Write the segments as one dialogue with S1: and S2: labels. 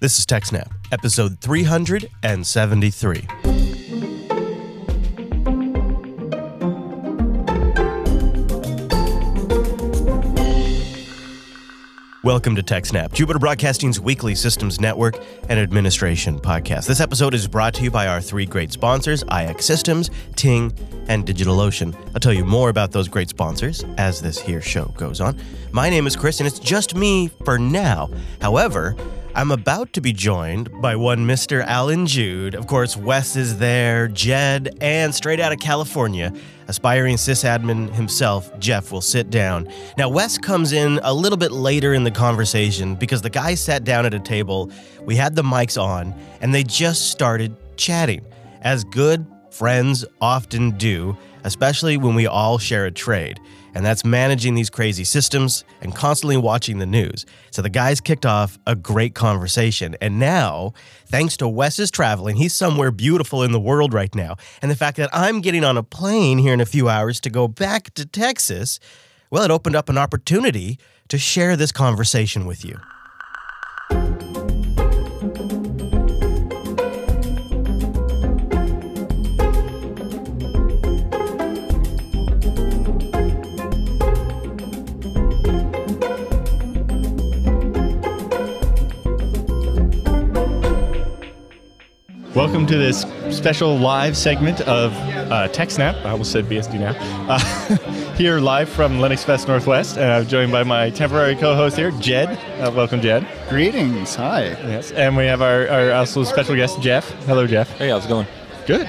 S1: This is TechSnap, episode 373. Welcome to TechSnap, Jupiter Broadcasting's weekly systems network and administration podcast. This episode is brought to you by our three great sponsors, IX Systems, Ting, and DigitalOcean. I'll tell you more about those great sponsors as this here show goes on. My name is Chris, and it's just me for now. However, I'm about to be joined by one Mr. Alan Jude. Of course, Wes is there, Jed, and straight out of California, aspiring sysadmin himself, Jeff, will sit down. Now, Wes comes in a little bit later in the conversation because the guy sat down at a table, we had the mics on, and they just started chatting, as good friends often do, especially when we all share a trade. And that's managing these crazy systems and constantly watching the news. So the guys kicked off a great conversation. And now, thanks to Wes's traveling, he's somewhere beautiful in the world right now. And the fact that I'm getting on a plane here in a few hours to go back to Texas, well, it opened up an opportunity to share this conversation with you.
S2: Welcome to this special live segment of uh, TechSnap. I almost said BSD now. Uh, here live from Linux Fest Northwest, and I'm joined by my temporary co-host here, Jed. Uh, welcome, Jed.
S3: Greetings. Hi.
S2: Yes, and we have our, our also special guest, Jeff. Hello, Jeff.
S4: Hey, how's it going?
S2: Good.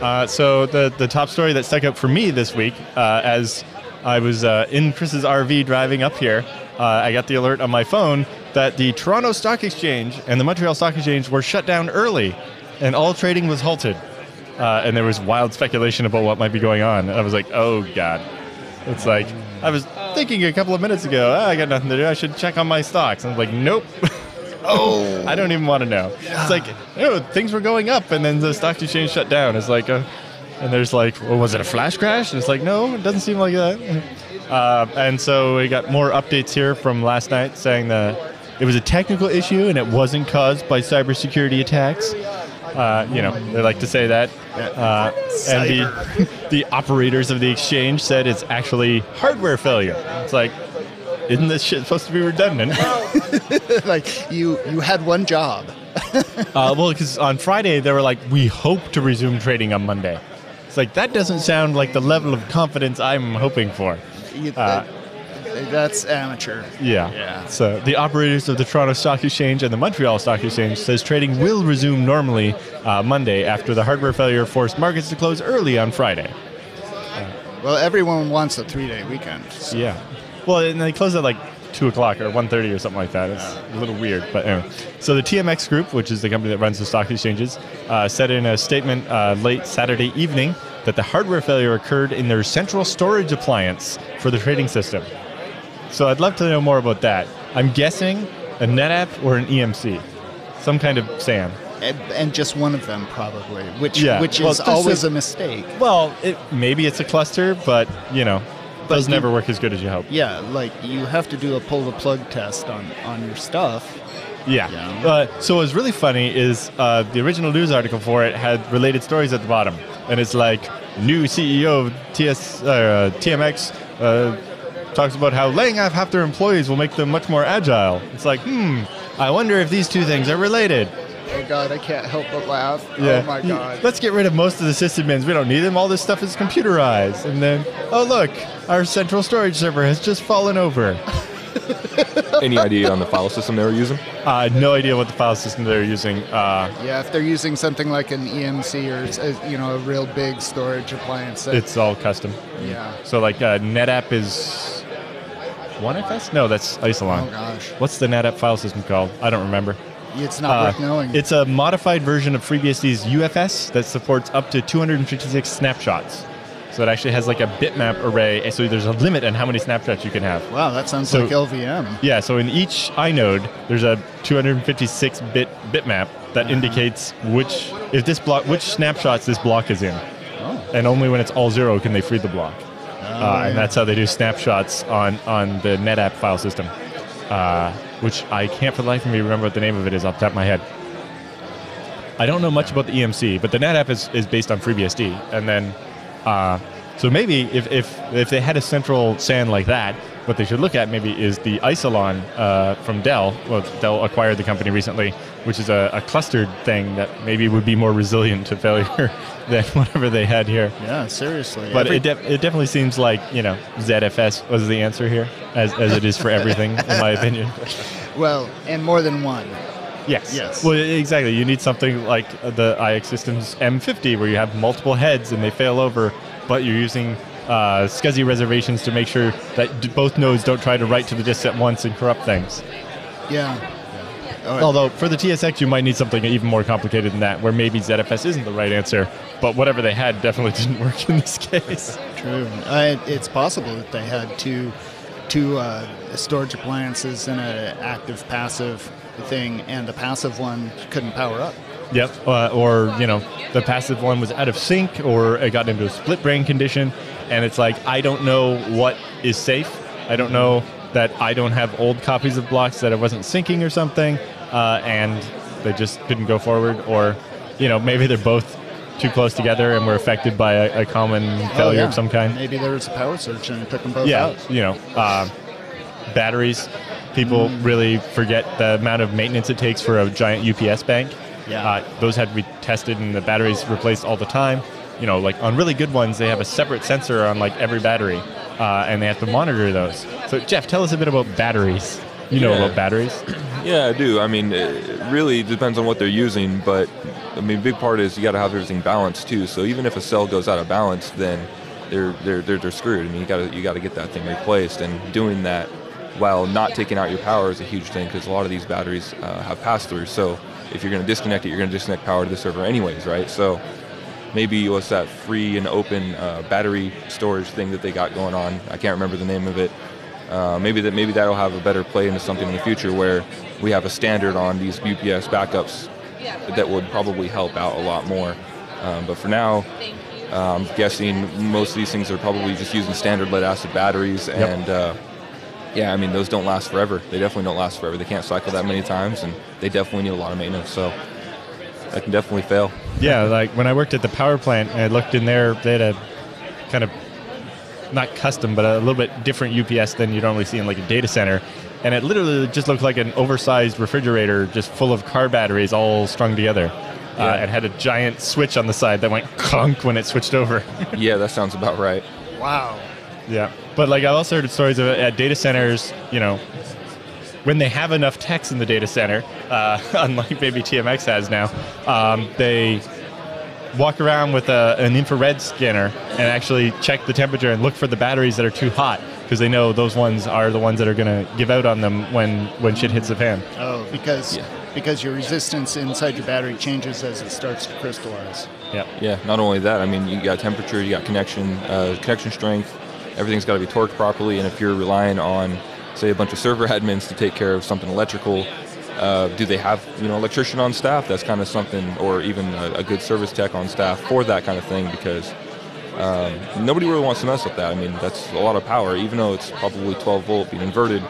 S2: Uh, so the the top story that stuck out for me this week, uh, as I was uh, in Chris's RV driving up here, uh, I got the alert on my phone that the Toronto Stock Exchange and the Montreal Stock Exchange were shut down early, and all trading was halted. Uh, and there was wild speculation about what might be going on. I was like, oh god. It's like I was thinking a couple of minutes ago, "Ah, I got nothing to do. I should check on my stocks. And I'm like, nope.
S3: Oh.
S2: I don't even want to know. It's like, oh, things were going up, and then the stock exchange shut down. It's like, uh, and there's like, well, was it a flash crash? And it's like, no, it doesn't seem like that. Uh, and so we got more updates here from last night saying that it was a technical issue and it wasn't caused by cybersecurity attacks. Uh, you know, they like to say that. Uh, and the, the operators of the exchange said it's actually hardware failure. It's like, isn't this shit supposed to be redundant?
S3: like you you had one job.
S2: Uh, well, because on Friday they were like, "We hope to resume trading on Monday." It's like that doesn't sound like the level of confidence I'm hoping for.
S3: You-
S2: Uh,
S3: that- that's amateur.
S2: Yeah.
S3: Yeah.
S2: So the operators of the Toronto Stock Exchange and the Montreal Stock Exchange says trading will resume normally uh, Monday after the hardware failure forced markets to close early on Friday.
S3: Well, everyone wants a three-day weekend. so-
S2: Yeah. Well, and they close at like two o'clock or 1.30 or something like that. It's a little weird, but anyway. So the TMX Group, which is the company that runs the stock exchanges, uh, said in a statement uh, late Saturday evening that the hardware failure occurred in their central storage appliance for the trading system. So I'd love to know more about that. I'm guessing a NetApp or an EMC, some kind of SAN.
S3: And, and just one of them probably, which
S2: Yeah.
S3: which
S2: Well,
S3: is
S2: this
S3: always
S2: is-
S3: a mistake.
S2: Well, it, maybe it's a cluster, but you know, those never work as good as you hope.
S3: Yeah, like you have to do a pull the plug test on on your stuff.
S2: Yeah.
S3: Yeah.
S2: Uh, so what's really funny is uh, the original news article for it had related stories at the bottom, and it's like new CEO of TS, uh, uh, TMX uh, talks about how laying off half their employees will make them much more agile. It's like, hmm, I wonder if these two things are related.
S3: Oh God, I can't help but laugh. Oh my
S2: You-
S3: God.
S2: Let's get rid of most of the sysadmins. We don't need them. All this stuff is computerized. And then, oh look, our central storage server has just fallen over.
S4: Any idea on the file system they were using?
S2: Uh, no idea what the file system they're using. Uh,
S3: yeah, if they're using something like an EMC or s- uh, you know a real big storage appliance, that-
S2: it's all custom.
S3: yeah.
S2: So like uh, NetApp is OneFS? No, that's Isilon.
S3: Oh gosh,
S2: What's the NetApp file system called? I don't remember.
S3: it's not
S2: Uh,
S3: worth knowing.
S2: It's a modified version of FreeBSD's UFS that supports up to 256 snapshots. So it actually has like a bitmap array, and so there's a limit on how many snapshots you can have.
S3: wow, that sounds
S2: so-
S3: like LVM.
S2: Yeah, so in each inode, there's a 256-bit bitmap that indicates which if this block, which snapshots this block is in, and only when it's all zero can they free the block. uh, And that's how they do snapshots on on the NetApp file system. Uh, which I can't for the life of me remember what the name of it is off the top of my head. I don't know much about the EMC, but the NetApp is, is based on FreeBSD. And then, uh, so maybe if, if, if they had a central SAN like that, what they should look at maybe is the Isilon uh, from Dell. Well, Dell acquired the company recently, which is a, a clustered thing that maybe would be more resilient to failure than whatever they had here.
S5: Yeah, seriously.
S2: But
S5: Every-
S2: it, def- it definitely seems like, you know, ZFS was the answer here, as, as it is for everything, in my opinion.
S3: Well, and more than one.
S2: Yes.
S5: Yes.
S2: Well, exactly. You need something like the IX Systems M50, where you have multiple heads and they fail over, but you're using uh, SCSI reservations to make sure that d- both nodes don't try to write to the disk at once and corrupt things.
S3: Yeah.
S2: Although for the TSX, you might need something even more complicated than that, where maybe ZFS isn't the right answer, but whatever they had definitely didn't work in this case.
S5: True.
S3: I, Uh, it's possible that they had two, two uh, storage appliances and an active passive thing, and the passive one couldn't power up.
S2: Yep. Uh, or, you know, the passive one was out of sync or it got into a split brain condition. And it's like, I don't know what is safe. I don't know that I don't have old copies of blocks that I wasn't syncing or something. Uh, and they just didn't go forward. Or, you know, maybe they're both too close together and were affected by a, a common
S3: Oh,
S2: failure
S3: yeah.
S2: of some kind
S3: Maybe there was a power surge and it took them both
S2: yeah,
S3: out.
S2: you know, uh, batteries. People
S3: Hmm.
S2: really forget the amount of maintenance it takes for a giant UPS bank.
S3: Yeah.
S2: Uh, those had to be tested and the batteries replaced all the time. You know, like on really good ones, they have a separate sensor on like every battery, uh, and they have to monitor those. So, Jeff, tell us a bit about batteries. You know
S4: Yeah.
S2: about batteries?
S4: Yeah, I do. I mean, it really depends on what they're using, but I mean, big part is you got to have everything balanced too. So even if a cell goes out of balance, then they're they're they're, they're screwed. I mean, you got to you got to get that thing replaced, and doing that while not taking out your power is a huge thing because a lot of these batteries uh, have pass through. So if you're going to disconnect it, you're going to disconnect power to the server anyways, right? So maybe what's that free and open uh, battery storage thing that they got going on? I can't remember the name of it. Uh, maybe that maybe that'll have a better play into something in the future where we have a standard on these UPS backups that would probably help out a lot more. Um, but for now, uh, I'm guessing most of these things are probably just using standard lead acid batteries and. Uh, yeah, I mean those don't last forever. They definitely don't last forever. They can't cycle that many times, and they definitely need a lot of maintenance. So that can definitely fail.
S2: yeah, like when I worked at the power plant, I looked in there. They had a kind of not custom, but a little bit different UPS than you normally see in like a data center. And it literally just looked like an oversized refrigerator, just full of car batteries all strung together. Uh, it had a giant switch on the side that went clunk when it switched over.
S4: yeah, that sounds about right.
S3: Wow.
S2: Yeah, but like I've also heard stories of at data centers, you know, when they have enough techs in the data center, uh, unlike maybe TMX has now, um, they walk around with a, an infrared scanner and actually check the temperature and look for the batteries that are too hot because they know those ones are the ones that are going to give out on them when when shit hits the fan.
S3: Oh, because
S4: Yeah.
S3: because your resistance inside your battery changes as it starts to crystallize.
S2: Yeah.
S4: Yeah, not only that, I mean, you got temperature, you got connection, uh, connection strength. Everything's got to be torqued properly, and if you're relying on, say, a bunch of server admins to take care of something electrical, uh, do they have you know electrician on staff? That's kind of something, or even a, a good service tech on staff for that kind of thing, because um, nobody really wants to mess with that. I mean, that's a lot of power, even though it's probably 12 volt being inverted.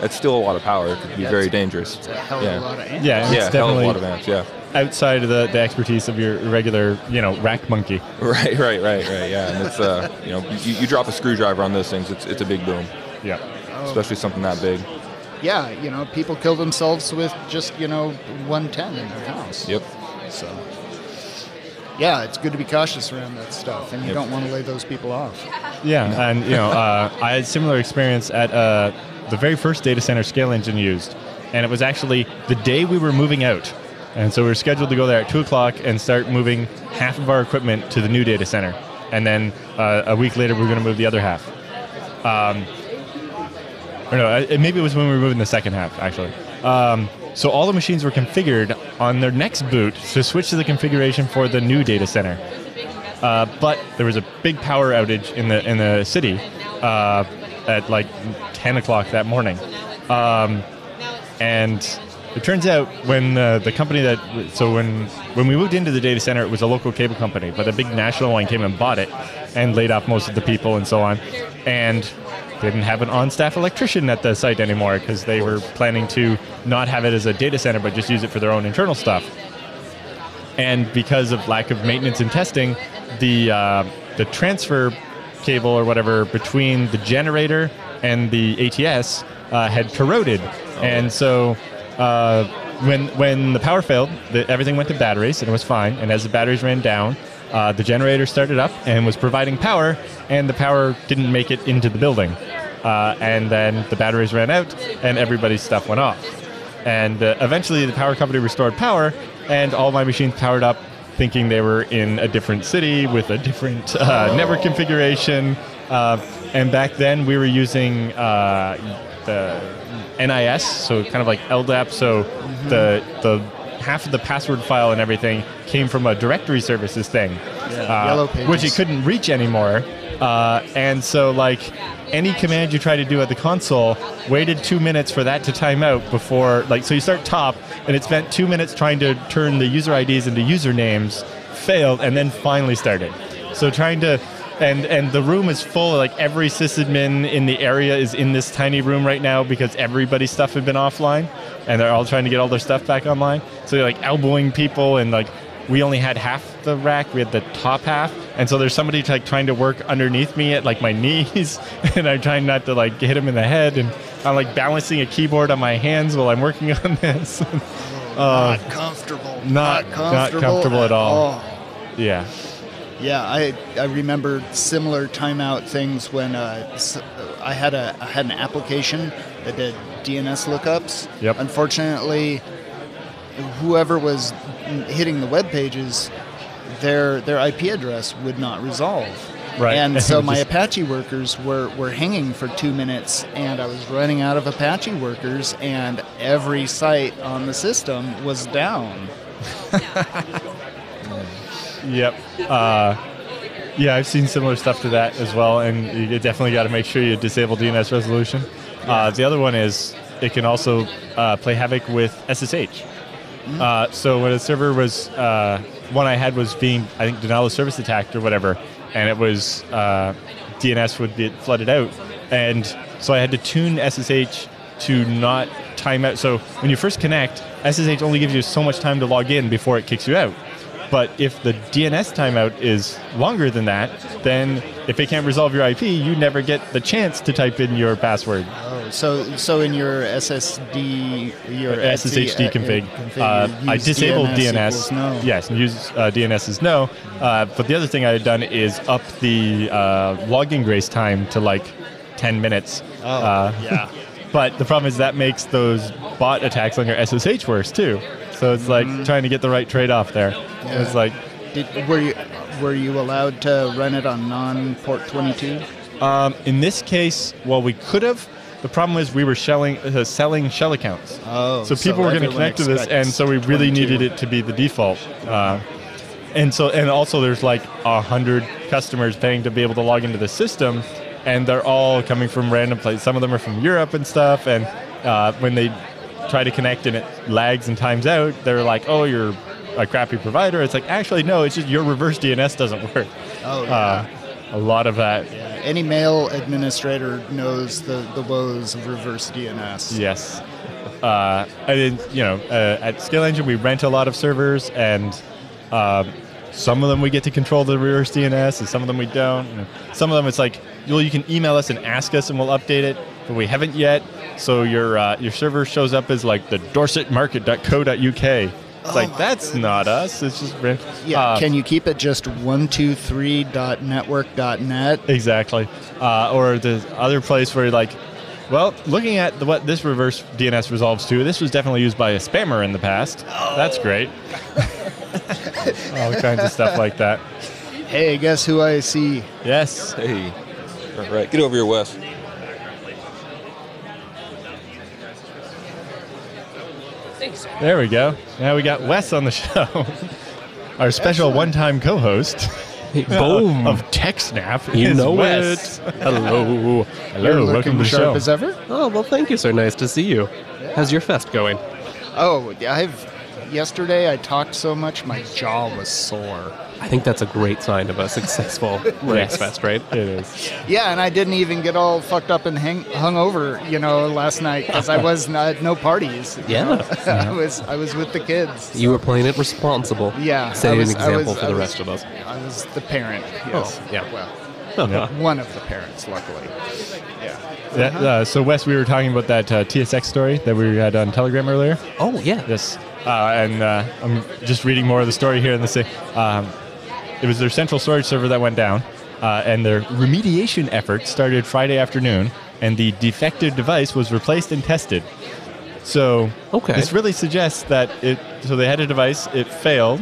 S4: That's still a lot of power. It could be very dangerous.
S3: It's a hell of
S4: yeah.
S3: a lot of amps.
S2: Yeah, and
S4: yeah,
S2: it's
S4: hell of a lot of
S2: definitely
S4: amps. Yeah.
S2: outside of the, the expertise of your regular, you know, rack monkey.
S4: Right, right, right, right. Yeah, and it's uh, you know, you, you drop a screwdriver on those things, it's it's a big boom,
S2: Yeah.
S4: especially something that big.
S3: Yeah, you know, people kill themselves with just, you know, 110 in their house.
S4: Yep.
S3: So, yeah, it's good to be cautious around that stuff, and you don't want to lay those people off.
S2: Yeah, and you know, uh, I had similar experience at uh, the very first data center scale engine used, and it was actually the day we were moving out, and so we were scheduled to go there at two o'clock and start moving half of our equipment to the new data center, and then uh, a week later we were going to move the other half. Um, Or no, uh, maybe it was when we were moving the second half actually. Um, so all the machines were configured on their next boot to switch to the configuration for the new data center. Uh, but there was a big power outage in the in the city uh, at like 10 o'clock that morning, um, and it turns out when uh, the company that so when when we moved into the data center, it was a local cable company, but a big national one came and bought it and laid off most of the people and so on, and They didn't have an on-staff electrician at the site anymore because they were planning to not have it as a data center, but just use it for their own internal stuff. And because of lack of maintenance and testing, the uh, the transfer cable or whatever between the generator and the ATS uh, had corroded, and so. Uh, when, when the power failed, the, everything went to batteries and it was fine. And as the batteries ran down, uh, the generator started up and was providing power, and the power didn't make it into the building. Uh, and then the batteries ran out, and everybody's stuff went off. And uh, eventually, the power company restored power, and all my machines powered up, thinking they were in a different city with a different uh, network configuration. Uh, and back then, we were using uh, the NIS, so kind of like LDAP. So
S3: Mm-hmm.
S2: the the half of the password file and everything came from a directory services thing, uh,
S3: Yellow Pages.
S2: which it couldn't reach anymore. Uh, and so, like any command you try to do at the console, waited two minutes for that to time out before, like, so you start top, and it spent two minutes trying to turn the user IDs into usernames, failed, and then finally started. So trying to and and the room is full. Like every sysadmin in the area is in this tiny room right now because everybody's stuff had been offline, and they're all trying to get all their stuff back online. So they're like elbowing people, and like we only had half the rack. We had the top half, and so there's somebody like trying to work underneath me at like my knees, and I'm trying not to like hit him in the head, and I'm like balancing a keyboard on my hands while I'm working on this.
S3: not comfortable.
S2: not- not comfortable at all. yeah.
S3: Yeah, I I remember similar timeout things when uh, s- I had a I had an application that did DNS lookups.
S2: Yep.
S3: Unfortunately, whoever was hitting the web pages, their their IP address would not resolve.
S2: Right.
S3: And so my
S2: Just-
S3: Apache workers were, were hanging for two minutes, and I was running out of Apache workers, and every site on the system was down.
S2: Yep. Uh, yeah, I've seen similar stuff to that as well, and you definitely got to make sure you disable DNS resolution. Uh, the other one is it can also uh, play havoc with SSH. Uh, so when a server was uh, one I had was being I think denial of service attacked or whatever, and it was uh, DNS would get flooded out, and so I had to tune SSH to not time out. So when you first connect, SSH only gives you so much time to log in before it kicks you out. But if the DNS timeout is longer than that, then if it can't resolve your IP, you never get the chance to type in your password.
S3: So, so in your SSD,
S2: Uh,
S3: your Uh,
S2: SSHD config. Uh,
S3: you
S2: I
S3: use
S2: disabled DNS.
S3: equals No.
S2: Yes, and use uh, DNS is no. Uh, but the other thing I had done is up the uh, login grace time to like 10 minutes. Oh, uh,
S3: yeah.
S2: But the problem is that makes those bot attacks on your SSH worse too. So it's like trying to get the right trade off there. It's
S3: Mm-hmm. Yeah.
S2: like,
S3: Did, were you were you allowed to run it on non port 22?
S2: um, in this case, well, we could have. The problem is we were shelling, uh, selling shell accounts.
S3: Oh,
S2: so people were going to
S3: everyone
S2: connect to this, and
S3: expects
S2: so we really
S3: 22.
S2: needed it to be the default. Uh, and so, and also, there's like a hundred customers paying to be able to log into the system, and they're all coming from random places. Some of them are from Europe and stuff. And uh, when they try to connect and it lags and times out, they're like, "Oh, you're a crappy provider." It's like, actually, no, it's just your reverse DNS doesn't work.
S3: Oh,
S2: Uh, a lot of that.
S3: Any mail administrator knows the, the woes of reverse DNS.
S2: Yes. Uh, I mean, you know, uh, at Scale Engine, we rent a lot of servers, and um, some of them we get to control the reverse DNS, and some of them we don't. And some of them it's like, well, you can email us and ask us, and we'll update it, but we haven't yet. So your uh, your server shows up as like the DorsetMarket.co.uk. It's like
S3: my
S2: that's not us. It's just rent.
S3: Oh. Yeah.
S2: Uh,
S3: Can you keep it just 123.network.net?
S2: Exactly. Uh, or the other place where, like, well, looking at the, what this reverse DNS resolves to, this was definitely used by a spammer in the past. That's great. All kinds of stuff like that.
S3: Hey, guess who I see?
S2: Yes.
S4: Hey, all right, get over here, Wes.
S2: There we go. Now we got Wes on the show. Our special one-time co-host
S5: Boom.
S2: of TechSnap
S5: You
S2: is
S5: know
S2: Wes. Hello, hello,
S3: You're
S2: Oh, welcome
S3: looking
S2: to the
S3: sharp
S2: show.
S3: as ever.
S5: Oh, well, thank you, sir. Nice to see you. How's your fest going?
S3: Oh, I've yesterday I talked so much my jaw was sore.
S5: I think that's a great sign of a successful Linux Fest, right?
S2: It is.
S3: Yeah, and I didn't even get all fucked up and hang, hungover, you know, last night because I was not no parties. you
S5: Yeah.
S3: know? I was I was with the kids.
S5: You were playing it responsible.
S3: yeah,
S5: Setting
S3: I was,
S5: an example
S3: I was-
S5: for
S3: I
S5: the
S3: was-
S5: rest of us. Oh,
S3: I was the parent. Yes.
S5: yeah.
S3: Well, one of the parents, luckily. Yeah.
S2: That, uh, so Wes, we were talking about that uh, TSX story that we had on Telegram earlier.
S5: Oh, yeah.
S2: Yes, uh, and uh, I'm just reading more of the story here. And they say um, it was their central storage server that went down, uh, and their remediation efforts started Friday afternoon, and the defective device was replaced and tested. So
S5: Okay.
S2: this really suggests that it. So they had a device, it failed,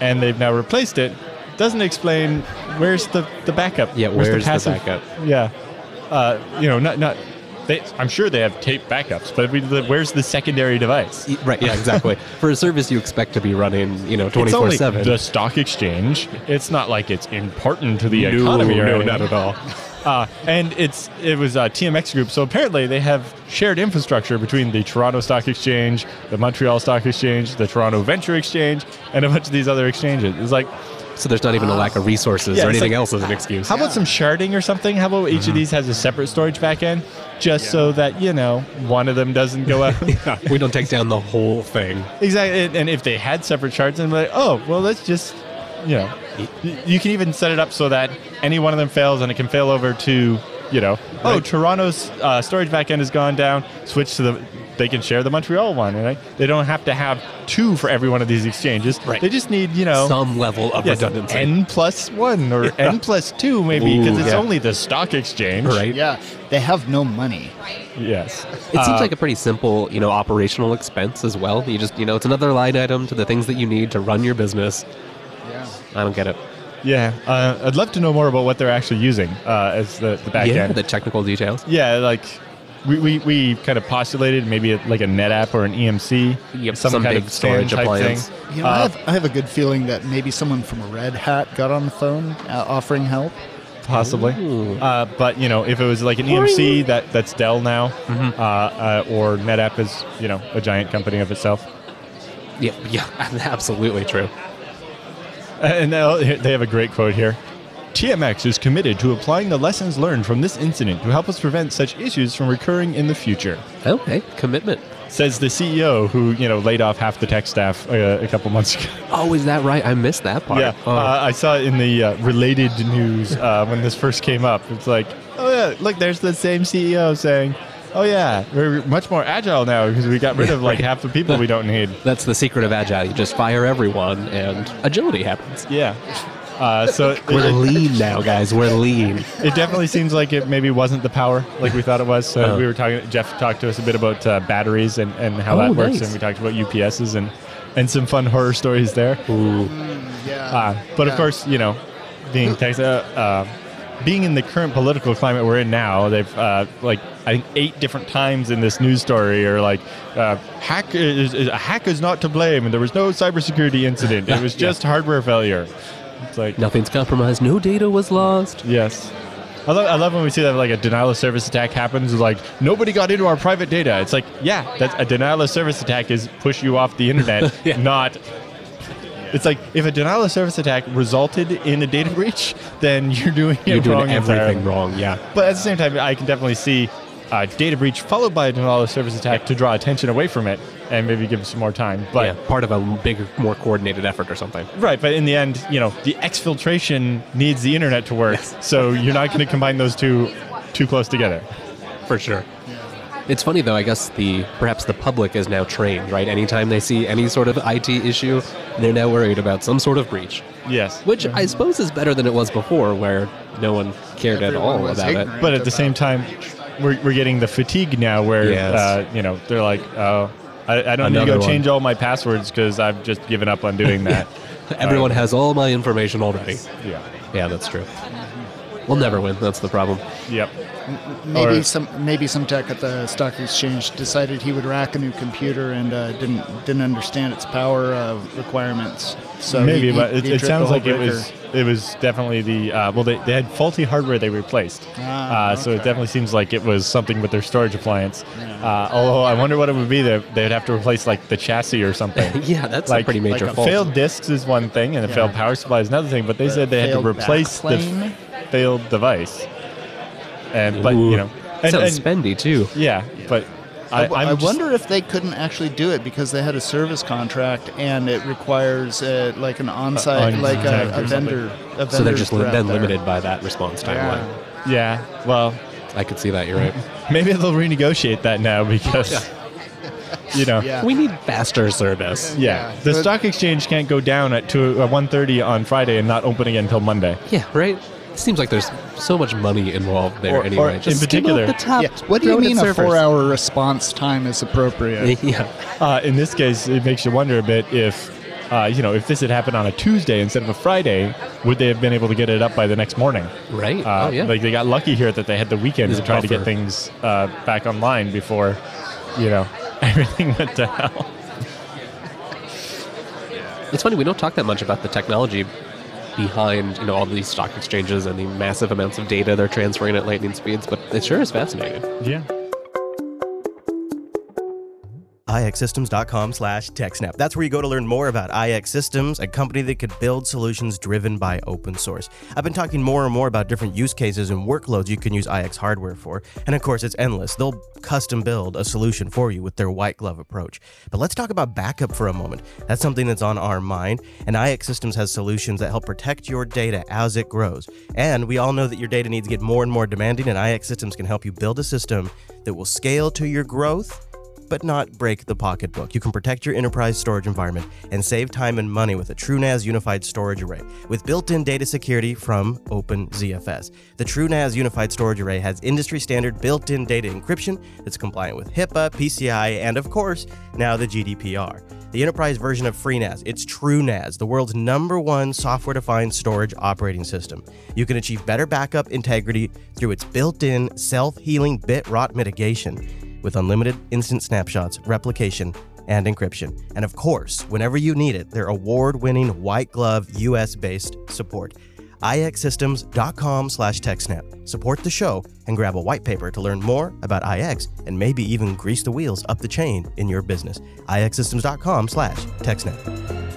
S2: and they've now replaced it. Doesn't explain where's the, the backup.
S5: Yeah, where's the backup?
S2: Yeah, uh, you know, not not. They, I'm sure they have tape backups, but we, the, where's the secondary device?
S5: Y- Right, yeah, exactly. for a service you expect to be running, you know, 24
S2: It's only
S5: 7.
S2: the stock exchange. It's not like it's important to the
S5: No,
S2: economy or
S5: no,
S2: anything.
S5: not at all.
S2: Uh, and it's it was uh, a TMX group, so apparently they have shared infrastructure between the Toronto Stock Exchange, the Montreal Stock Exchange, the Toronto Venture Exchange, and a bunch of these other exchanges. It's like,
S5: So there's not even a lack of resources
S2: Yeah,
S5: or
S2: it's
S5: anything
S2: like-
S5: else as an excuse.
S2: how about some sharding or something? How about each
S5: Mm-hmm.
S2: of these has a separate storage backend, just so that you know one of them doesn't go out.
S5: we don't take down the whole thing.
S2: Exactly, and- and if they had separate shards, then like, oh, well, let's just, you know, Y- you can even set it up so that any one of them fails, and it can fail over to, you know, oh, Toronto's uh, storage backend has gone down. Switch to the, they can share the Montreal one, right? They don't have to have two for every one of these exchanges.
S5: Right.
S2: They just need, you know.
S5: Some level of
S2: yes,
S5: redundancy.
S2: N plus one or N plus two, maybe, because
S5: Ooh,
S2: it's
S5: yeah.
S2: only the stock exchange.
S5: right?
S3: Yeah. They have no money.
S2: Yes.
S5: It seems like a pretty simple, you know, operational expense as well. You just, you know, it's another line item to the things that you need to run your business.
S3: Yeah.
S5: I don't get it.
S2: Yeah. Uh, I'd love to know more about what they're actually using uh, as the, the back
S5: yeah,
S2: end.
S5: the technical details.
S2: Yeah, like we, we, we kind of postulated maybe a, like a NetApp or an EMC,
S5: Yep,
S2: some,
S5: some
S2: kind
S5: big
S2: of storage
S5: storage
S2: type
S5: appliance.
S2: thing.
S3: You know, I,
S2: Uh,
S3: have, I have a good feeling that maybe someone from Red Hat got on the phone uh, offering help.
S2: possibly. Uh, but you know, if it was like an EMC that that's Dell now,
S5: Mm-hmm.
S2: uh, uh, or NetApp is you know a giant company of itself,
S5: Yeah, yeah, absolutely true.
S2: and they'll- they have a great quote here. TMX is committed to applying the lessons learned from this incident to help us prevent such issues from recurring in the future.
S5: Okay, commitment.
S2: Says the CEO, who you know laid off half the tech staff uh, a couple months ago.
S5: Oh, is that right? I missed that part.
S2: Yeah,
S5: Oh.
S2: uh, I saw it in the uh, related news uh, when this first came up. It's like, oh yeah, look, there's the same CEO saying, oh yeah, we're much more agile now because we got rid of like
S5: Right.
S2: half the people we don't need.
S5: That's the secret of agile. You just fire everyone, and agility happens.
S2: Yeah. Uh, so it,
S5: We're
S2: it-
S5: lean now, guys. We're lean.
S2: it definitely seems like it maybe wasn't the power like we thought it was. So
S5: Uh-huh.
S2: we were talking. Jeff talked to us a bit about uh, batteries and, and how
S5: Oh,
S2: that works,
S5: nice.
S2: and we talked about UPSs and and some fun horror stories there.
S5: Ooh.
S3: Mm, Yeah.
S2: Uh, but of
S3: Yeah.
S2: course, you know, being Texas, uh, uh, being in the current political climate we're in now, they've uh, like I think eight different times in this news story are like uh, hack is, is, a hack is not to blame, and there was no cybersecurity incident. It was just hardware failure. It's like
S5: Nothing's compromised. No data was lost.
S2: yes. I love, I love when we see that like a denial of service attack happens. it's Like nobody got into our private data. It's like yeah, that's a denial of service attack is push you off the internet,
S5: Yeah.
S2: not. It's like if a denial of service attack resulted in a data breach, then you're doing it
S5: You're doing
S2: wrong
S5: everything
S2: entirely.
S5: wrong. Yeah.
S2: But at the same time, I can definitely see a data breach followed by a denial of service attack to draw attention away from it and maybe give it some more time. But
S5: yeah. Part of a bigger, more coordinated effort or something.
S2: Right, but in the end, you know, the exfiltration needs the internet to work, so you're not going to combine those two too close together.
S5: For sure. It's funny though. I guess the perhaps the public is now trained, right? Anytime they see any sort of IT issue, they're now worried about some sort of breach,
S2: Yes,
S5: which I suppose is better than it was before, where no one cared
S3: Everyone
S5: at all
S3: was
S5: about
S3: ignorant.
S2: but at the same time, we're, we're getting the fatigue now where
S5: Yes.
S2: uh, you know they're like, oh, I, I don't need to
S5: Another
S2: go
S5: one.
S2: change all my passwords because I've just given up on doing that.
S5: it. Everyone has all my information already.
S2: yeah.
S5: Yeah, that's true. We'll never win. That's the problem.
S2: Yep.
S3: Maybe
S2: Or-
S3: some maybe some tech at the stock exchange decided he would rack a new computer and uh, didn't didn't understand its power uh, requirements. So
S2: Maybe,
S3: he- he-
S2: but it,
S3: he
S2: it
S3: tripped the
S2: sounds
S3: whole
S2: like it was
S3: breaker.
S2: it was definitely the uh, well they, they had faulty hardware they replaced,
S3: Ah,
S2: uh, so it
S3: okay.
S2: definitely seems like it was something with their storage appliance.
S3: Yeah.
S2: Uh, although I wonder what it would be that they'd have to replace like the chassis or something.
S5: Yeah, that's
S2: Like-
S5: a pretty major
S3: like a
S5: fault.
S2: Failed discs is one thing, and a
S3: Yeah.
S2: failed power supply is another thing. But they
S3: The
S2: said they had to
S3: failed
S2: replace the
S3: backplane?
S2: f- failed device. And but
S5: Ooh.
S2: you know, and,
S5: sounds
S2: and-
S5: spendy too.
S2: yeah, but I,
S3: I, I
S2: I'm just-
S3: wonder if they couldn't actually do it because they had a service contract and it requires uh, like an on-site,
S2: on-
S3: like a,
S2: or something.
S3: a vendor. A
S5: So they're
S3: vendor
S5: just
S3: threat
S5: then
S3: there.
S5: limited by that response timeline.
S3: Yeah.
S2: Yeah, well,
S5: I could see that. You're right.
S2: maybe they'll renegotiate that now because you know.
S3: Yeah.
S5: We need faster service.
S2: Yeah,
S3: Yeah.
S2: the
S3: But-
S2: stock exchange can't go down at two uh, one thirty on Friday and not open again until Monday.
S5: Yeah, right. It seems like there's so much money involved there
S2: Or- or
S5: anyway.
S2: in
S5: Just skim off
S2: particular-
S5: the top.
S3: Yeah. What do you
S5: throw it at
S3: mean a
S5: servers.
S3: four-hour response time is appropriate?
S5: yeah,
S2: Uh, in this case, it makes you wonder a bit if uh, you know if this had happened on a Tuesday instead of a Friday, would they have been able to get it up by the next morning?
S5: right.
S2: Uh,
S5: oh yeah.
S2: Like they got lucky here that they had the weekend
S5: There's
S2: to
S5: a
S2: try to get
S5: buffer.
S2: things uh, back online before you know everything went to hell.
S5: it's funny we don't talk that much about the technology behind you know all these stock exchanges and the massive amounts of data they're transferring at lightning speeds, but it sure is fascinating.
S2: Yeah.
S1: ixsystems.com slash techsnap. That's where you go to learn more about IX Systems, a company that could build solutions driven by open source. I've been talking more and more about different use cases and workloads you can use IX hardware for, and of course it's endless. They'll custom build a solution for you with their white glove approach. But let's talk about backup for a moment. That's something that's on our mind, and IX Systems has solutions that help protect your data as it grows. And we all know that your data needs get more and more demanding, and IX Systems can help you build a system that will scale to your growth but not break the pocketbook. You can protect your enterprise storage environment and save time and money with a TrueNAS unified storage array with built-in data security from OpenZFS. The TrueNAS unified storage array has industry-standard built-in data encryption that's compliant with HIPAA, PCI, and of course, now the GDPR. The enterprise version of FreeNAS, it's TrueNAS, the world's number one software-defined storage operating system. You can achieve better backup integrity through its built-in self-healing bit rot mitigation with unlimited instant snapshots, replication, and encryption. And of course, whenever you need it, their award-winning white glove US-based support. ixsystems.com slash techsnap. Support the show and grab a white paper to learn more about IX and maybe even grease the wheels up the chain in your business. ixsystems.com slash techsnap.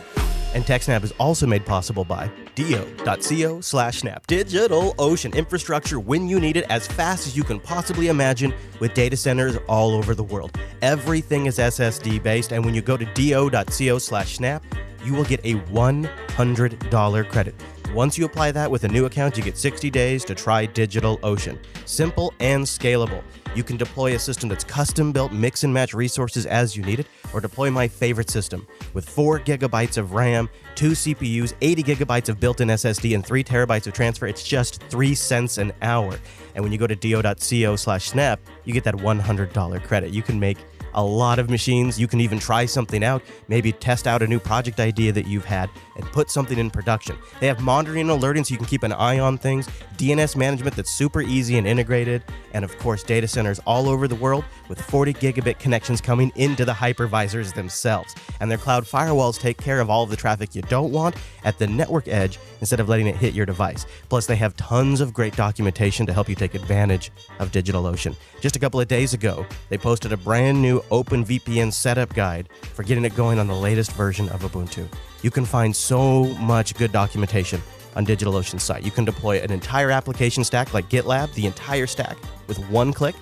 S1: And TechSnap is also made possible by do.co slash snap. Digital ocean infrastructure when you need it as fast as you can possibly imagine with data centers all over the world. Everything is SSD based, and when you go to do.co slash snap, you will get a $100 credit. Once you apply that with a new account, you get 60 days to try DigitalOcean. Simple and scalable. You can deploy a system that's custom built, mix and match resources as you need it, or deploy my favorite system with 4 gigabytes of RAM, 2 CPUs, 80 gigabytes of built in SSD, and 3 terabytes of transfer. It's just 3 cents an hour. And when you go to do.co slash snap, you get that $100 credit. You can make a lot of machines. You can even try something out, maybe test out a new project idea that you've had and put something in production. They have monitoring and alerting so you can keep an eye on things, DNS management that's super easy and integrated, and of course, data centers all over the world with 40 gigabit connections coming into the hypervisors themselves. And their cloud firewalls take care of all of the traffic you don't want at the network edge instead of letting it hit your device. Plus, they have tons of great documentation to help you take advantage of DigitalOcean. Just a couple of days ago, they posted a brand new OpenVPN setup guide for getting it going on the latest version of Ubuntu. You can find so much good documentation on DigitalOcean's site. You can deploy an entire application stack like GitLab, the entire stack, with one click,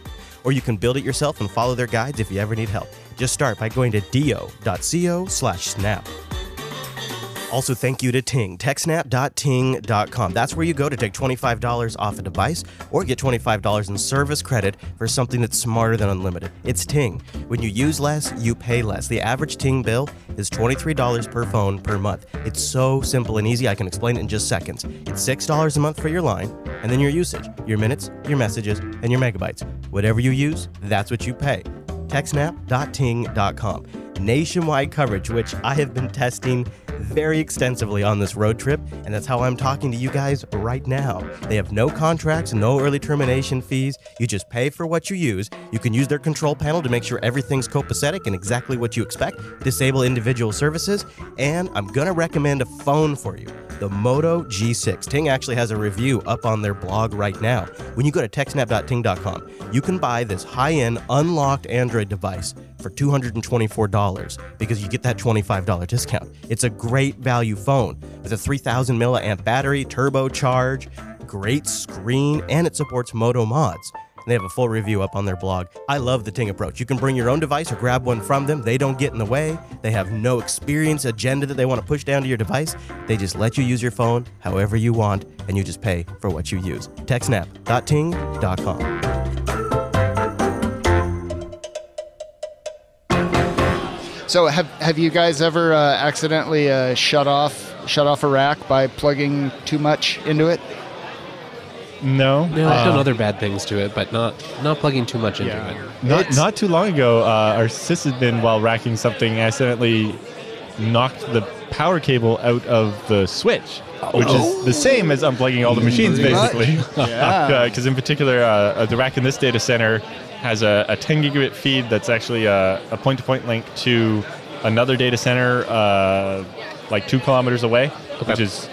S1: or you can build it yourself and follow their guides if you ever need help. Just start by going to do.co slash snap. Also, thank you to Ting, techsnap.ting.com. That's where you go to take $25 off a device or get $25 in service credit for something that's smarter than unlimited. It's Ting. When you use less, you pay less. The average Ting bill is $23 per phone per month. It's so simple and easy, I can explain it in just seconds. It's $6 a month for your line, and then your usage, your minutes, your messages, and your megabytes. Whatever you use, that's what you pay techsnap.ting.com. nationwide coverage, which I have been testing very extensively on this road trip, and that's how I'm talking to you guys right now. They have no contracts, no early termination fees. You just pay for what you use. You can use their control panel to make sure everything's copacetic and exactly what you expect, disable individual services, and I'm gonna recommend a phone for you the Moto G6. Ting actually has a review up on their blog right now. When you go to techsnap.ting.com, you can buy this high end unlocked Android device for $224 because you get that $25 discount. It's a great value phone with a 3000 milliamp battery, turbocharge, great screen, and it supports Moto mods. And They have a full review up on their blog. I love the Ting approach. You can bring your own device or grab one from them. They don't get in the way. They have no experience agenda that they want to push down to your device. They just let you use your phone however you want, and you just pay for what you use. TechSnap.ting.com.
S3: So have have you guys ever uh, accidentally uh, shut off shut off a rack by plugging too much into it?
S2: No.
S5: No, I've done
S2: Uh,
S5: other bad things to it, but not not plugging too much into
S3: Yeah.
S5: it.
S2: Not,
S3: It's-
S2: not too long ago, uh, our sysadmin, while racking something, accidentally knocked the power cable out of the switch, which is the same as unplugging all the machines,
S5: Pretty
S3: much.
S2: basically.
S3: Oh. Yeah.
S2: Because in particular, uh, uh, the rack in this data center has a, a 10 gigabit feed that's actually a, a point-to-point link to another data center, uh, like two kilometers away, which is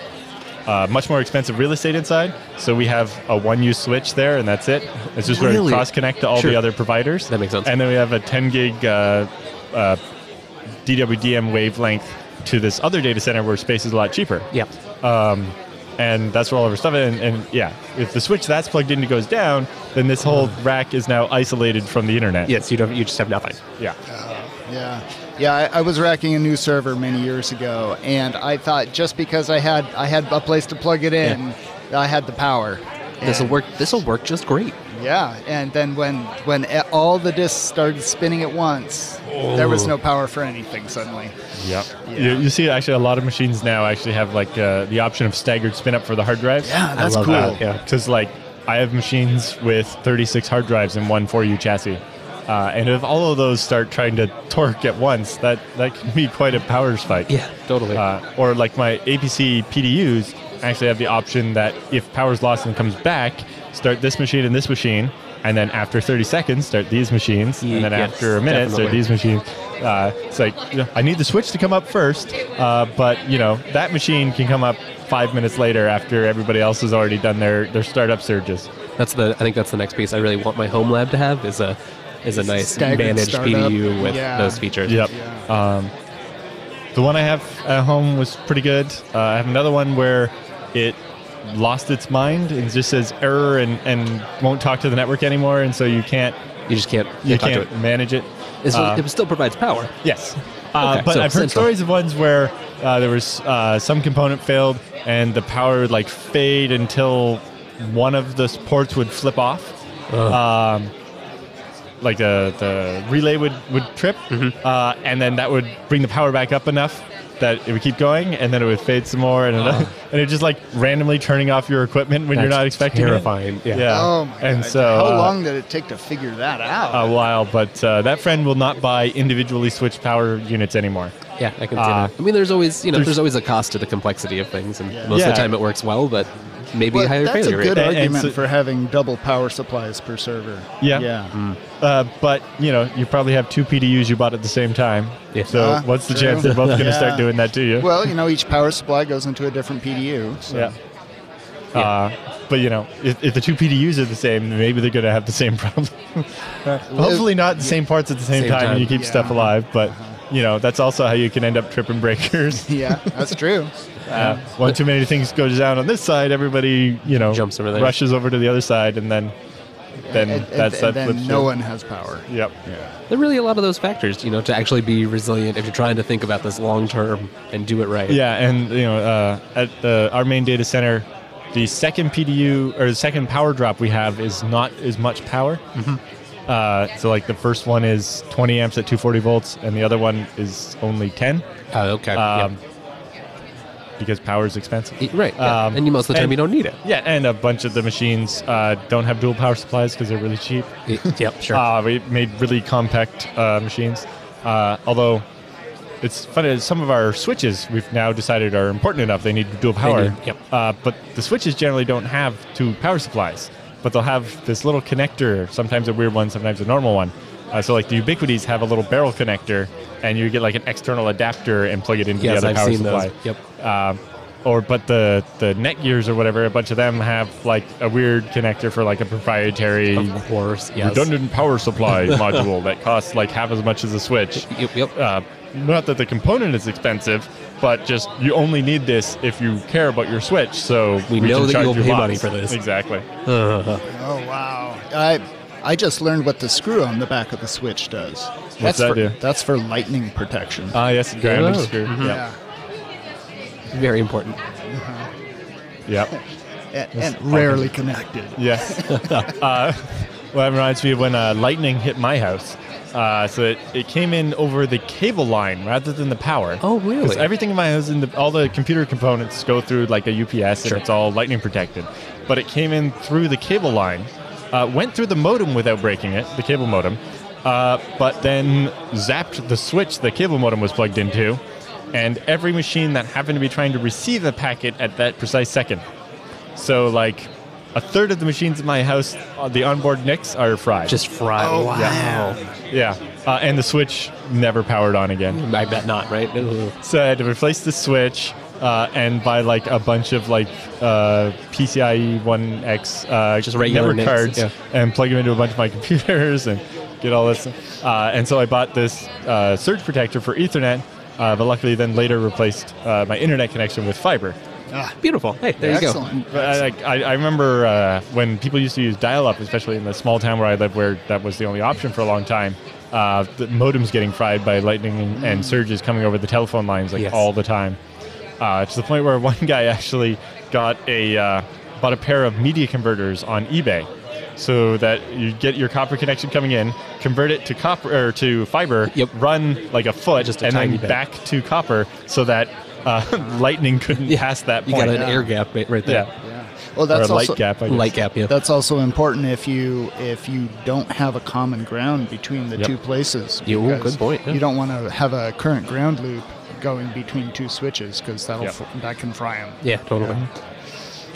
S2: uh, much more expensive real estate inside. So we have a one-use switch there, and that's it. It's just where we
S5: Really?
S2: cross-connect to all
S5: Sure.
S2: the other providers.
S5: That makes sense.
S2: And then we have a 10 gig uh, uh, DWDM wavelength to this other data center where space is a lot cheaper.
S5: Yep.
S2: Um, and that's where all of our stuff is. And, and yeah, if the switch that's plugged into goes down, then this whole rack is now isolated from the internet.
S5: Yes, you don't. You just have nothing.
S2: Yeah.
S3: Yeah, yeah. I, I was racking a new server many years ago, and I thought just because I had I had a place to plug it in, I had the power.
S5: This will
S3: And-
S5: work. This will work just great.
S3: Yeah, and then when when e- all the discs started spinning at once, there was
S2: Oh.
S3: no power for anything suddenly.
S2: Yep. You, you see, actually, a lot of machines now actually have like uh, the option of staggered spin up for the hard drives.
S3: Yeah, that's
S2: love
S3: cool.
S2: that, Yeah, because like I have machines with 36 hard drives and one 4U chassis. Uh, and if all of those start trying to torque at once, that, that can be quite a powers fight.
S5: totally.
S2: Uh, or like my APC PDUs actually have the option that if power's lost and comes back, start this machine and this machine, and then after 30 seconds, start these machines,
S5: Ye-
S2: and then
S5: yes,
S2: after a minute, start
S5: definitely.
S2: these machines. Uh, it's like you know, I need the switch to come up first, uh, but you know that machine can come up five minutes later after everybody else has already done their their startup surges.
S5: that's the. I think that's the next piece I really want my home lab to have is a is a nice
S3: Staggered
S5: managed
S3: startup.
S5: PDU with
S3: Yeah.
S5: those features.
S2: Yep. Um, the one I have at home was pretty good. Uh, I have another one where it lost its mind and just says error and, and won't talk to the network anymore, and so you can't
S5: You just can't.
S2: you
S5: talk
S2: can't
S5: To it.
S2: manage it.
S5: It's-
S2: Uh,
S5: it still provides power.
S2: Yes. Uh,
S5: Okay,
S2: but
S5: so
S2: I've heard
S5: central.
S2: stories of ones where uh, there was uh, some component failed and the power would like fade until one of the ports would flip off. Um, like the, the relay would, would trip,
S5: Mm-hmm.
S2: uh, and then that would bring the power back up enough that it would keep going, and then it would fade some more, and, another, and it just like randomly turning off your equipment when you're
S5: That's
S2: not expecting
S5: terrifying,
S2: it.
S5: yeah.
S3: Oh my
S2: and
S3: god!
S2: So,
S3: How
S2: uh,
S3: long did it take to figure that out?
S2: a while, but uh, that friend will not buy individually switched power units anymore.
S5: Yeah, I can see
S2: Uh,
S5: that. I mean, there's always you know
S2: there's-
S5: there's, always a cost to the complexity of things, and
S3: Yeah.
S5: most of
S2: Yeah.
S5: the time it works well, but maybe
S3: Well,
S5: a higher
S3: that's a
S5: failure rate.
S3: good
S2: And- and
S3: argument
S2: so-
S3: for having double power supplies per server.
S2: Yeah.
S3: Yeah.
S2: Uh, but you know, you probably have two PDUs you bought at the same time.
S5: Yeah.
S2: So
S3: Uh,
S2: what's the
S3: true.
S2: chance they're both going to
S3: Yeah.
S2: start doing that to you?
S3: Well, you know, each power supply goes into a different PDU. So.
S2: yeah. Uh, but you know, if, if the two PDUs are the same, then maybe they're going to have the same problem. Hopefully, not the same parts at the same,
S5: Same
S2: time, and
S5: time.
S2: you keep stuff
S3: Yeah.
S2: alive. But you know, that's also how you can end up tripping breakers.
S3: Yeah, that's true.
S2: Uh, one too many things goes down on this side, everybody you know
S5: Jumps over there.
S2: rushes over to the other side, and then then
S3: and, and-
S2: that's
S3: and
S2: that
S3: then
S2: flips
S3: no
S2: you.
S3: one has power.
S2: Yep.
S5: There are really a lot of those factors, you know, to actually be resilient if you're trying to think about this long term and do it right.
S2: Yeah, and you know, uh, at the, our main data center, the second PDU or the second power drop we have is not as much power. Uh, so like the first one is 20 amps at 240 volts, and the other one is only 10
S5: Oh, okay.
S2: um, because power is expensive.
S5: yeah. Y- Right. yeah.
S2: um,
S5: and you most of the time
S2: and-
S5: you don't need it.
S2: Yeah, and a bunch of the machines uh, don't have dual power supplies because they're really cheap. Ah,
S5: Y- yep. Sure.
S2: Uh, we made really compact uh, machines. Uh, although it's funny. that Some of our switches we've now decided are important enough. They need dual power.
S5: do, yep.
S2: Uh, but the switches generally don't have two power supplies. But they'll have this little connector. Sometimes a weird one. Sometimes a normal one. Uh, so like the ubiquities have a little barrel connector, and you get like an external adapter and plug it into
S5: Yes,
S2: the other
S5: I've
S2: power
S5: seen
S2: supply.
S5: those. Yep.
S2: Um, or but the the net gears or whatever, a bunch of them have like a weird connector for like a proprietary
S5: Of course, yes.
S2: redundant power supply module that costs like half as much as a switch.
S5: Yep, yep.
S2: Uh, not that the component is expensive, but just you only need this if you care about your switch. So
S5: We
S2: can
S5: know that
S2: charge
S5: you'll
S2: you
S5: pay
S2: lots.
S5: money for this.
S2: Exactly.
S3: Oh wow! I I just learned what the screw on the back of the switch does. that's
S2: that
S3: for,
S2: do?
S3: That's for lightning protection.
S2: Ah, yes,
S5: Oh.
S2: ground screw. Yep.
S3: yeah,
S5: Very important.
S2: Yep.
S3: and, and rarely connected.
S2: Yes. uh, well, that reminds me of when uh, lightning hit my house. Uh, so it, it came in over the cable line rather than the power.
S5: Oh, really?
S2: 'Cause everything in my house, and the, all the computer components go through like a UPS,
S5: Sure.
S2: and it's all lightning protected. But it came in through the cable line, uh, went through the modem without breaking it, the cable modem, uh, but then zapped the switch the cable modem was plugged into, and every machine that happened to be trying to receive the packet at that precise second. So like a third of the machines in my house, uh, the onboard NICs are fried.
S5: Just fried.
S2: yeah, uh, and the switch never powered on again.
S5: I bet not, right? Ugh.
S2: So I had to replace the switch, uh, and buy like a bunch of like uh, PCIe 1X uh,
S5: Just regular
S2: network cards,
S5: NICs, yeah.
S2: and plug them into a bunch of my computers and get all this. Uh, and so I bought this uh, surge protector for Ethernet, uh, but luckily then later replaced uh, my internet connection with fiber.
S3: Ah,
S5: Beautiful. Hey, there you go.
S3: excellent.
S2: But I, like, I, I remember uh, when people used to use dial-up, especially in the small town where I lived, where that was the only option for a long time. Uh, the modems getting fried by lightning and, and surges coming over the telephone lines like
S5: Mm. Yes.
S2: all the time, uh, to the point where one guy actually got a uh, bought a pair of media converters on eBay, so that you get your copper connection coming in, convert it to copper or to fiber,
S5: Yep.
S2: run like a foot,
S5: Just a
S2: and
S5: tiny
S2: then
S5: bit.
S2: back to copper, so that uh, lightning couldn't pass that
S5: You
S2: point.
S5: got an
S3: Yeah.
S5: air gap right right there.
S2: yeah.
S3: Yeah. Well, that's
S2: or a light
S3: also
S2: gap, I guess.
S5: Light gap, yeah.
S3: that's also important if you if you don't have a common ground between the
S2: Yep.
S3: two places.
S5: Yeah, ooh,
S3: because
S5: good point, yeah.
S3: You don't want to have a current ground loop going between two switches because that'll
S2: Yep.
S3: fr- that can fry them.
S5: Yeah, totally.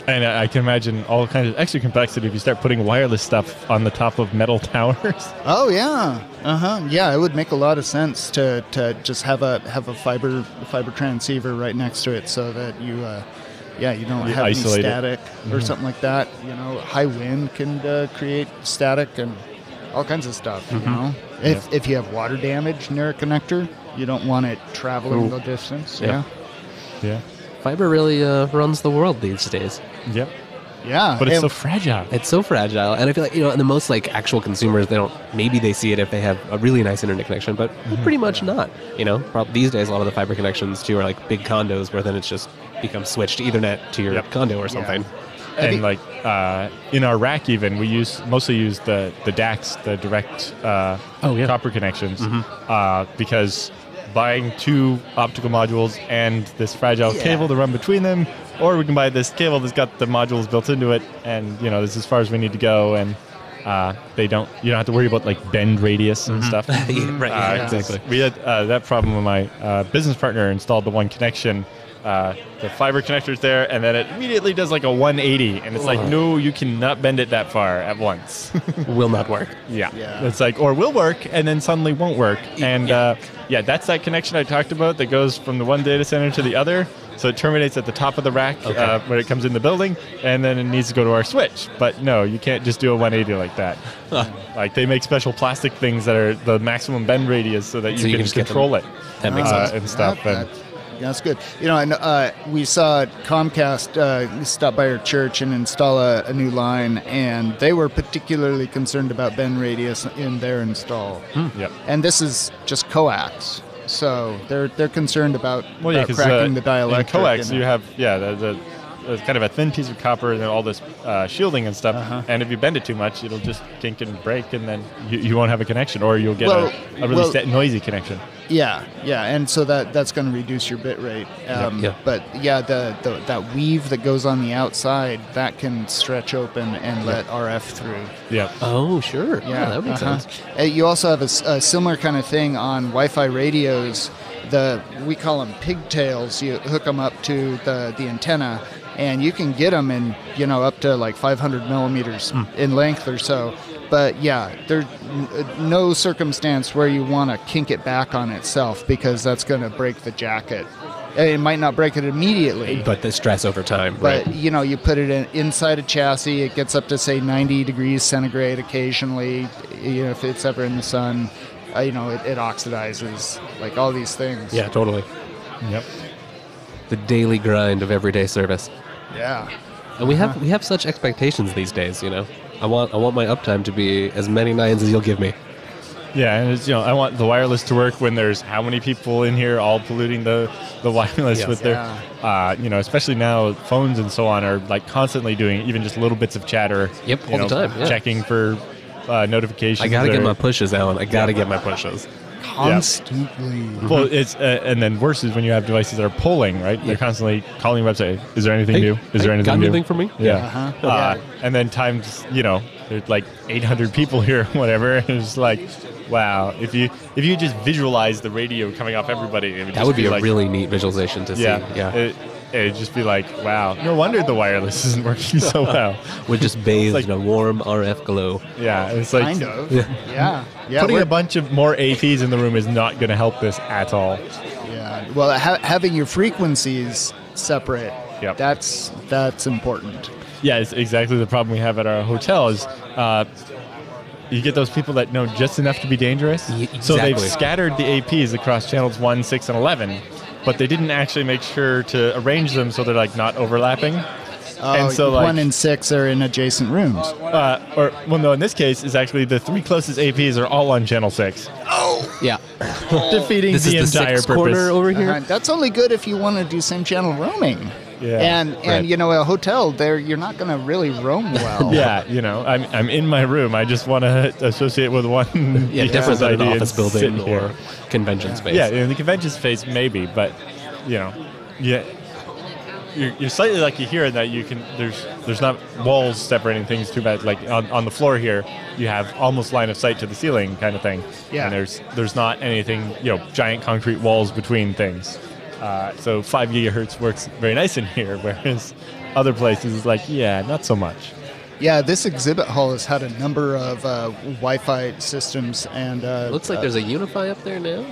S2: And I I can imagine all kinds of extra complexity if you start putting wireless stuff on the top of metal towers.
S3: Oh yeah, uh huh. Yeah, it would make a lot of sense to, to just have a have a fiber fiber transceiver right next to it, so that you, uh, yeah, you don't
S2: You
S3: have any
S2: isolate it. Mm-hmm.
S3: static or something like that. You know, high wind can uh, create static and all kinds of stuff. You
S2: Mm-hmm.
S3: know, if if you have water damage near a connector, you don't want it traveling the distance. Yeah,
S2: Yeah.
S5: Fiber really uh, runs the world these days.
S2: Yep.
S3: yeah.
S2: But it's so
S3: and-
S2: fragile.
S5: It's so fragile, and I feel like you know, and the most like actual consumers, they don't. Maybe they see it if they have a really nice internet connection, but pretty much not. You know, prob- these days a lot of the fiber connections too are like big condos, where then it's just becomes switched to Ethernet to your
S2: Yep.
S5: condo or something.
S2: And like uh, in our rack, even we use mostly use the the DACs, the direct uh,
S5: Oh, yeah. Mm-hmm.
S2: copper connections, uh, because buying two optical modules and this fragile
S5: Yeah.
S2: cable to run between them, or we can buy this cable that's got the modules built into it, and you know this is as far as we need to go, and uh, they don't you don't have to worry about like bend radius and stuff.
S5: Mm-hmm. Yeah, right,
S2: Uh,
S5: yeah.
S2: exactly. We had uh, that problem when my uh, business partner installed the one connection. Uh, the fiber connector's there, and then it immediately does like a 180, and it's like, no, you cannot bend it that far at once.
S5: Will not work.
S2: yeah.
S3: Yeah.
S2: it's like, or will work, and then suddenly won't work, and
S5: Yeah.
S2: uh, yeah, that's that connection I talked about that goes from the one data center to the other. So it terminates at the top of the rack uh, when it comes in the building, and then it needs to go to our switch. But no, you can't just do a 180 like that. like they make special plastic things that are the maximum bend radius so that you
S5: So you
S2: can,
S5: can just get them.
S2: control it.
S5: That makes
S2: uh,
S5: sense.
S2: And stuff.
S3: Yeah,
S2: and-
S3: that- yeah, that's good. You know, and uh, we saw Comcast uh, stop by our church and install a, a new line, and they were particularly concerned about bend radius in their install.
S2: yep.
S3: And this is just coax, so they're they're concerned about,
S2: Well, yeah,
S3: about
S2: because
S3: cracking the
S2: in
S3: dielectric.
S2: coax,
S3: and-
S2: you have yeah, the, the, it's kind of a thin piece of copper and then all this uh, shielding and stuff.
S5: Uh-huh.
S2: And if you bend it too much, it'll just kink and break, and then you, you won't have a connection, or you'll get
S3: Well,
S2: a, a really
S3: well-
S2: sta- noisy connection.
S3: Yeah, yeah, and so that that's going to reduce your bit rate. Um,
S5: yeah.
S3: But yeah, the, the that weave that goes on the outside that can stretch open and let RF through.
S2: Yeah.
S5: Oh, sure. Yeah, that makes
S3: uh-huh.
S5: sense.
S3: Uh, You also have a, s- a similar kind of thing on Wi-Fi radios the we call them pigtails. You hook them up to the the antenna, and you can get them in you know up to like 500 millimeters
S5: Hmm.
S3: in length or so. But yeah, there's no circumstance where you want to kink it back on itself because that's going to break the jacket. It might not break it immediately,
S5: But the stress over time,
S3: but
S5: right?
S3: you know you put it in, inside a chassis it gets up to say 90 degrees centigrade occasionally you know if it's ever in the sun uh, you know it, it oxidizes like all these things
S5: Yeah, totally.
S2: Yep.
S5: The daily grind of everyday service.
S3: yeah
S5: And we have we have such expectations these days, you know. I want I want my uptime to be as many nines as you'll give me.
S2: Yeah, and it's, you know, I want the wireless to work when there's how many people in here all polluting the, the wireless
S5: Yes.
S2: with their,
S3: Yeah.
S2: uh, you know, especially now phones and so on are like constantly doing even just little bits of chatter.
S5: Yep,
S2: you
S5: all the
S2: know,
S5: time, yeah.
S2: Checking for uh, notifications.
S5: I gotta
S2: or-
S5: get my pushes, Alan. I gotta get my pushes.
S3: constantly
S2: Well, it's uh, and then worse is when you have devices that are polling, right? They're constantly calling the website. Is there anything
S5: Hey,
S2: new? Is there
S5: hey,
S2: anything
S5: got
S2: new?
S5: anything for me?
S2: Yeah.
S3: Uh-huh.
S2: uh and then times, you know, there's like 800 people here, whatever. It's just like, wow. If you if you just visualize the radio coming off everybody, it would
S5: That
S2: just
S5: would be a
S2: like,
S5: really neat visualization to
S2: yeah,
S5: see. Yeah.
S2: It, it'd just be like, wow. No wonder the wireless isn't working so well.
S5: We're just bathed
S2: like-
S5: in a warm RF glow.
S2: Yeah, it's like
S3: kind of
S5: Yeah.
S3: yeah yeah,
S2: putting
S3: we're-
S2: a bunch of more APs in the room is not going to help this at all.
S3: yeah. well ha- having your frequencies separate
S2: Yep.
S3: that's that's important
S2: Yeah, it's exactly the problem we have at our hotel is uh, you get those people that know just enough to be dangerous.
S5: Ye-
S2: So they've
S5: exactly.
S2: scattered the APs across channels 1, 6, and 11, but they didn't actually make sure to arrange them so they're like not overlapping.
S3: Oh,
S2: and so like
S3: one and six are in adjacent rooms
S2: uh, or well no in this case is actually the three closest APs are all on channel 6
S5: Yeah.
S2: defeating
S5: This
S2: the
S5: is the
S2: entire
S5: sixth
S2: purpose.
S5: corner over here.
S3: Uh-huh. That's only good if you want to do same channel roaming.
S2: Yeah.
S3: And and
S5: Right.
S3: you know a hotel there you're not going to really roam well.
S2: yeah, you know, I'm, I'm in my room. I just want to associate with one.
S5: Yeah, different than an
S2: idea and
S5: office
S2: sit
S5: building
S2: here.
S5: or convention space.
S2: Yeah, in the convention space, maybe, but you know, yeah, you're, you're slightly lucky here in that you can there's there's not walls separating things too bad. Like on, on the floor here, you have almost line of sight to the ceiling kind of thing.
S3: Yeah.
S2: and there's there's not anything you know giant concrete walls between things. Uh, so five gigahertz works very nice in here, whereas other places is like yeah, not so much.
S3: Yeah, this exhibit hall has had a number of uh, Wi-Fi systems and uh,
S5: Looks like
S3: uh,
S5: there's a Unify up there now.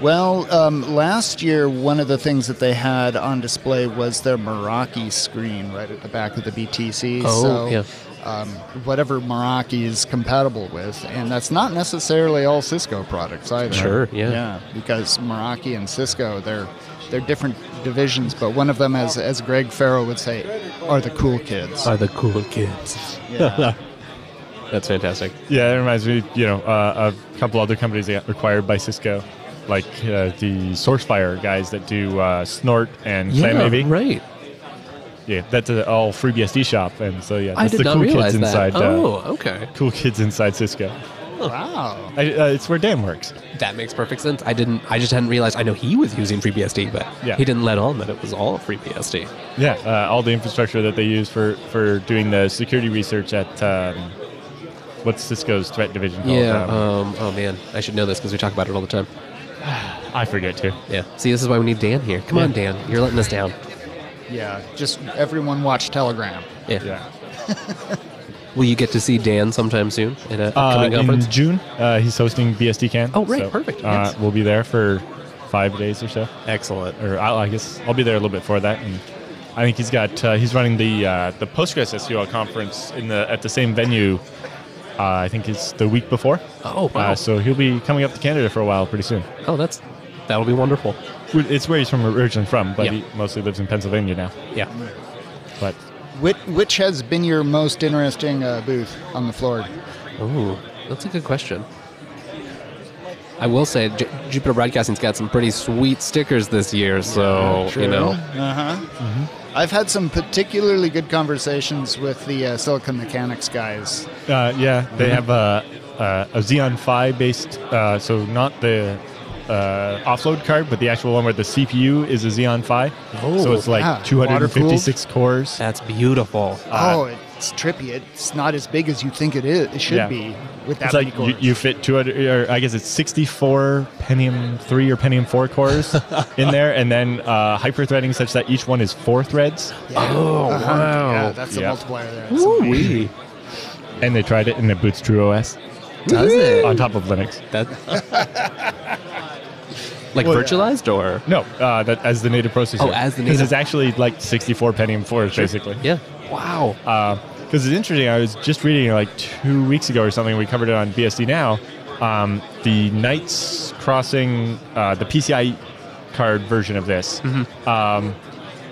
S3: Well, um, last year one of the things that they had on display was their Meraki screen right at the back of the BTC.
S5: Oh,
S3: so,
S5: yeah.
S3: Um, whatever Meraki is compatible with, and that's not necessarily all Cisco products either.
S5: Sure, yeah.
S3: yeah, because Meraki and Cisco they're they're different divisions, but one of them, as as Greg Farrow would say, are the cool kids.
S5: Are the cool kids.
S3: Yeah.
S5: That's fantastic.
S2: Yeah, it reminds me, you know, uh, a couple other companies that got acquired by Cisco, like uh, the SourceFire guys that do uh, Snort and FlamAV.
S5: right.
S2: Yeah, that's uh, all FreeBSD shop, and so yeah, that's
S5: I did
S2: the
S5: not
S2: cool
S5: realize
S2: kids
S5: that.
S2: inside.
S5: oh,
S2: Uh,
S5: okay.
S2: cool kids inside Cisco.
S3: wow.
S2: I, uh, it's where Dan works.
S5: That makes perfect sense. I didn't. I just hadn't realized. I know he was using FreeBSD, but
S2: Yeah.
S5: he didn't let on that it was all FreeBSD.
S2: Yeah, uh, all the infrastructure that they use for for doing the security research at um, what's Cisco's threat division called?
S5: Yeah.
S2: Um,
S5: Um, oh man, I should know this because we talk about it all the time.
S2: I forget too.
S5: Yeah. See, this is why we need Dan here. Come on, Dan. You're letting us down.
S3: Yeah, just everyone watch Telegram.
S5: Yeah.
S2: Yeah.
S5: Will you get to see Dan sometime soon at an
S2: Uh,
S5: upcoming conference?
S2: in June, uh, he's hosting BSD Can.
S5: Oh, right, perfect,
S2: Uh,
S5: yes.
S2: We'll be there for five days or so,
S5: Excellent.
S2: or I, I guess I'll be there a little bit for that. And I think he's got uh, he's running the uh, the Postgres SQL conference in the at the same venue. Uh, I think it's the week before.
S5: Oh wow.
S2: Uh, so he'll be coming up to Canada for a while pretty soon.
S5: oh, that's that'll be wonderful.
S2: It's where he's from originally from, but
S5: Yeah.
S2: he mostly lives in Pennsylvania now.
S5: Yeah.
S2: But
S3: Which, which has been your most interesting uh, booth on the floor?
S5: Oh, that's a good question. I will say J- Jupiter Broadcasting's got some pretty sweet stickers this year, so you know.
S3: Uh huh. I've had some particularly good conversations with the uh, silicon mechanics guys.
S2: Uh, yeah, they have a, a, a Xeon Phi based, uh, so not the uh, offload card, but the actual one where the CPU is a Xeon Phi.
S5: Oh,
S2: so it's like
S3: yeah.
S2: 256 cores.
S5: That's beautiful.
S3: oh, it's trippy. It's not as big as you think it is. It should
S2: yeah.
S3: be. with that
S2: It's like
S3: many
S2: you,
S3: cores.
S2: you fit 200, or I guess it's 64 Pentium 3 or Pentium 4 cores in there, and then uh, hyper threading such that each one is four threads.
S3: Oh wow! Yeah, that's the
S2: Yeah.
S3: multiplier there. That's
S5: Ooh,
S3: amazing.
S5: wee.
S2: And they tried it, and it boots True OS
S5: Does it?
S2: on top of Linux.
S5: That, like
S2: Well,
S5: virtualized or?
S2: No, uh, that, as the native processor.
S5: Oh, as the
S2: Because
S5: native-
S2: it's actually like 64 Pentium 4s, basically.
S5: Yeah. Wow.
S2: because Uh, it's interesting. I was just reading like two weeks ago or something. We covered it on BSD Now. Um, the Knights Crossing, uh, the PCI card version of this,
S5: Mm-hmm.
S2: um,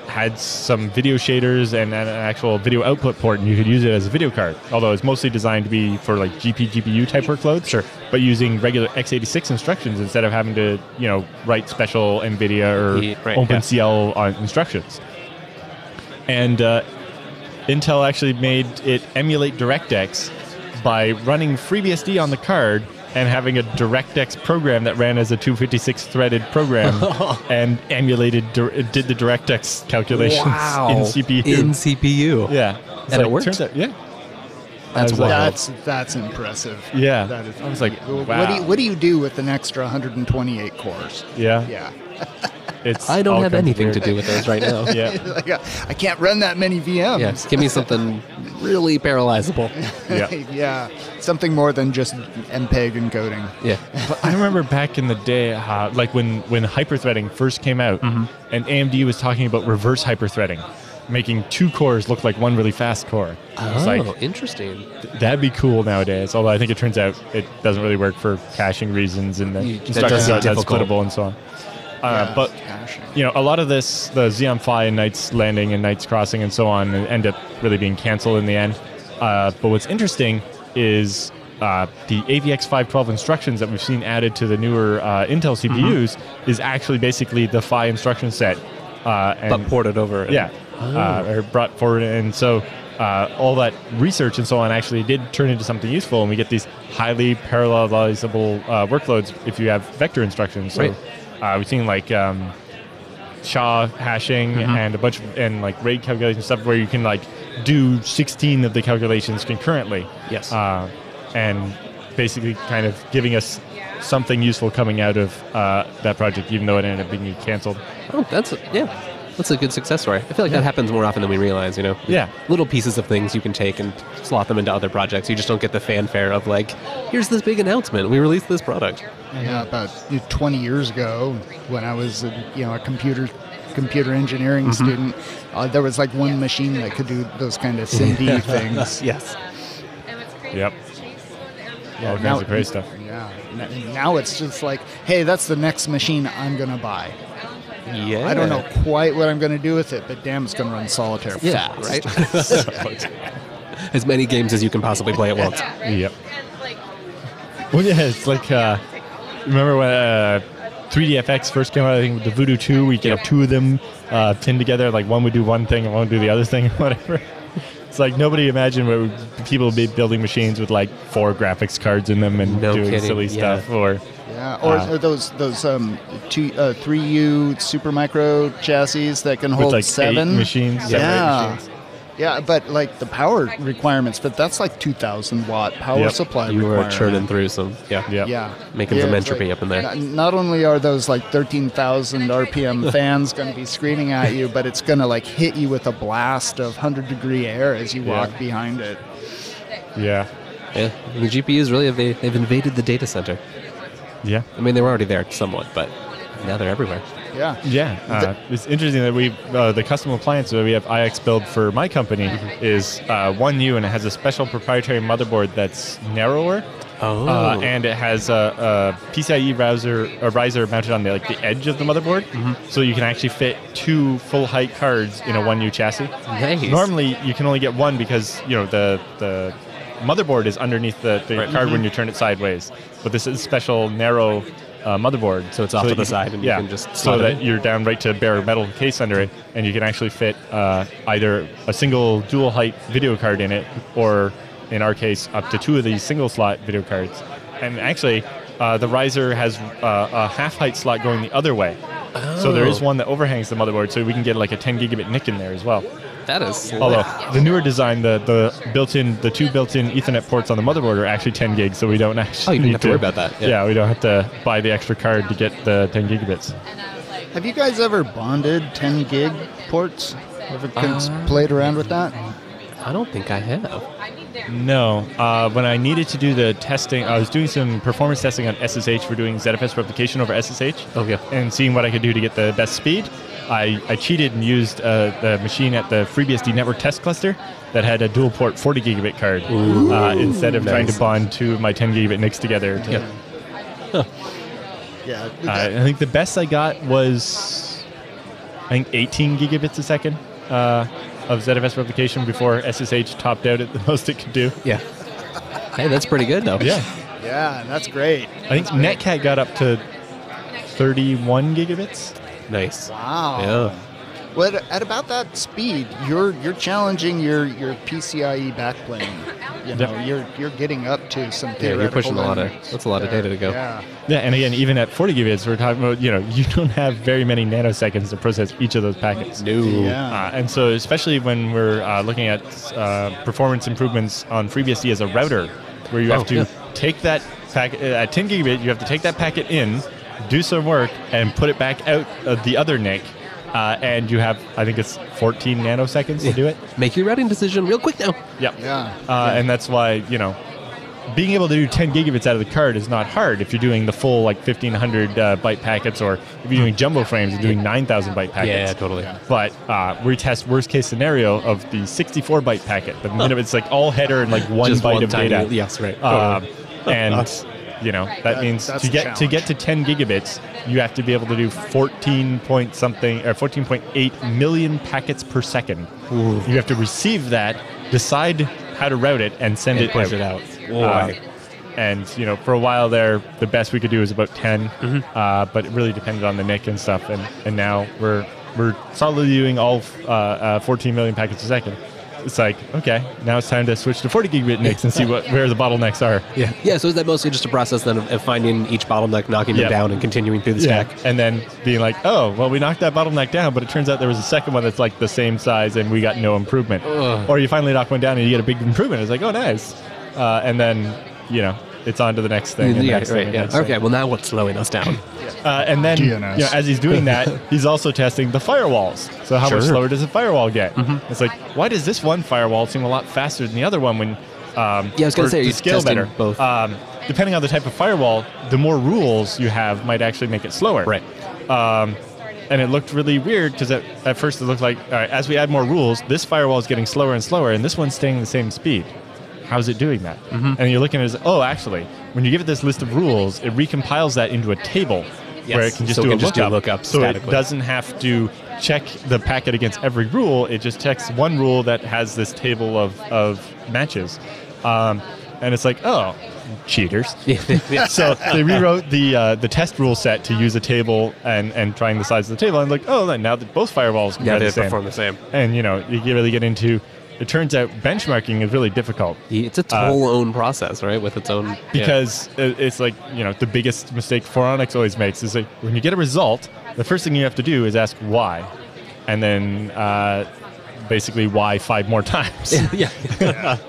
S2: had some video shaders and an actual video output port, and you could use it as a video card. Although it's mostly designed to be for like GP GPU type workloads. Sure. But using regular x86 instructions instead of having to you know write special NVIDIA or
S5: Yeah, right, yeah.
S2: OpenCL on uh, instructions. And uh, Intel actually made it emulate DirectX by running FreeBSD on the card and having a DirectX program that ran as a 256 threaded program and emulated dir- did the DirectX calculations
S5: wow.
S2: in CPU.
S5: In CPU.
S2: yeah. It's
S5: And it
S2: like,
S5: worked?
S2: Turns out, yeah.
S5: That's
S2: I was like,
S5: wild.
S3: That's that's impressive.
S2: Yeah.
S3: That is.
S2: I was like,
S3: Well,
S2: wow.
S3: What do you, what do you do with an extra 128 cores?
S2: yeah.
S3: Yeah.
S2: It's
S5: I
S2: all
S5: don't have
S2: kinds of
S5: anything to
S2: weird-
S5: do with those right now.
S2: Yeah.
S3: Like, uh, I can't run that many VMs.
S5: Yeah, give me something really paralyzable.
S2: Yeah.
S3: yeah, something more than just MPEG encoding.
S5: Yeah.
S2: But I remember back in the day, uh, like when when hyperthreading first came out, and AMD was talking about reverse hyperthreading, making two cores look like one really fast core. I
S5: Oh,
S2: was like,
S5: interesting.
S2: "Th- that'd be cool nowadays. Although I think it turns out it doesn't really work for caching reasons and the
S5: You- that
S2: instructions
S5: does
S2: aren't that
S5: get difficult.
S2: splittable and so on. Uh,
S3: Yeah,
S2: but
S3: caching.
S2: you know, a lot of this, the Xeon Phi and Knights Landing and Knights Crossing and so on, end up really being canceled in the end. Uh, but what's interesting is uh, the AVX 512 instructions that we've seen added to the newer uh, Intel CPUs is actually basically the Phi instruction set. Uh, and
S5: but ported over. and-
S2: yeah, uh, or brought forward, and so uh, all that research and so on actually did turn into something useful, and we get these highly parallelizable uh, workloads if you have vector instructions. So
S5: Right.
S2: uh, we've seen like um, SHA hashing
S5: Mm-hmm.
S2: and a bunch of, and like RAID calculation stuff where you can like do 16 of the calculations concurrently.
S5: Yes.
S2: Uh, and basically kind of giving us something useful coming out of uh, that project, even though it ended up being canceled.
S5: Oh, that's yeah. That's a good success story. I feel like that happens more often than we realize. You know.
S2: Yeah.
S5: Little pieces of things you can take and slot them into other projects. You just don't get the fanfare of like, here's this big announcement. We released this product.
S3: Yeah, about you know, 20 years ago, when I was a, you know a computer computer engineering
S2: Mm-hmm.
S3: student, uh, there was like one machine that could do those kind of SIMD things.
S5: Yes.
S6: And what's crazy
S2: Yep.
S6: is Chase is the airport.
S2: All kinds
S3: Now-
S2: of crazy stuff.
S3: Yeah. N- Now it's just like, hey, that's the next machine I'm gonna buy.
S5: Yeah.
S3: I don't know quite what I'm gonna do with it, but damn, it's gonna run solitaire.
S5: Yeah. Right. as many games as you can possibly play at once.
S6: Yeah, right?
S2: Yep.
S6: And like,
S2: Well, yeah, it's like uh, remember when uh, 3DFX first came out? I think with the Voodoo 2, we get two of them uh, pinned together. Like one would do one thing, and one would do the other thing, whatever. It's like nobody imagined what would- people would be building machines with like four graphics cards in them and
S5: No
S2: doing
S5: kidding,
S2: silly
S5: yeah.
S2: stuff. Or
S3: Yeah, or,
S2: Uh,
S3: or those those um two uh, three U Supermicro chassis that can hold
S2: like, eight
S3: seven
S2: machines, seven or eight
S3: Yeah,
S2: machines.
S3: yeah, but like the power requirements, but that's like two thousand watt power
S2: Yep.
S3: supply.
S5: You were
S3: requirement.
S5: churning through some. Yeah.
S2: yeah,
S3: Yeah,
S5: Making
S3: Yeah,
S5: some
S3: it's
S5: entropy
S3: like-
S5: up in there.
S3: Not, not only are those like thirteen thousand RPM fans going to be screaming at you, but it's going to like hit you with a blast of hundred degree air as you
S2: Yeah.
S3: walk behind it.
S2: yeah,
S5: Yeah. The GPUs really have they, they've invaded the data center.
S2: yeah.
S5: I mean, they were already there somewhat, but now they're everywhere.
S3: Yeah,
S2: Yeah, uh, it's interesting that we uh, the custom appliance that we have IX build for my company is uh, one U and it has a special proprietary motherboard that's narrower.
S5: Oh.
S2: Uh, and it has a, a PCIe riser, E a riser mounted on the like the edge of the motherboard, so you can actually fit two full height cards in a one U chassis.
S5: nice.
S2: Normally, you can only get one because you know the the motherboard is underneath the, the card
S5: Mm-hmm.
S2: when you turn it sideways. But this is special narrow uh, motherboard,
S5: So it's off
S2: that
S5: to the
S2: you-
S5: side and you
S2: yeah,
S5: can just
S2: so
S5: slot it
S2: that
S5: in?
S2: you're down right to bare metal case under it, and you can actually fit uh, either a single dual height video card in it, or in our case, up to two of these single slot video cards. And actually, uh, the riser has uh, a half height slot going the other way. So there is
S5: Oh.
S2: one that overhangs the motherboard, so we can get like a 10 gigabit NIC in there as well.
S5: That is slick.
S2: Although the newer design, the, the built-in, the two built-in Ethernet ports on the motherboard are actually 10 gigs, so we don't actually
S5: Oh, you don't
S2: need
S5: have to worry about that, yeah.
S2: Yeah. we don't have to buy the extra card to get the 10 gigabits.
S3: Have you guys ever bonded 10 gig ports? Ever cons-
S5: Uh,
S3: played around with that?
S5: I don't think I have.
S2: No, uh, when I needed to do the testing, I was doing some performance testing on SSH for doing ZFS replication over SSH.
S5: Oh, yeah.
S2: And seeing what I could do to get the best speed, I, I cheated and used uh, the machine at the FreeBSD network test cluster that had a dual port 40 gigabit card uh, instead of trying to bond two of my 10 gigabit NICs together. to-
S3: Yeah.
S2: Uh, I think the best I got was I think 18 gigabits a second uh, of ZFS replication before SSH topped out at the most it could do.
S5: Yeah. Hey, that's pretty good though.
S2: Yeah,
S3: yeah, that's great.
S2: I think Netcat got up to 31 gigabits.
S5: Nice.
S3: Wow.
S5: Yeah.
S3: Well, at- at about that speed, you're you're challenging your your PCIe backplane. E You know,
S2: Yep.
S3: you're you're getting up to some
S5: Yeah,
S3: theoretical
S5: you're pushing a lot of
S3: limits
S5: that's a lot of
S3: there.
S5: data to go.
S3: Yeah.
S2: Yeah, and again, even at 40 gigabits, we're talking about you know you don't have very many nanoseconds to process each of those packets.
S3: Yeah.
S2: Uh, and so, especially when we're uh, looking at uh, performance improvements on FreeBSD as a router, where you
S5: Oh,
S2: have to
S5: yeah.
S2: take that packet uh, at 10 gigabit, you have to take that packet in, do some work, and put it back out of the other NIC, uh, and you have I think it's 14 nanoseconds to do it.
S5: Make your routing decision real quick now.
S2: Yeah.
S3: Yeah.
S2: Uh, and that's why you know. Being able to do 10 gigabits out of the card is not hard if you're doing the full like 1500 uh, byte packets, or if you're doing jumbo frames and doing 9000 byte packets.
S5: totally.
S2: But uh, we test worst case scenario of the 64 byte packet. The minimum it's like all header and like one
S5: Just
S2: byte
S5: one
S2: of
S5: tiny-
S2: data.
S5: yes, right.
S2: Um, and you know that
S3: That-
S2: means
S3: that's
S2: to
S3: the
S2: get to get to 10
S3: challenge.
S2: gigabits, you have to be able to do 14 point something or 14.8 million packets per second. You have to receive that, decide how to route it, and send
S5: And
S2: it out.
S5: push it out.
S2: Um, and you know, for a while there, the best we could do was about 10 uh, but it really depended on the nick and stuff. And, and now we're we're solidly doing all uh, uh, 14 million packets a second. It's like okay, now it's time to switch to 40 gigabit nicks and see what where the bottlenecks are.
S5: Yeah. Yeah. So is that mostly just a process then of, of finding each bottleneck, knocking
S2: Yeah.
S5: them down, and continuing through the stack?
S2: and then being like, oh, well, we knocked that bottleneck down, but it turns out there was a second one that's like the same size, and we got no improvement. Or you finally knock one down and you get a big improvement. It's like, oh, nice. Uh, and then you know, it's on to the next thing. and
S5: Yeah,
S2: next thing,
S5: right.
S2: and
S5: Yeah.
S2: next thing.
S5: Okay. Well, now what's slowing us down?
S2: Uh, and then, you know,
S3: DNS.
S2: as he's doing that, he's also testing the firewalls. So how much
S5: Sure. Mm-hmm.
S2: slower does a firewall get? It's like, why does this one firewall seem a lot faster than the other one when um,
S5: Yeah, I was gonna
S2: or
S5: say, are
S2: to
S5: you
S2: scale
S5: testing
S2: better?
S5: both?
S2: Um, depending on the type of firewall, the more rules you have might actually make it slower.
S5: Right.
S2: Um, and it looked really weird because at, at first it looked like, all right, as we add more rules, this firewall is getting slower and slower, and this one's staying the same speed. How's it doing that?
S5: Mm-hmm.
S2: And you're looking at it as, oh, actually, when you give it this list of rules, it recompiles that into a table where
S5: Yes,
S2: it can just
S5: so
S2: do a
S5: it can just do
S2: lookup.
S5: lookup
S2: so it
S5: statically.
S2: doesn't have to check the packet against every rule. It just checks one rule that has this table of, of matches. Um, and it's like, oh, cheaters.
S5: yeah.
S2: So they rewrote the uh, the test rule set to use a table and, and trying the size of the table. And like, oh, then now that both firewalls
S5: Yeah,
S2: are
S5: they
S2: the same.
S5: perform the same.
S2: And you know, you really get into. It turns out benchmarking is really difficult
S5: It's a total own process, right? With its own
S2: because it- it's like you know the biggest mistake Foronix always makes is like when you get a result, the first thing you have to do is ask why, and then uh, basically why five more times.
S5: yeah.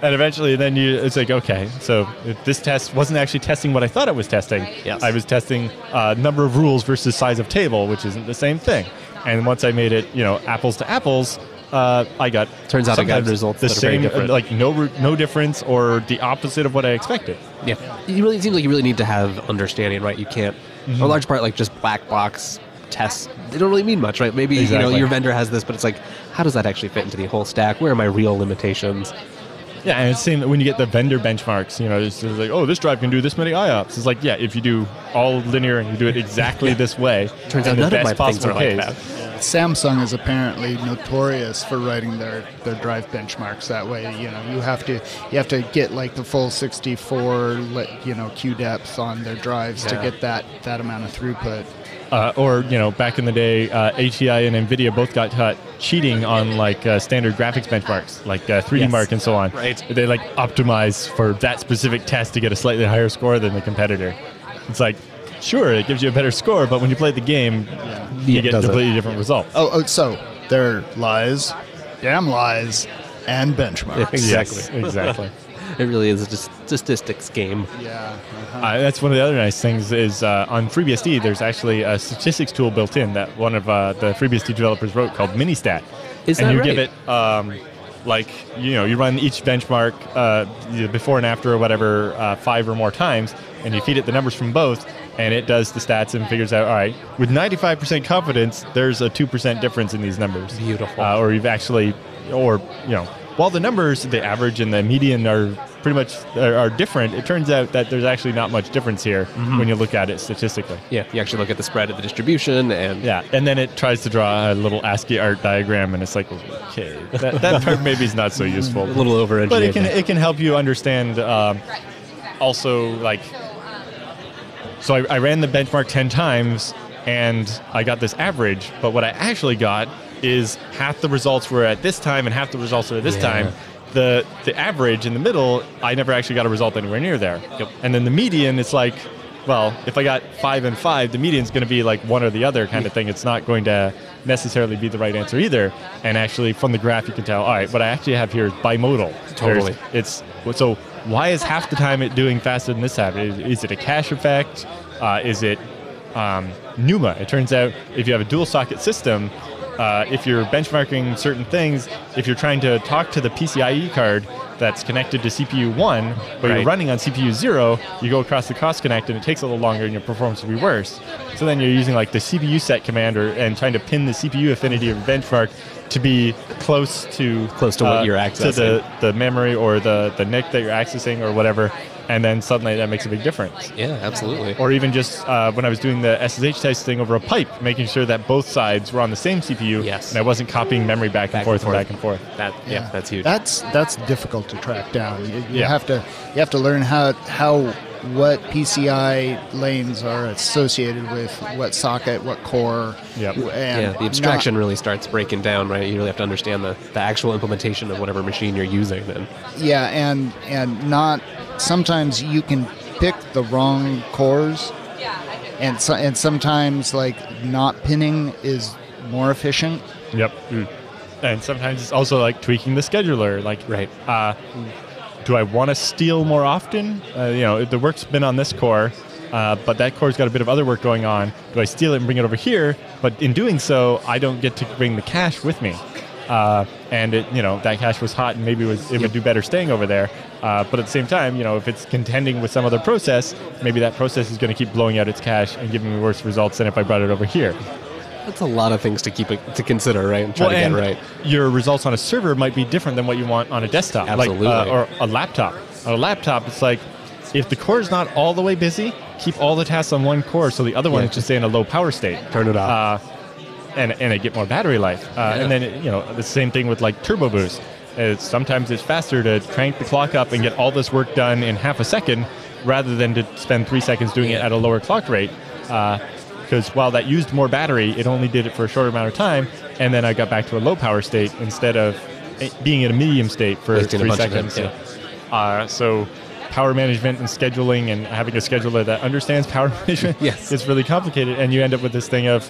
S2: and eventually then you it's like okay so if this test wasn't actually testing what i thought it was testing
S5: Yes.
S2: i was testing uh, number of rules versus size of table which isn't the same thing and once i made it you know apples to apples uh, i got
S5: Turns out I got
S2: sometimes
S5: results
S2: the
S5: that are very
S2: same
S5: different.
S2: like no ru- no difference or the opposite of what i expected
S5: Yeah, you really it seems like you really need to have understanding, right? You can't, for a large part, like just black box tests. They don't really mean much, right? Maybe you know
S2: Exactly.
S5: your vendor has this, but it's like, how does that actually fit into the whole stack? Where are my real limitations?
S2: Yeah, and it's same when you get the vendor benchmarks. You know, it's, it's like, oh, this drive can do this many IOPS. It's like, yeah, if you do all linear and you do it exactly this way,
S5: Turns out
S2: in the
S5: none of
S2: best
S5: my things
S2: possible
S5: are like
S2: case,
S5: that.
S3: Samsung is apparently notorious for writing their, their drive benchmarks that way. You know, you have to you have to get like the full 64, li- you know, queue depth on their drives
S5: Yeah.
S3: to get that that amount of throughput.
S2: uh, or you know back in the day uh, ATI and NVIDIA both got caught cheating on like uh, standard graphics benchmarks like uh, 3D
S5: Yes.
S2: Mark and so on
S5: Right.
S2: they like optimize for that specific test to get a slightly higher score than the competitor it's like sure, it gives you a better score, but when you play the game, you
S5: Yeah, it
S2: get
S5: doesn't.
S2: completely different results.
S3: Oh, oh, so there are lies, damn lies, and benchmarks.
S2: Yes, exactly.
S5: It really is just a statistics game.
S3: yeah. uh-huh.
S2: Uh, that's one of the other nice things is uh, on FreeBSD, there's actually a statistics tool built in that one of uh, the FreeBSD developers wrote called Ministat.
S5: Is
S2: and
S5: that
S2: you
S5: right?
S2: give it, um, like, you know, you run each benchmark uh, you know, before and after or whatever uh, five or more times, and you feed it the numbers from both, and it does the stats and figures out, all right, with 95% confidence, there's a 2% difference in these numbers.
S5: Beautiful.
S2: Uh, or you've actually, or, you know, while the numbers, the average and the median are pretty much are, are different, it turns out that there's actually not much difference here when you look at it statistically.
S5: Yeah, you actually look at the spread of the distribution and
S2: Yeah, and then it tries to draw a little ASCII art diagram, and it's like, okay, that, that part maybe is not so useful.
S5: a little over
S2: but it can it can help you understand. Um,
S6: Right, exactly.
S2: also, like,
S6: So, um,
S2: so I, I ran the benchmark ten times, and I got this average. But what I actually got is half the results were at this time, and half the results were at this
S5: Yeah.
S2: time. The the average in the middle, I never actually got a result anywhere near there.
S5: Yep.
S2: And then the median, it's like. Well, if I got five and five, the median's going to be like one or the other kind of thing. It's not going to necessarily be the right answer either. And actually, from the graph, you can tell. All right, what I actually have here is bimodal.
S5: Totally.
S2: There's- it's so why is half the time it doing faster than this half? Is, is it a cache effect? Uh, is it um, NUMA? It turns out if you have a dual socket system, uh, if you're benchmarking certain things, if you're trying to talk to the PCIe E card that's connected to CPU one, but you're
S5: Right.
S2: running on CPU zero, you go across the cross connect and it takes a little longer and your performance will be worse. So then you're using like the CPU set command or, and trying to pin the CPU affinity of your benchmark to be close to uh,
S5: Close to what you're
S2: to the
S5: accessing.
S2: the memory or the, the NIC that you're accessing or whatever, and then suddenly that makes a big difference.
S5: Yeah, absolutely.
S2: Or even just uh, when I was doing the SSH testing over a pipe, making sure that both sides were on the same CPU,
S5: Yes.
S2: and I wasn't copying memory back and,
S5: Back
S2: forth,
S5: and
S2: and
S5: forth.
S2: back and forth.
S5: that yeah, that's huge.
S3: That's that's difficult to track down. You, you
S2: Yeah.
S3: have to you have to learn how how what PCI lanes are associated with what socket, what core.
S2: Yep.
S3: w- And
S5: yeah, the
S3: not-
S5: abstraction really starts breaking down, right? You really have to understand the, the actual implementation of whatever machine you're using then.
S3: yeah, and and not sometimes you can pick the wrong cores,
S6: yeah, I did.
S3: and so, and sometimes like not pinning is more efficient.
S2: Yep. Mm. And sometimes it's also like tweaking the scheduler, like
S5: Right.
S2: Uh, do I want to steal more often? Uh, you know, the work's been on this core, uh, but that core's got a bit of other work going on. Do I steal it and bring it over here? But in doing so, I don't get to bring the cache with me. Uh, and it, you know, that cache was hot, and maybe it, was, it would do better staying over there. Uh, but at the same time, you know, if it's contending with some other process, maybe that process is going to keep blowing out its cache and giving me worse results than if I brought it over here.
S5: That's a lot of things to keep it, to consider, right? And try to
S2: and
S5: get right.
S2: Your results on a server might be different than what you want on a desktop,
S5: Absolutely.
S2: like uh, or a laptop. On a laptop, it's like if the core is not all the way busy, keep all the tasks on one core so the other one
S5: Yeah.
S2: can stay in a low power state.
S5: Turn it off.
S2: Uh, and and I get more battery life. Uh, And
S5: Yeah.
S2: then you know the same thing with like Turbo Boost. It's, sometimes it's faster to crank the clock up and get all this work done in half a second rather than to spend three seconds doing it
S5: Yeah.
S2: at a lower clock rate. Because while that used more battery, it only did it for a short amount of time, and then I got back to a low power state instead of it being in a medium state for
S5: Wasting a
S2: three
S5: bunch of
S2: seconds.
S5: time,
S2: uh, so power management and scheduling and having a scheduler that understands power management
S5: Yes.
S2: is really complicated and you end up with this thing of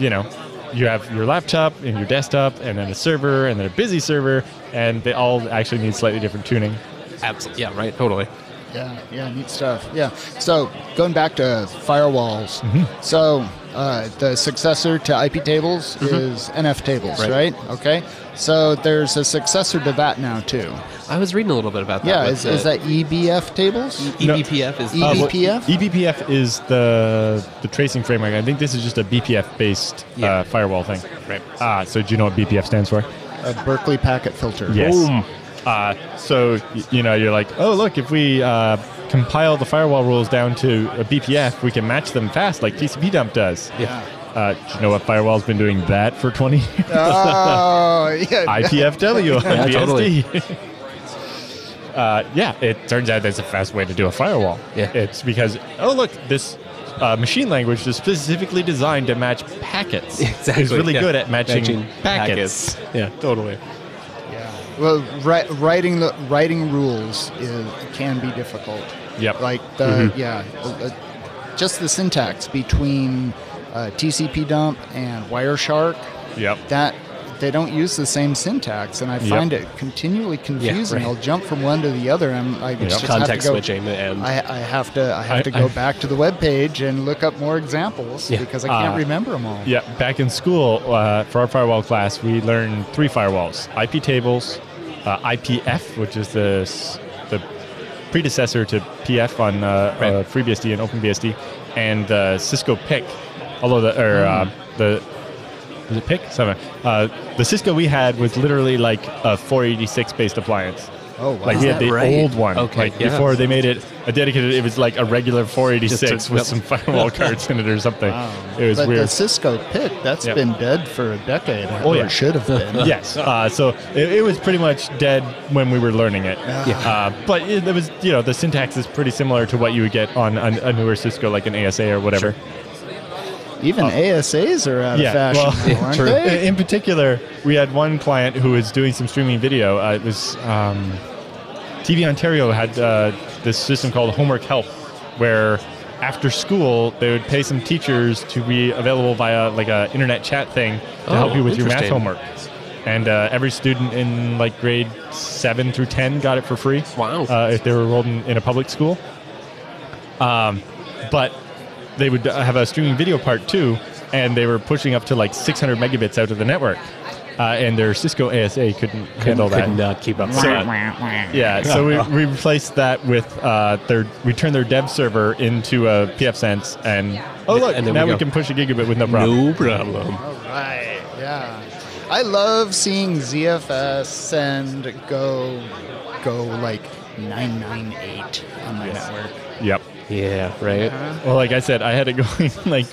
S2: you know you have your laptop and your desktop and then a server and then a busy server and they all actually need slightly different tuning
S5: Absolutely. Yeah, right. Totally.
S3: Yeah, yeah, neat stuff. Yeah. So going back to firewalls,
S5: Mm-hmm.
S3: so uh, the successor to IP tables is NF tables,
S5: Mm-hmm. Right.
S3: right. Okay. So there's a successor to that now too.
S5: I was reading a little bit about that.
S3: Yeah,
S5: with
S3: is,
S5: the- E
S3: is that EBF tables?
S2: No. E
S5: EBPF is E
S3: Uh, what- EBPF?
S2: ebpf is the the tracing framework i think this is just a bpf based
S5: Yeah.
S2: uh, firewall thing
S5: Right.
S2: ah so do you know what bpf stands for
S3: A Berkeley packet filter.
S2: Yes. Uh, so y- you know you're like, oh look, if we uh, compile the firewall rules down to a BPF, we can match them fast like TCP dump does.
S3: Yeah.
S2: Uh, do you know what firewall's been doing that for 20 years?
S3: Oh, yeah.
S2: IPFW on
S5: Yeah,
S2: BSD.
S5: totally.
S2: uh, yeah, it turns out that's a fast way to do a firewall.
S5: Yeah.
S2: It's because, oh, look, this uh, machine language is specifically designed to match packets. It's really
S5: yeah.
S2: good at matching,
S5: packets.
S2: packets.
S5: Yeah.
S2: Totally.
S3: yeah. Well, ri- writing the writing rules is, can be difficult.
S2: Yep.
S3: Like the yeah, uh, uh, just the syntax between uh, TCP dump and Wireshark
S2: Yep.
S3: that they don't use the same syntax, and I
S2: Yep.
S3: find it continually confusing.
S5: right.
S3: I'll jump from one to the other, and I just have to
S5: Context
S3: go,
S5: switching and
S3: I, I have to I have
S2: I-
S3: to go
S2: I-
S3: back to the web page and look up more examples
S5: Yeah.
S3: because I can't
S2: Uh,
S3: remember them all.
S2: Yeah, back in school uh, for our firewall class, we learned three firewalls: IP tables, uh, IPF, which is the s- the predecessor to PF on uh,
S5: Right.
S2: uh, FreeBSD and OpenBSD, and uh, Cisco PIC. Although the or
S5: Hmm.
S2: uh, the was it PIC? Something. Uh, the Cisco we had was literally like a 486 based appliance.
S3: Oh,
S2: Like
S3: wow.
S2: we
S5: Is
S2: had
S5: that
S2: the
S5: right?
S2: old one.
S5: Okay,
S2: like
S5: yeah.
S2: before they made it a dedicated, it was like a regular 486
S5: Just a-
S2: with
S5: yep.
S2: some firewall cards in it or something. It was
S3: but
S2: weird.
S3: the Cisco pick that's
S2: Yep.
S3: been dead for a decade.
S2: Oh,
S3: or
S2: yeah.
S3: it should have been.
S2: yes. Uh, so it, it was pretty much dead when we were learning it. Uh, but it, it was, you know, the syntax is pretty similar to what you would get on a, a newer Cisco, like an ASA or whatever.
S3: Even ASAs are out
S2: Yeah,
S3: of fashion,
S2: well,
S3: now, aren't
S5: true.
S2: In-
S3: they?
S2: In particular, we had one client who was doing some streaming video. Uh, it was um, TV Ontario had uh, this system called Homework Help, where after school they would pay some teachers to be available via like a internet chat thing to help
S5: Oh,
S2: you with your math
S5: interesting.
S2: homework. And uh, every student in like grade seven through ten got it for free.
S5: Wow.
S2: Uh, if they were enrolled in, in a public school Um, but they would have a streaming video part too, and they were pushing up to like 600 megabits out of the network, uh, and their Cisco ASA couldn't handle that.
S5: could not keep up. with that.
S2: Yeah, so we, we replaced that with uh, their we turned their dev server into a pfSense, and oh look,
S5: And there we
S2: now we,
S5: go.
S2: can push a gigabit with no problem.
S5: No problem.
S3: All right. Yeah. I love seeing ZFS send go go like 998 on my network.
S2: Yep.
S5: Yeah, right.
S2: Well, like I said, I had it going like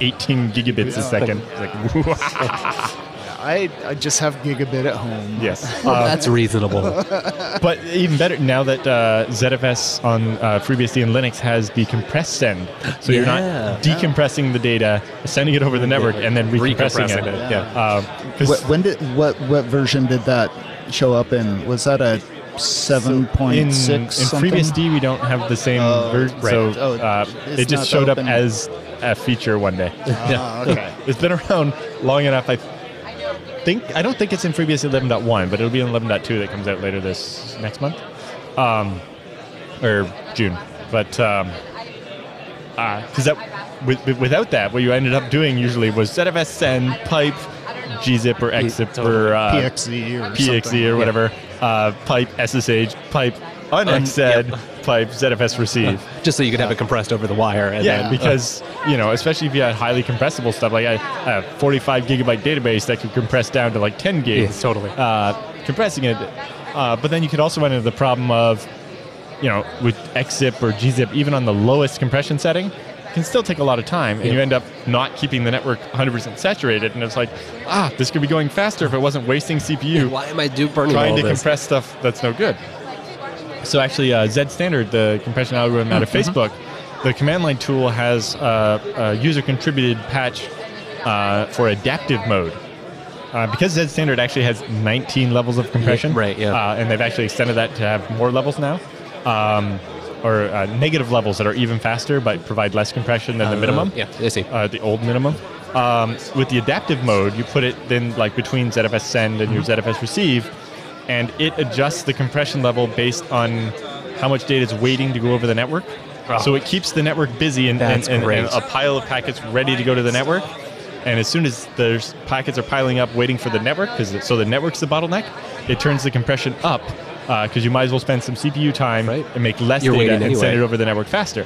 S2: 18 gigabits a second. It's like,
S3: I, I just have gigabit at home.
S2: yes.
S3: Uh,
S5: Well, that's reasonable.
S2: But even better now that uh, ZFS on uh, FreeBSD and Linux has the compress send, so you're
S5: Yeah.
S2: not decompressing the data, sending it over the network, and then recompressing it.
S5: Recompressing it,
S2: Yeah. Um, 'cause
S3: What, when did what what version did that show up in? Was that a seven
S2: in,
S3: point
S2: in
S3: six something?
S2: FreeBSD, we don't have the same
S3: Oh,
S2: version,
S3: right.
S2: so
S3: Oh,
S2: uh,
S3: it's
S2: it just
S3: not
S2: showed
S3: open.
S2: up as a feature one day.
S3: Ah, okay.
S2: it's been around long enough. I
S6: I know. You can
S2: think I don't think it's in FreeBSD 11.1, but it'll be in 11.2 that comes out later this next month, um, or June. But um, because that with, with- without that, what you ended up doing usually was ZFS send pipe gzip or xzip or uh,
S3: PXE E or something.
S2: PXE or whatever uh, pipe SSH pipe unxed pipe ZFS receive.
S5: Just so you could have it compressed over the wire. And
S2: Yeah,
S5: then, uh,
S2: because you know, especially if you had highly compressible stuff like I, I have 45 gigabyte database that could compress down to like 10 gigs.
S5: Yes, totally.
S2: Uh, compressing it, uh, but then you could also run into the problem of, you know, with XZIP or GZIP, even on the lowest compression setting, it can still take a lot of time, and
S5: Yeah.
S2: you end up not keeping the network 100% saturated, and it's like, ah, this could be going faster if it wasn't wasting CPU
S5: why am I do burning
S2: trying
S5: all
S2: to
S5: this?
S2: compress stuff that's no good. So actually, uh, Zed Standard, the compression algorithm out of
S5: Mm-hmm.
S2: Facebook, the command line tool has uh, a user contributed patch uh, for adaptive mode. Uh, because Zed Standard actually has 19 levels of compression,
S5: right, yeah.
S2: uh, and they've actually extended that to have more levels now, um, or uh, negative levels that are even faster but provide less compression than the minimum
S5: Yeah, I see.
S2: uh, the old minimum. Um, with the adaptive mode, you put it then like between ZFS send and your
S5: Mm-hmm.
S2: ZFS receive, and it adjusts the compression level based on how much data is waiting to go over the network. So it keeps the network busy and, and,
S5: Ah. That's
S2: and- and
S5: great.
S2: a pile of packets ready to go to the network. And as soon as there's packets are piling up, waiting for the network, because so the network's the bottleneck, it turns the compression up because you might as well spend some CPU time
S5: Right.
S2: and make less
S5: You're
S2: data
S5: waiting
S2: and send
S5: anyway.
S2: it over the network faster.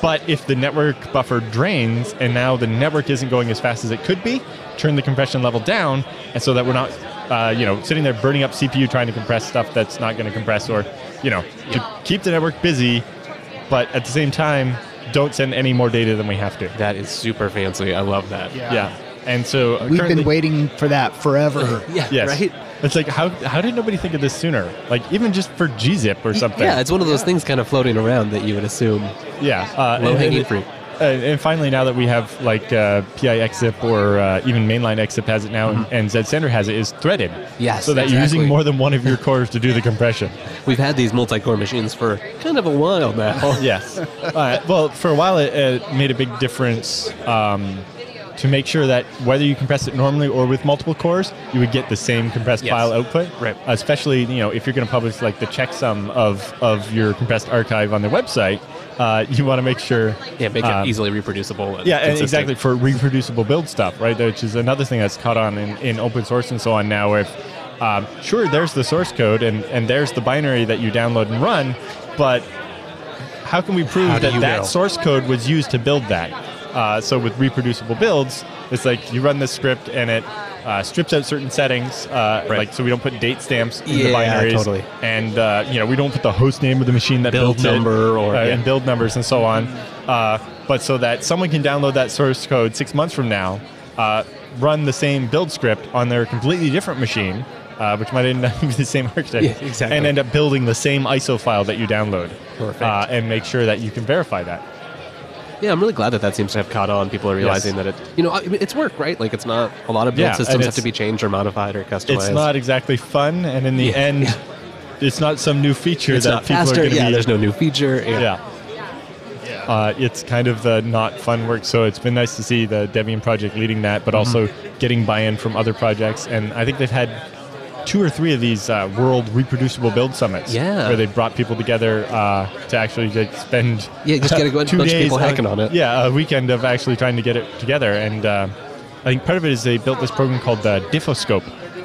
S2: But if the network buffer drains and now the network isn't going as fast as it could be, turn the compression level down, and so that we're not, uh, you know, sitting there burning up CPU trying to compress stuff that's not going to compress, or you know, to keep the network busy, but at the same time, don't send any more data than we have to.
S5: That is super fancy. I love that.
S3: Yeah.
S2: Yeah, and so uh,
S3: We've
S2: currently-
S3: been waiting for that forever.
S5: Yeah,
S2: Yes.
S5: right?
S2: It's like how how did nobody think of this sooner? Like even just for gzip or something.
S5: Yeah, it's one of those things kind of floating around that you would assume
S2: Yeah, uh,
S5: low
S2: and-
S5: hanging
S2: and-
S5: fruit.
S2: uh, and finally, now that we have like uh, PI XZIP or uh, even mainline XZIP has it now, and Zsender has it, is threaded.
S5: Mm-hmm. Yes,
S2: So that you're
S5: exactly.
S2: using more than one of your cores to do the compression.
S5: We've had these multi-core machines for kind of a while now.
S2: yes. Uh, well, for a while, it, it made a big difference um, to make sure that whether you compress it normally or with multiple cores, you would get the same compressed
S5: Yes.
S2: file output.
S5: Right.
S2: Especially, you know, if you're going to publish like the checksum of of your compressed archive on the website, uh, you want to make sure.
S5: Yeah, make it
S2: um,
S5: easily reproducible. And
S2: Yeah, and
S5: consistent.
S2: exactly for reproducible build stuff, right? Which is another thing that's caught on in, in open source and so on now. Where if, um, sure, there's the source code and, and there's the binary that you download and run, but how can we prove
S5: How do
S2: that
S5: you
S2: that
S5: know?
S2: source code was used to build that? Uh, so with reproducible builds, it's like you run this script and it uh, strips out certain settings, uh,
S5: Right.
S2: like so we don't put date stamps in the
S5: Yeah,
S2: binaries,
S5: totally.
S2: and uh, you know we don't put the host name of the machine that
S5: Build
S2: built it,
S5: number or-
S2: uh,
S5: yeah.
S2: and build numbers and so on. Uh, but so that someone can download that source code six months from now, uh, run the same build script on their completely different machine, uh, which might end up be the same architecture,
S5: Yeah, exactly.
S2: and end up building the same ISO file that you download,
S5: Perfect.
S2: Uh, and make sure that you can verify that.
S5: Yeah, I'm really glad that that seems to have caught on. People are realizing
S2: Yes.
S5: that it, you know, I- it's work, right? Like it's not a lot of build
S2: Yeah, and
S5: systems have
S2: it's-
S5: to be changed or modified or customized.
S2: It's not exactly fun, and in the
S5: Yeah,
S2: end,
S5: yeah.
S2: it's not some new feature
S5: It's
S2: that
S5: not
S2: people are
S5: faster.
S2: going to
S5: Yeah,
S2: be.
S5: there's no new feature.
S2: yeah. Uh, it's kind of the not fun work, so it's been nice to see the Debian project leading that, but
S5: Mm-hmm.
S2: also getting buy-in from other projects. And I think they've had two or three of these uh, world reproducible build summits,
S5: Yeah.
S2: where they brought people together uh, to actually like, spend
S5: Yeah, just get a bunch-
S2: two
S5: bunch of
S2: days
S5: people hacking on it.
S2: Yeah, a weekend of actually trying to get it together. And uh, I think part of it is they built this program called the Diffoscope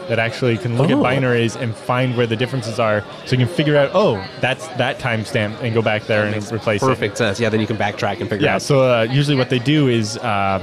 S2: that actually can look
S5: Oh.
S2: at binaries and find where the differences are, so you can figure out, oh, that's that timestamp, and go back there and
S5: Makes
S2: replace it.
S5: perfect sense. Yeah, then you can backtrack and figure
S2: Yeah,
S5: out.
S2: so uh, usually what they do is, uh,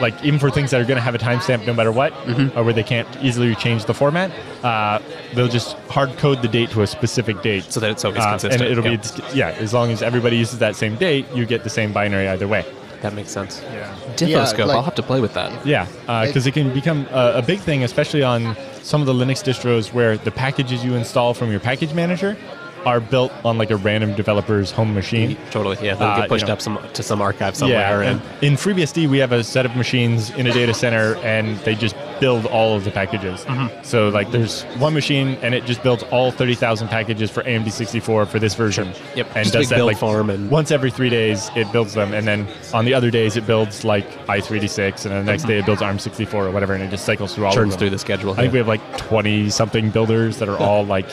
S2: like, even for things that are going to have a timestamp no matter what,
S5: Mm-hmm.
S2: or where they can't easily change the format, uh, they'll just hard code the date to a specific date. Uh,
S5: So that it's always consistent,
S2: And it'll
S5: yeah.
S2: be, yeah, as long as everybody uses that same date, you get the same binary either way.
S5: that makes sense.
S3: Yeah.
S5: Diffoscope.
S3: like-
S5: I'll have to play with that.
S2: Yeah, because it can become a, a big thing, especially on some of the Linux distros where the packages you install from your package manager are built on like a random developer's home machine.
S5: Totally. Yeah, they'll
S2: Uh,
S5: get pushed
S2: you know.
S5: up some to some archive somewhere.
S2: Yeah,
S5: and,
S2: and in FreeBSD we have a set of machines in a data center, and they just build all of the packages.
S5: Mm-hmm.
S2: So like, there's one machine, and it just builds all thirty thousand packages for AMD64 for this version.
S5: Yep,
S2: and
S5: just a
S2: does
S5: big
S2: that
S5: build
S2: like
S5: farm and-
S2: once every three days it builds them, and then on the other days it builds like i386, and then the next day it builds ARM64 or whatever, and it just cycles through all
S5: Churns
S2: of them.
S5: Mm-hmm. through the schedule,
S2: I think
S5: yeah.
S2: we have like twenty something builders that are all like,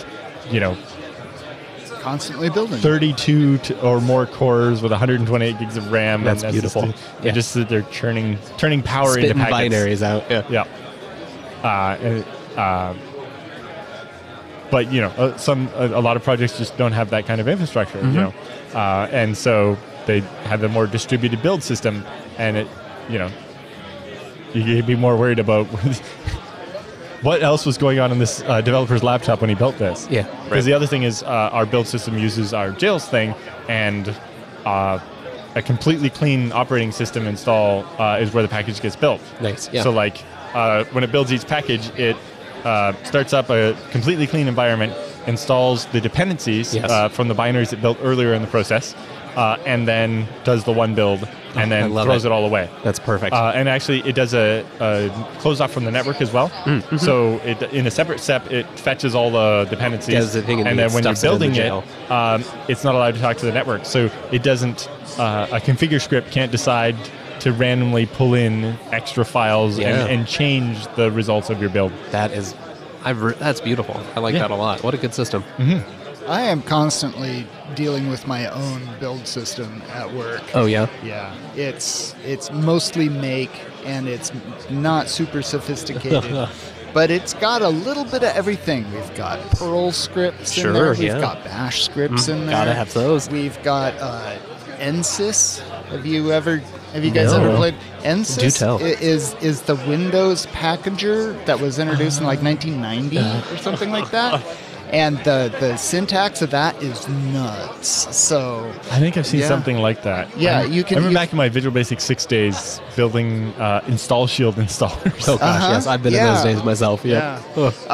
S2: you know,
S3: Constantly building.
S2: 32 to, or more cores with 128 gigs of RAM.
S5: That's
S2: and
S5: beautiful.
S2: SSD.
S5: Yeah.
S2: And just that they're churning, turning power
S5: spitting
S2: into packets.
S5: binaries out. Yeah.
S2: Yeah. Uh, and, uh, but you know, uh, some a, a lot of projects just don't have that kind of infrastructure. You know,
S5: Mm-hmm.
S2: uh, and so they have a more distributed build system, and it, you know, you- you'd be more worried about. What else was going on in this uh, developer's laptop when he built this?
S5: Yeah.
S2: Because the other thing is uh, our build system uses our Jails thing, and uh, a completely clean operating system install uh, is where the package gets built.
S5: Nice, yeah.
S2: So like uh, when it builds each package, it uh, starts up a completely clean environment, installs the dependencies
S5: Yes.
S2: uh, from the binaries it built earlier in the process, uh, and then does the one build, and
S5: Oh, I
S2: then
S5: love
S2: throws
S5: it.
S2: it all away.
S5: That's perfect.
S2: Uh, and actually, it does a, a close off from the network as well.
S5: Mm, mm-hmm.
S2: So it, in a separate step, it fetches all the dependencies,
S5: Does the thing and
S2: and
S5: then
S2: then when you're
S5: stuffs it in the
S2: building it,
S5: jail.
S2: um, it's not allowed to talk to the network. So it doesn't. Uh, a configure script can't decide to randomly pull in extra files
S5: Yeah.
S2: and, and change the results of your build.
S5: that is, I've re- that's beautiful. I like
S2: Yeah. Mm-hmm.
S5: that a lot. What a good system.
S3: I am constantly dealing with my own build system at work.
S5: Oh yeah.
S3: Yeah, it's it's mostly make and it's not super sophisticated. But it's got a little bit of everything. We've got Perl scripts in there.
S5: Sure,
S3: We've
S5: yeah. Mm-hmm.
S3: got Bash scripts in there.
S5: gotta have those.
S3: We've got uh, NSYS. Have you ever? Have you guys
S5: No.
S3: ever played NSYS?
S5: Do tell.
S3: i- Is is the Windows packager that was introduced in
S5: Uh-huh.
S3: like 1990 or something like that? And the the syntax of that is nuts. So
S2: I think I've seen
S3: Yeah.
S2: something like that.
S3: Yeah,
S2: I,
S3: you
S2: I
S3: can-
S2: remember
S3: you-
S2: back in my Visual Basic six days building uh, install shield installers.
S5: Oh gosh,
S3: Uh-huh.
S5: yes, I've been in
S3: Yeah.
S5: those days myself. Yeah.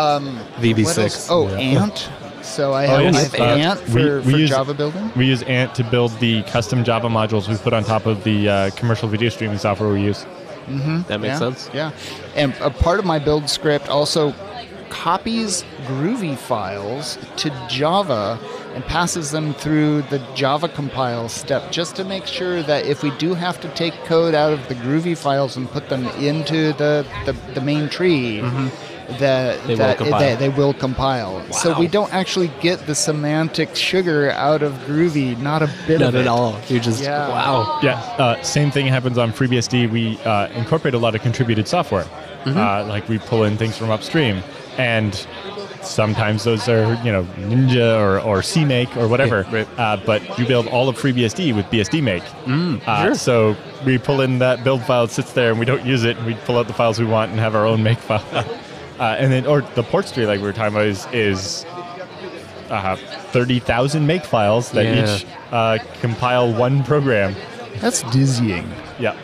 S3: Um,
S5: VB6.
S3: what else? Oh,
S5: Yeah.
S3: Ant. So I
S2: Oh,
S3: have,
S2: yes.
S3: I have
S2: Uh,
S3: Ant for,
S2: we
S3: for
S2: use-
S3: Java building.
S2: We use Ant to build the custom Java modules we put on top of the uh, commercial video streaming software we use.
S5: That makes
S3: yeah,
S5: sense.
S3: Yeah. And a part of my build script also copies Groovy files to Java and passes them through the Java compile step just to make sure that if we do have to take code out of the Groovy files and put them into the, the, the main tree, that,
S5: Mm-hmm. They will
S3: that
S5: compile.
S3: They, they will compile. So we don't actually get the semantic sugar out of Groovy, not a bit
S5: Not
S3: of it.
S5: at all. You're just
S3: Yeah.
S5: wow.
S2: Yeah, uh, same thing happens on FreeBSD. We uh, incorporate a lot of contributed software,
S5: Mm-hmm.
S2: uh, like we pull in things from upstream, and sometimes those are you know Ninja or, or CMake or whatever.
S5: Yeah, right.
S2: uh, but you build all of FreeBSD with BSD Make.
S5: Mm,
S2: uh, So we pull in that build file, it sits there, and we don't use it. And we pull out the files we want and have our own make file. uh, and then or the port tree, like we were talking about, is is uh, thirty thousand make files that
S5: Yeah.
S2: each uh, compile one program.
S3: That's dizzying.
S2: Yeah.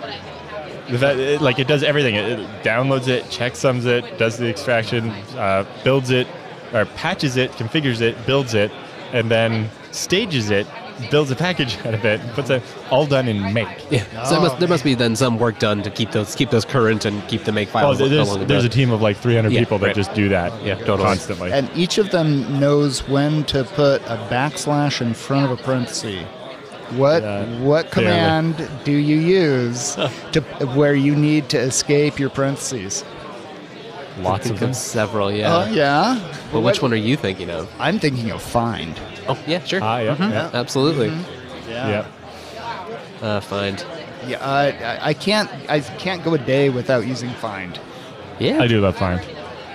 S2: That, it, like it does everything. It, it downloads it, checksums it, does the extraction, uh, builds it, or patches it, configures it, builds it, and then stages it, builds a package out of it, and puts it all done in Make.
S5: Yeah. so there must, there must be then some work done to keep those keep those current and keep the make
S2: Oh,
S5: files.
S2: there- there's,
S5: along the
S2: there's a
S5: road.
S2: team of like 300
S5: Yeah,
S2: people that
S5: right.
S2: just do that
S5: Yeah, totally.
S2: constantly.
S3: And each of them knows when to put a backslash in front of a parenthesis. What
S2: Yeah,
S3: what
S2: barely.
S3: command do you use to where you need to escape your parentheses?
S5: lots of them. Several, yeah.
S3: Oh yeah.
S5: But which one are you thinking of?
S3: I'm thinking of find.
S5: Oh, yeah, sure.
S2: Ah, yeah, yeah.
S5: Absolutely.
S2: Mm-hmm. yeah.
S5: Uh, find.
S3: Yeah. I, I- I can't I can't go a day without using find.
S5: Yeah,
S2: I do love Find.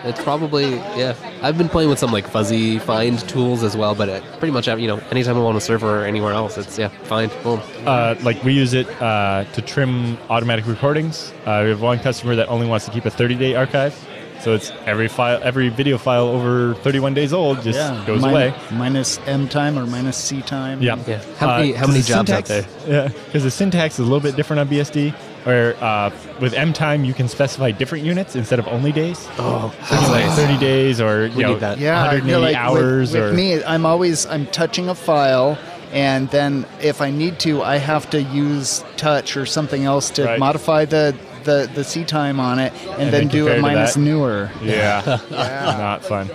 S5: It's probably yeah. I've been playing with some like fuzzy find tools as well, but it, pretty much uh, you know anytime I'm on a server or anywhere else, it's yeah find boom.
S2: Uh, like we use it uh, to trim automatic recordings. Uh, we have one customer that only wants to keep a 30-day archive, so it's every file, every video file over 31 days old just goes
S3: Min-
S2: away.
S3: Minus M time or minus C time.
S2: Yeah.
S5: Yeah. How many- how many
S2: 'cause the
S5: jobs out
S2: syntax, Yeah, because the syntax is a little bit different on BSD. Where uh, with M time you can specify different units instead of only days.
S5: Oh,
S2: So it's like 30 days or you
S5: We
S2: know,
S5: need that.
S3: yeah, I feel
S2: 180
S3: like
S2: hours
S3: with, with
S2: or-
S3: me, I'm always I'm touching a file, and then if I need to, I have to use touch or something else to
S2: Right.
S3: modify the the the C time on it, and, then,
S2: then
S3: do
S2: compare
S3: a
S2: to
S3: minus
S2: that.
S3: newer.
S2: Yeah. Not fun.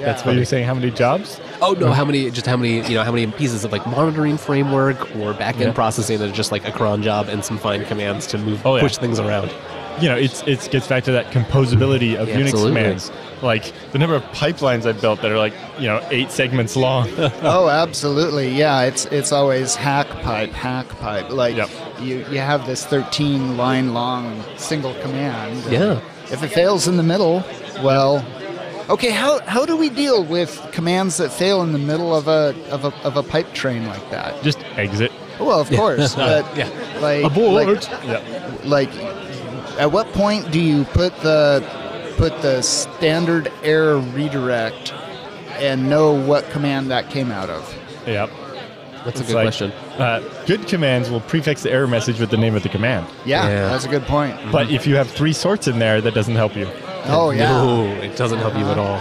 S2: That's what you're saying. How many jobs?
S5: Oh no, how many just how many you know how many pieces of like monitoring framework or backend
S2: Yeah.
S5: processing that are just like a cron job and some find commands to move
S2: Oh, yeah.
S5: push things around.
S2: you know, it's it gets back to that composability of
S5: Yeah,
S2: Unix
S5: absolutely.
S2: commands. Like the number of pipelines I've built that are like, you know, eight segments long.
S3: oh, absolutely. Yeah, it's it's always hack pipe, hack pipe. Like
S2: Yep.
S3: you you have this 13 line long single command.
S5: Yeah.
S3: If it fails in the middle, well, okay. How how do we deal with commands that fail in the middle of a of a of a pipe train like that?
S2: Just exit.
S3: Well, of course, but
S5: Yeah.
S3: like,
S2: Abort.
S3: like,
S2: yeah.
S3: like, at what point do you put the put the standard error redirect and know what command that came out of?
S2: Yep.
S5: That's
S2: It's
S5: a good
S2: like,
S5: question.
S2: Uh, good commands will prefix the error message with the name of the command.
S3: Yeah,
S5: Yeah.
S3: that's a good point.
S5: Hmm.
S2: But if you have three sorts in there, that doesn't help you.
S3: Oh yeah,
S5: No, it doesn't help you at all.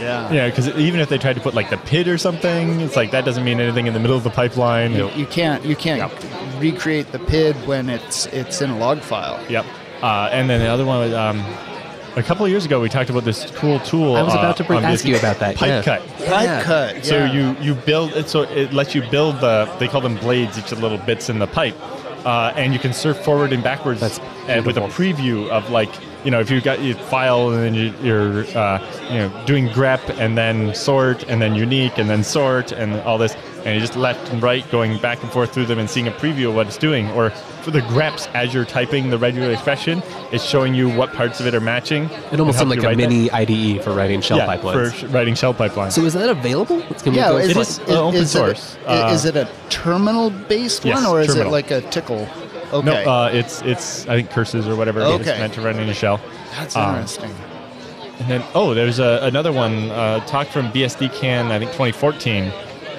S3: yeah.
S2: Yeah, because even if they tried to put like the PID or something, it's like that doesn't mean anything in the middle of the pipeline.
S3: You, you can't you can't recreate the PID when it's it's in a log file.
S2: Yep. Uh, and then the other one was um, a couple of years ago, we talked about this cool tool.
S5: I was about to
S2: uh,
S5: bring-
S2: on
S5: ask
S2: BSD.
S5: you about that,
S2: Pipe
S5: yeah.
S2: cut.
S3: Pipe
S5: Yeah.
S3: cut. Yeah.
S2: So you you build it so it lets you build the they call them blades each of the little bits in the pipe, uh, and you can surf forward and backwards
S5: That's
S2: and with a preview of like you know if you've got your file and then you, you're uh, you know doing grep and then sort and then unique and then sort and all this and you just left and right going back and forth through them and seeing a preview of what it's doing or for the greps as you're typing the regular expression it's showing you what parts of it are matching.
S5: It almost
S2: and
S5: sounds like
S2: helps you
S5: a
S2: write that.
S5: mini IDE for writing shell
S2: yeah, for
S5: pipelines.
S2: sh- writing shell pipelines.
S5: so is that available? Let's give
S3: yeah,
S5: it a
S3: is
S5: go.
S2: it
S3: it,
S2: is, uh, open
S3: is
S2: source.
S3: It, i- is it a terminal based
S2: Yes,
S3: one or is
S2: terminal.
S3: it like a tickle? Okay,
S2: No, uh, it's it's I think curses or whatever it's
S3: Okay.
S2: meant to run in a shell.
S3: that's
S2: um,
S3: interesting.
S2: And then oh, there's a, another one uh, talk from BSD Can I think 2014.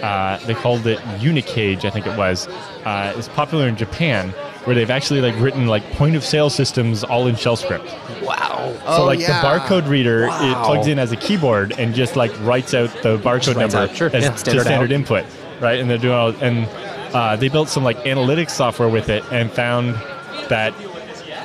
S2: Uh, they called it Unicage, I think it was. Uh, it's popular in Japan, where they've actually like written like point of sale systems all in shell script.
S5: Wow.
S3: Oh,
S2: so like
S3: yeah.
S2: the barcode reader,
S5: Wow.
S2: it plugs in as a keyboard and just like writes out the barcode
S5: writes
S2: number
S5: out, sure,
S2: as
S5: yeah,
S2: just
S5: standard
S2: standard,
S5: out.
S2: input, right? And they're doing all and uh, they built some like analytics software with it and found that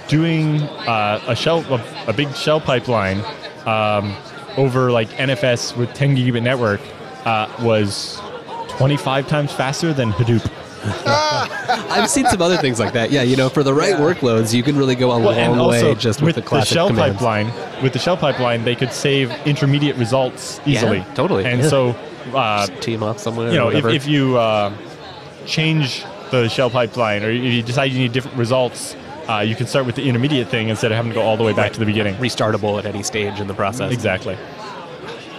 S2: doing uh, a shell a, a big shell pipeline um, over like NFS with 10 gigabit network uh, was 25 times faster than Hadoop.
S5: I've seen some other things like that. Yeah, you know, for the right workloads, you can really go a
S2: Well,
S5: long
S2: and also
S5: way just with, the classic
S2: shell
S5: commands.
S2: pipeline, with the shell pipeline, they could save intermediate results easily.
S5: totally,
S2: And
S5: yeah.
S2: so, uh,
S5: Just team up somewhere.
S2: you
S5: or
S2: know, if,
S5: whatever.
S2: if you uh, change the shell pipeline, or if you decide you need different results, uh, you can start with the intermediate thing instead of having to go all the way back to the beginning.
S5: restartable at any stage in the process.
S2: Exactly.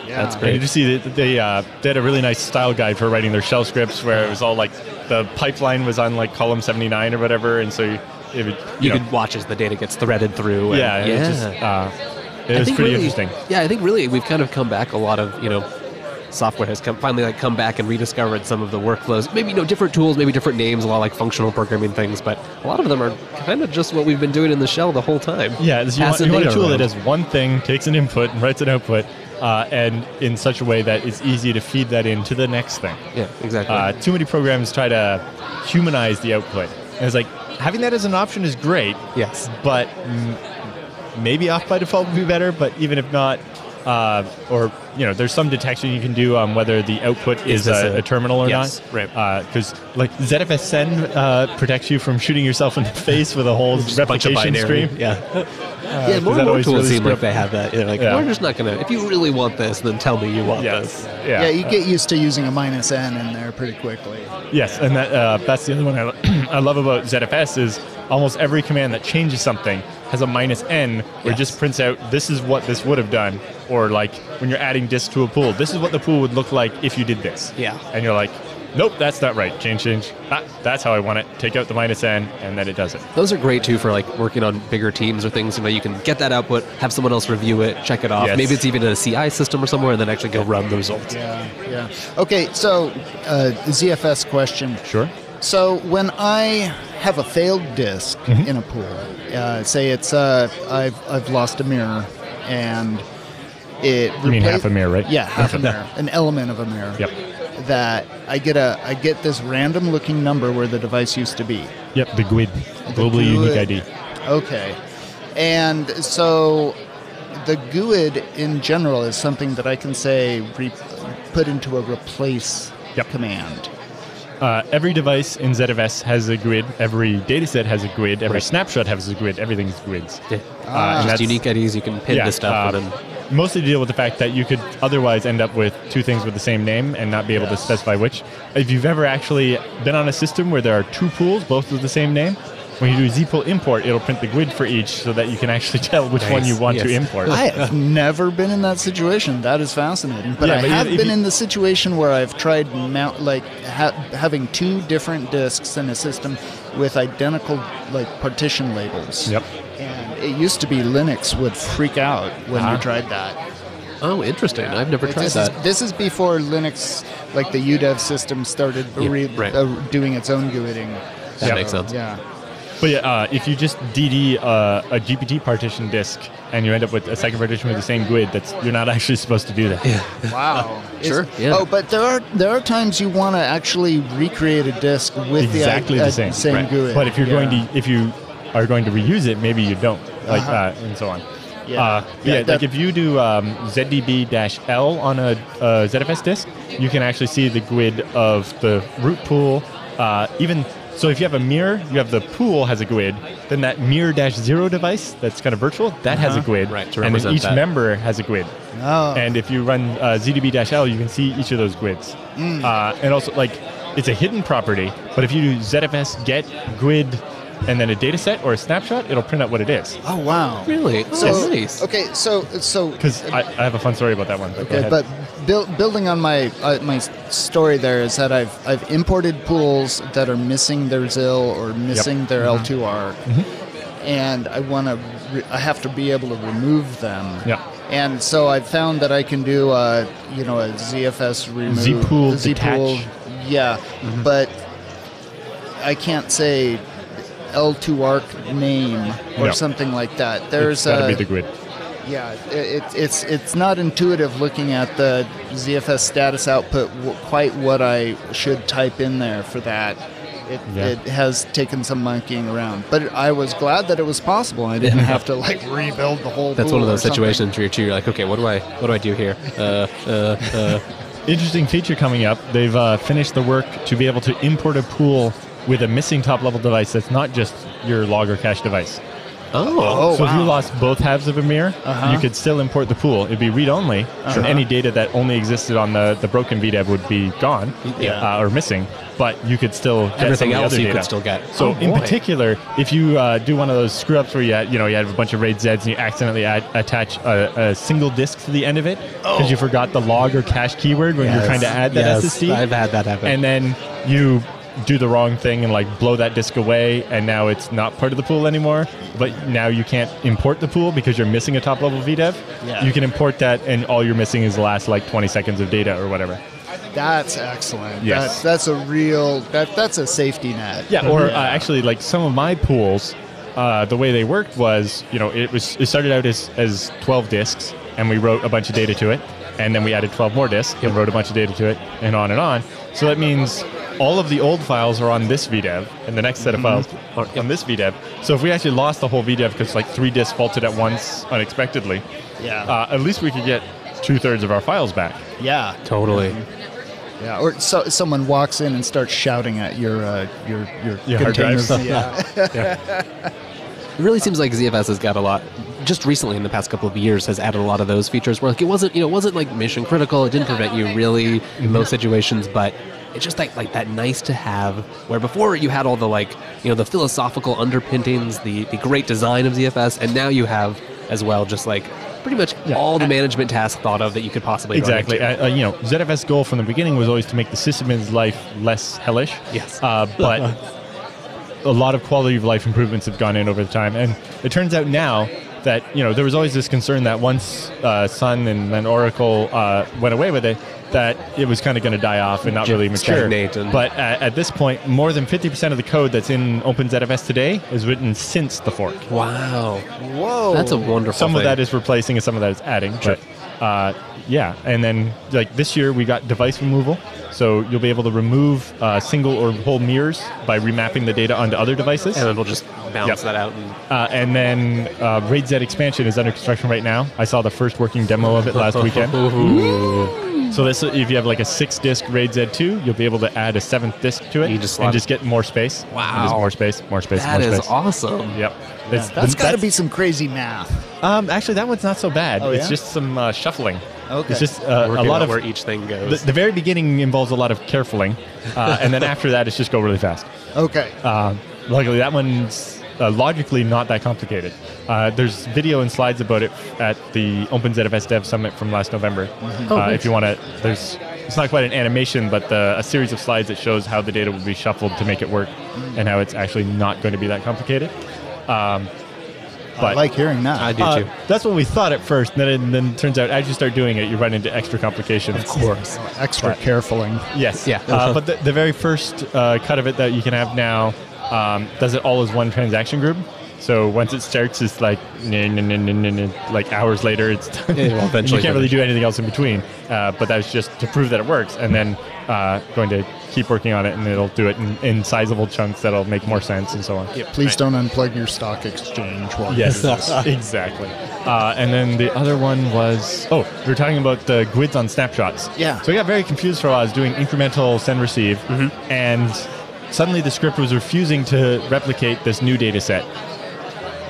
S3: Yeah.
S5: That's
S2: And
S5: great.
S2: did you see that they uh, they had a really nice style guide for writing their shell scripts, where it was all like the pipeline was on like column seventy nine or whatever, and so you, it would,
S5: You,
S2: you know,
S5: can watch as the data gets threaded through. and-
S2: yeah, it was just uh, it
S5: I
S2: was
S5: think
S2: pretty
S5: really-
S2: interesting.
S5: Yeah, I think really we've kind of come back a lot of you know, software has come finally like come back and rediscovered some of the workflows. Maybe you know different tools, maybe different names, a lot like functional programming things, but a lot of them are kind of just what we've been doing in the shell the whole time.
S2: Yeah, it's- you want,
S5: Passing
S2: you want a
S5: data
S2: tool
S5: around.
S2: that does one thing, takes an input and writes an output, uh, and in such a way that it's easy to feed that into the next thing.
S5: Yeah, exactly.
S2: Uh, too many programs try to humanize the output. And it's like having that as an option is great,
S5: yes.
S2: but m- maybe off by default would be better. But even if not, uh, or you know, there's some detection you can do on whether the output
S5: Is
S2: is,
S5: this
S2: a,
S5: a-
S2: a terminal or
S5: yes,
S2: not.
S5: right.
S2: Because like ZFSN uh, protects you from shooting yourself in the face with a whole
S5: Just a bunch of
S2: replication
S5: binary.
S2: stream.
S5: Yeah. yeah, more
S2: that
S5: and more
S2: always
S5: tools
S2: really
S5: seem like
S2: screw
S5: they
S2: up-
S5: have that. They're like,
S2: Yeah.
S5: we're just not going to, if you really want this, then tell me you want
S2: Yes.
S5: this.
S2: Yeah.
S3: Yeah, you get used to using a minus n in there pretty quickly.
S2: Yes, and that, uh, that's the other one I, lo- I love about ZFS is almost every command that changes something has a minus n, where it just prints out this is what this would have done, or like when you're adding disk to a pool, this is what the pool would look like if you did this.
S5: Yeah.
S2: and you're like, nope, that's not right. Change, change. Ah, that's how I want it. Take out the minus n, and then it does it.
S5: Those are great too for like working on bigger teams or things. You know, you can get that output, have someone else review it, check it off.
S2: Yes.
S5: Maybe it's even in a CI system or somewhere, and then actually go run the results.
S3: Yeah, yeah. Okay, so uh, ZFS question.
S2: Sure.
S3: So when I have a failed disk
S2: Mm-hmm.
S3: in a pool, uh, say it's uh, I've I've lost a mirror, and it
S2: You mean
S3: repla-
S2: half a mirror, right?
S3: Yeah, half a mirror, an element of a mirror.
S2: Yep.
S3: That I get a I get this random looking number where the device used to be.
S2: Yep, the GUID, globally unique ID.
S3: Okay. And so the GUID in general is something that I can say re- put into a replace
S2: Yep.
S3: command.
S2: Uh, every device in ZFS has a GUID. Every dataset has a GUID. Every snapshot has a GUID. Everything's GUIDs.
S5: Yeah.
S2: Ah. and
S5: just
S2: that's-
S5: unique IDs you can pin to stuff,
S2: uh,
S5: and then
S2: mostly to deal with the fact that you could otherwise end up with two things with the same name and not be able to specify which. If you've ever actually been on a system where there are two pools, both with the same name, when you do zpool import, it'll print the GUID for each so that you can actually tell which one
S5: Nice.
S2: you want to
S5: Yes.
S2: import.
S3: I have never been in that situation. That is fascinating. But
S2: Yeah,
S3: I
S2: but
S3: have
S2: if- if
S3: been
S2: you-
S3: in the situation where I've tried mount like ha- having two different disks in a system with identical like partition labels.
S2: Yep.
S3: And it used to be Linux would freak out when you
S2: Uh-huh.
S3: tried that.
S5: oh, interesting. I've never
S3: Like,
S5: tried
S3: this
S5: that.
S3: is- this is before Linux, like the UDEV system, started
S5: Yeah,
S3: re-
S5: right.
S3: uh, doing its own GUIDing.
S5: That
S2: Yeah.
S5: makes sense.
S3: Yeah.
S2: But yeah, uh, if you just DD uh, a GPT partition disk and you end up with a second partition with the same GUID, that's you're not actually supposed to do that.
S3: Wow.
S5: Sure,
S3: Is-
S5: yeah.
S3: Oh, but there are there are times you want to actually recreate a disk with
S2: exactly
S3: the,
S2: the,
S3: uh,
S2: same.
S3: same GUID.
S2: But if you're
S3: Yeah. Uh-huh.
S2: going to if you are going to reuse it, maybe you don't like uh and so on.
S3: Yeah.
S2: Uh,
S3: Yeah,
S2: yeah,
S3: that-
S2: like if you do um, ZDB-L on a uh, ZFS disk, you can actually see the GUID of the root pool. Uh, even so, if you have a mirror, you have the pool has a GUID. Then that mirror-zero device that's kind of virtual that has a
S3: Uh-huh.
S2: GUID,
S5: Right, to
S2: and then
S5: represent
S2: each
S5: that.
S2: member has a GUID.
S3: Oh.
S2: And if you run uh, ZDB-L, you can see each of those GUIDs.
S3: Mm.
S2: Uh, and also, like, it's a hidden property, but if you do ZFS get GUID and then a data set or a snapshot, it'll print out what it is.
S3: oh wow.
S5: Really? Oh,
S3: So,
S5: nice.
S3: Okay, so so
S2: Because I, I have a fun story about that one. But go
S3: Okay,
S2: ahead.
S3: but buil- building on my uh, my s- story there is that I've I've imported pools that are missing their ZIL or missing their
S2: Mm-hmm.
S3: L2R, and I want to re- I have to be able to remove them.
S2: Yeah.
S3: And so I've found that I can do a you know a ZFS remove
S2: Zpool Mm-hmm.
S3: Zpool,
S2: detach.
S3: yeah, but I can't say L2ARC name or
S2: No.
S3: something like that. There's uh,
S2: it's gotta
S3: a
S2: be the grid.
S3: yeah, it, it's it's not intuitive looking at the ZFS status output w- quite what I should type in there for that. It,
S2: Yeah.
S3: it has taken some monkeying around, but I was glad that it was possible. I didn't have to like rebuild the whole.
S5: That's
S3: rule
S5: one of those
S3: or something.
S5: situations where you're, too, you're like, okay, what do I what do I do here? Uh, uh, uh.
S2: Interesting feature coming up. They've uh, finished the work to be able to import a pool with a missing top level device that's not just your log or cache device.
S5: Oh,
S2: so if you
S3: wow.
S2: lost both halves of a mirror,
S3: Uh-huh.
S2: you could still import the pool. It'd be read only, and
S5: Uh-huh.
S2: any data that only existed on the, the broken VDEV would be gone
S3: Yeah.
S2: uh, or missing, but you could still get
S5: everything
S2: some of the
S5: else
S2: other
S5: you
S2: data.
S5: could still get.
S2: So
S5: Oh,
S2: in
S5: boy.
S2: particular, if you uh, do one of those screw ups where you had, you know you have a bunch of RAID Zs and you accidentally add, attach a, a single disk to the end of it because
S5: Oh.
S2: you forgot the log or cache keyword when you're
S5: Yes.
S2: trying to add that
S5: Yes,
S2: SSD,
S5: I've had that happen.
S2: and then you do the wrong thing and like blow that disk away, and now it's not part of the pool anymore. But now you can't import the pool because you're missing a top level VDEV.
S3: Yeah.
S2: You can import that, and all you're missing is the last like 20 seconds of data or whatever.
S3: That's excellent.
S2: Yes.
S3: That, that's a real that that's a safety net.
S2: Yeah, or Uh, actually, like some of my pools, uh, the way they worked was, you know, it was it started out as as twelve discs, and we wrote a bunch of data to it, and then we added twelve more discs and wrote a bunch of data to it, and on and on. So that means all of the old files are on this VDEV, and the next set of files are on this VDEV. So if we actually lost the whole VDEV because like three discs faulted at once unexpectedly,
S3: yeah,
S2: uh, at least we could get two thirds of our files back.
S3: yeah,
S5: totally.
S3: yeah. Or so, someone walks in and starts shouting at your uh, your your
S2: Yeah, hard
S3: container.
S2: drives.
S3: Yeah.
S5: It really seems like ZFS has got a lot. Just recently, in the past couple of years, has added a lot of those features. Where like it wasn't, you know, it wasn't like mission critical. It didn't prevent you really in most situations, but it's just like like that nice to have. Where before you had all the like, you know, the philosophical underpinnings, the the great design of ZFS, and now you have as well just like pretty much all the management tasks thought of that you could possibly run
S2: Exactly.
S5: into.
S2: Uh, uh, you know, ZFS goal from the beginning was always to make the sysadmin's life less hellish.
S5: Yes.
S2: Uh, but a lot of quality of life improvements have gone in over the time, and it turns out now that you know there was always this concern that once uh, Sun and then Oracle uh, went away with it, that it was kind of going to die off and not really mature.
S5: stagnate and-
S2: But at, at this point, more than 50% of the code that's in OpenZFS today is written since the fork.
S5: Wow,
S3: Whoa.
S5: that's a wonderful.
S2: Some
S5: thing.
S2: of that is replacing and some of that is adding. But uh, yeah, and then like this year we got device removal, so you'll be able to remove uh, single or whole mirrors by remapping the data onto other devices.
S5: and it'll just balance
S2: Yep.
S5: that out. And,
S2: Uh, and then uh, RAID Z expansion is under construction right now. I saw the first working demo of it last weekend. So this, if you have like a six disc RAID Z2, you'll be able to add a seventh disc to it
S5: You just slot
S2: and
S5: it.
S2: just get more space. And
S5: Wow.
S2: just more space, more space,
S5: that
S2: more
S5: is
S2: space.
S5: awesome.
S2: Yep. It's-
S3: That's got to be some crazy math.
S2: Um, actually, that one's not so bad.
S3: Oh,
S2: it's
S3: yeah?
S2: just some uh, shuffling.
S3: Okay.
S2: It's just uh, a
S5: Working
S2: lot
S5: out
S2: of
S5: where E each thing goes.
S2: the, the very beginning involves a lot of carefuling, uh, and then after that, it's just go really fast.
S3: Okay.
S2: Um, luckily, that one's uh, logically not that complicated. Uh, there's video and slides about it at the OpenZFS Dev Summit from last November.
S3: Mm-hmm.
S5: Oh,
S2: uh,
S5: nice.
S2: if you want to, there's it's not quite an animation, but the, a series of slides that shows how the data will be shuffled to make it work, and how it's actually not going to be that complicated. Um,
S3: I like hearing that.
S5: I do
S2: uh,
S5: too.
S2: That's what we thought at first, and then, and then it turns out as you start doing it, you run into extra complications. Of course.
S3: oh, Extra carefuling.
S2: Yes.
S5: Yeah.
S2: Uh, but the, the very first uh, cut of it that you can have now um, does it all as one transaction group. So once it starts, it's like nah, nah, nah, nah, nah, nah, like hours later, it's done.
S5: Yeah, well, eventually
S2: you can't really
S5: finish.
S2: do anything else in between. Uh, but that's just to prove that it works, and then uh, going to keep working on it, and it'll do it in, in sizable chunks that'll make more sense, and so on.
S3: Please don't unplug your stock exchange while you
S2: Yes,
S3: do this.
S2: exactly. Uh, and then the other one was oh, we were talking about the grids on snapshots.
S3: Yeah.
S2: So I got very confused for a while. I was doing incremental send receive, and suddenly the script was refusing to replicate this new data set.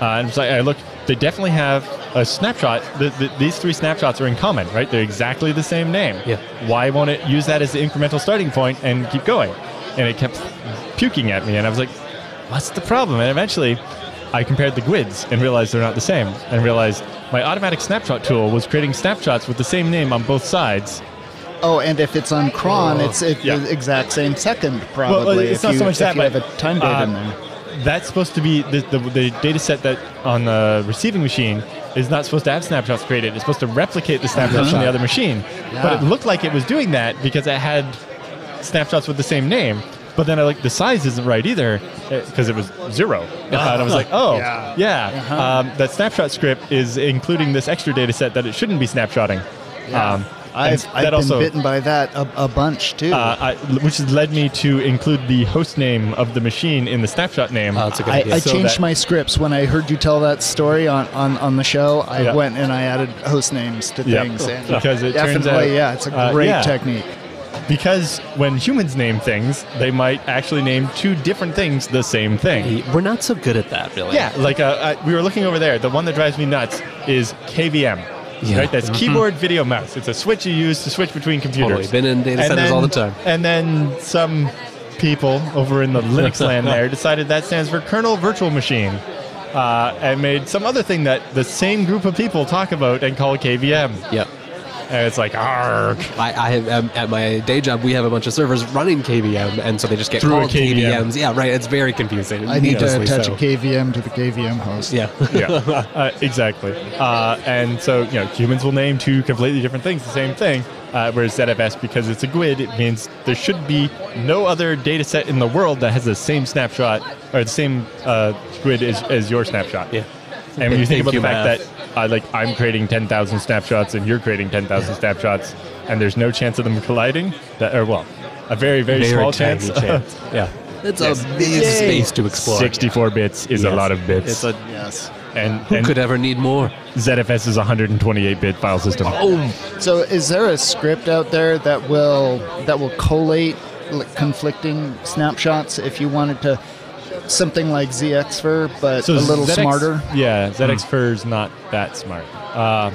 S2: Uh, and so I I looked, they definitely have a snapshot. The, the, these three snapshots are in common, right? They're exactly the same name.
S5: Yeah.
S2: Why won't it use that as the incremental starting point and keep going? And it kept puking at me, and I was like, what's the problem? And eventually, I compared the GUIDs and realized they're not the same, and realized my automatic snapshot tool was creating snapshots with the same name on both sides.
S3: Oh, and if it's on cron, it's it's
S2: yeah.
S3: the exact same second probably.
S2: uh, it's
S3: if
S2: not
S3: you,
S2: so much
S3: if
S2: that,
S3: you have
S2: but,
S3: a time date
S2: uh,
S3: in there.
S2: That's supposed to be the, the, the data set that on the receiving machine is not supposed to have snapshots created. It's supposed to replicate the snapshots from the other machine. But it
S3: Uh-huh. Yeah.
S2: looked like it was doing that because it had snapshots with the same name. But then I like the size isn't right either because it was zero. And I was like, oh,
S3: Yeah.
S2: yeah.
S3: Uh-huh.
S2: Um, that snapshot script is including this extra data set that it shouldn't be snapshotting.
S3: Yeah.
S2: Um, and
S3: I've, I've
S2: that
S3: been
S2: also,
S3: bitten by that a, a bunch too.
S2: uh, I, which has led me to include the host name of the machine in the snapshot name.
S5: Oh, that's a good
S3: I,
S5: idea.
S3: I
S2: so
S3: changed
S2: that-
S3: my scripts when I heard you tell that story on, on, on the show. I
S2: Yeah.
S3: went and I added host names to
S2: Yeah.
S3: things. And
S2: Because it
S3: definitely,
S2: turns out-
S3: yeah, it's a
S2: uh,
S3: great
S2: yeah.
S3: technique.
S2: because when humans name things, they might actually name two different things the same thing.
S5: We're not so good at that, really.
S2: Yeah, like uh, I, we were looking over there. The one that drives me nuts is KVM.
S5: Yeah. Mm-hmm.
S2: Right, that's keyboard, video, mouse. It's a switch you use to switch between computers.
S5: Totally. Been in data centers all the time.
S2: And then some people over in the Linux land there decided that stands for kernel virtual machine, uh, and made some other thing that the same group of people talk about and call KVM.
S5: Yep.
S2: And it's like, arg.
S5: I, I have um, at my day job we have a bunch of servers running KVM, and so they just get
S2: Through a
S5: called
S2: KVM.
S5: KVMs. Yeah, right. It's very confusing.
S3: I need to
S5: needlessly
S3: attach
S5: so.
S3: a KVM to the KVM host.
S5: Yeah.
S2: yeah, uh, exactly. Uh, and so, you know, humans will name two completely different things the same thing. Uh, whereas ZFS, because it's a GUID, it means there should be no other data set in the world that has the same snapshot or the same uh, GUID as, as your snapshot.
S5: Yeah.
S2: And when you think about the
S5: Thank you,
S2: fact that, uh, like, I'm creating 10,000 snapshots and you're creating 10,000 snapshots, and there's no chance of them colliding, that, or well, a very, very,
S5: Very
S2: small
S5: tiny
S2: chance.
S5: chance.
S2: yeah.
S5: It's a big space to explore.
S2: 64 bits is
S5: Yes.
S2: a lot of bits.
S5: It's a,
S3: Yes.
S2: and,
S5: who
S2: and
S5: could ever need more?
S2: ZFS is a 128-bit file system.
S5: Oh,
S3: So, is there a script out there that will that will collate like, conflicting snapshots if you wanted to something like ZXFir but a little
S2: ZX
S3: smarter? Hmm.
S2: Yeah, ZXFIR is not that smart. Um,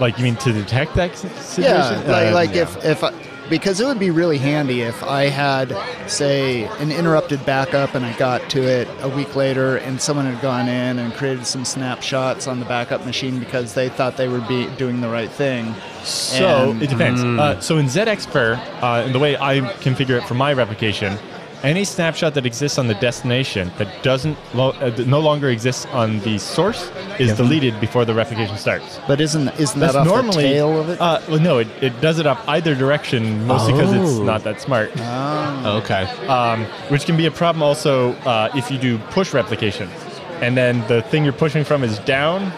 S2: like you mean to detect that s- situation?
S3: Yeah, like,
S2: Uh,
S3: like
S2: yeah.
S3: if if I, because it would be really handy if I had say an interrupted backup and I got to it a week later and someone had gone in and created some snapshots on the backup machine because they thought they were be doing the right thing.
S2: So
S3: And-
S2: it depends.
S3: hmm.
S2: Uh, so in ZXFIR, uh, and the way I configure it for my replication, any snapshot that exists on the destination that doesn't lo- uh, that no longer exists on the source is deleted before the replication starts.
S3: But isn't isn't that off the tail of it?
S2: Uh, well, no, it, it does it up either direction, mostly because it's
S5: Oh.
S2: not that smart.
S5: okay.
S2: um, which can be a problem also uh, if you do push replication, and then the thing you're pushing from is down,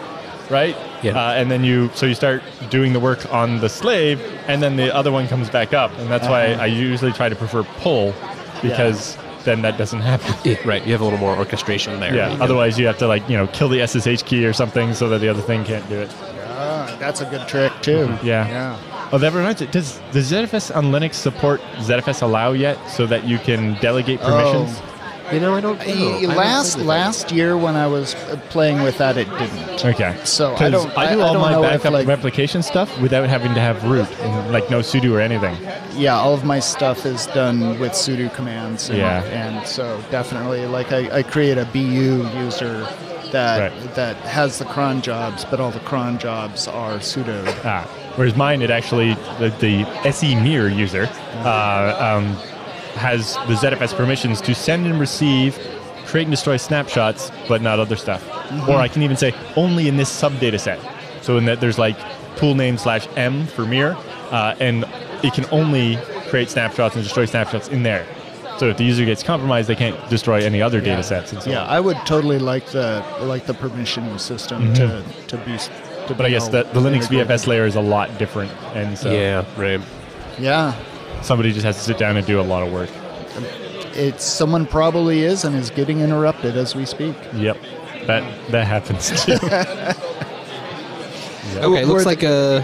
S2: right?
S5: Yeah.
S2: Uh, and then you so you start doing the work on the slave, and then the other one comes back up, and that's why I usually try to prefer pull, because then that doesn't happen.
S5: Yeah, right. You have a little more orchestration there.
S2: Yeah.
S5: You know.
S2: Otherwise, you have to like you know kill the SSH key or something so that the other thing can't do it.
S3: Ah, that's a good trick too.
S2: Yeah.
S3: Yeah.
S2: Oh, that reminds me. Does does ZFS on Linux support ZFS allow yet, so that you can delegate permissions?
S5: you know, I don't.
S3: Y-
S5: know. Oh, I don't
S3: last
S5: think of
S3: last year when I was uh, playing with that, it didn't.
S2: Okay.
S3: So I
S2: 'Cause
S3: don't- I-
S2: do
S3: I
S2: all
S3: don't
S2: my
S3: know if,
S2: backup
S3: like-
S2: replication stuff without having to have root, and, like no sudo or anything.
S3: Yeah, all of my stuff is done with sudo commands. And,
S2: Yeah.
S3: And so definitely, like I, I create a BU user that
S2: Right.
S3: that has the cron jobs, but all the cron jobs are sudo.
S2: Ah, whereas mine, it actually the, the se mirror user uh, um, has the ZFS permissions to send and receive, create and destroy snapshots, but not other stuff.
S3: Mm-hmm.
S2: Or I can even say only in this sub data set. So in that there's like pool name slash m for mirror, uh, and it can only create snapshots and destroy snapshots in there. So if the user gets compromised, they can't destroy any other data sets. And so
S3: Yeah,
S2: on.
S3: I would totally like the like the permission system to to be. s- To
S2: Mm-hmm. But I guess the, the Linux VFS layer is a lot different, and so
S5: Yeah. Right.
S3: Yeah,
S2: somebody just has to sit down and do a lot of work.
S3: it's someone probably is and is getting interrupted as we speak.
S2: Yep, that that happens too.
S5: Okay. It
S3: Where
S5: looks
S3: the-
S5: like uh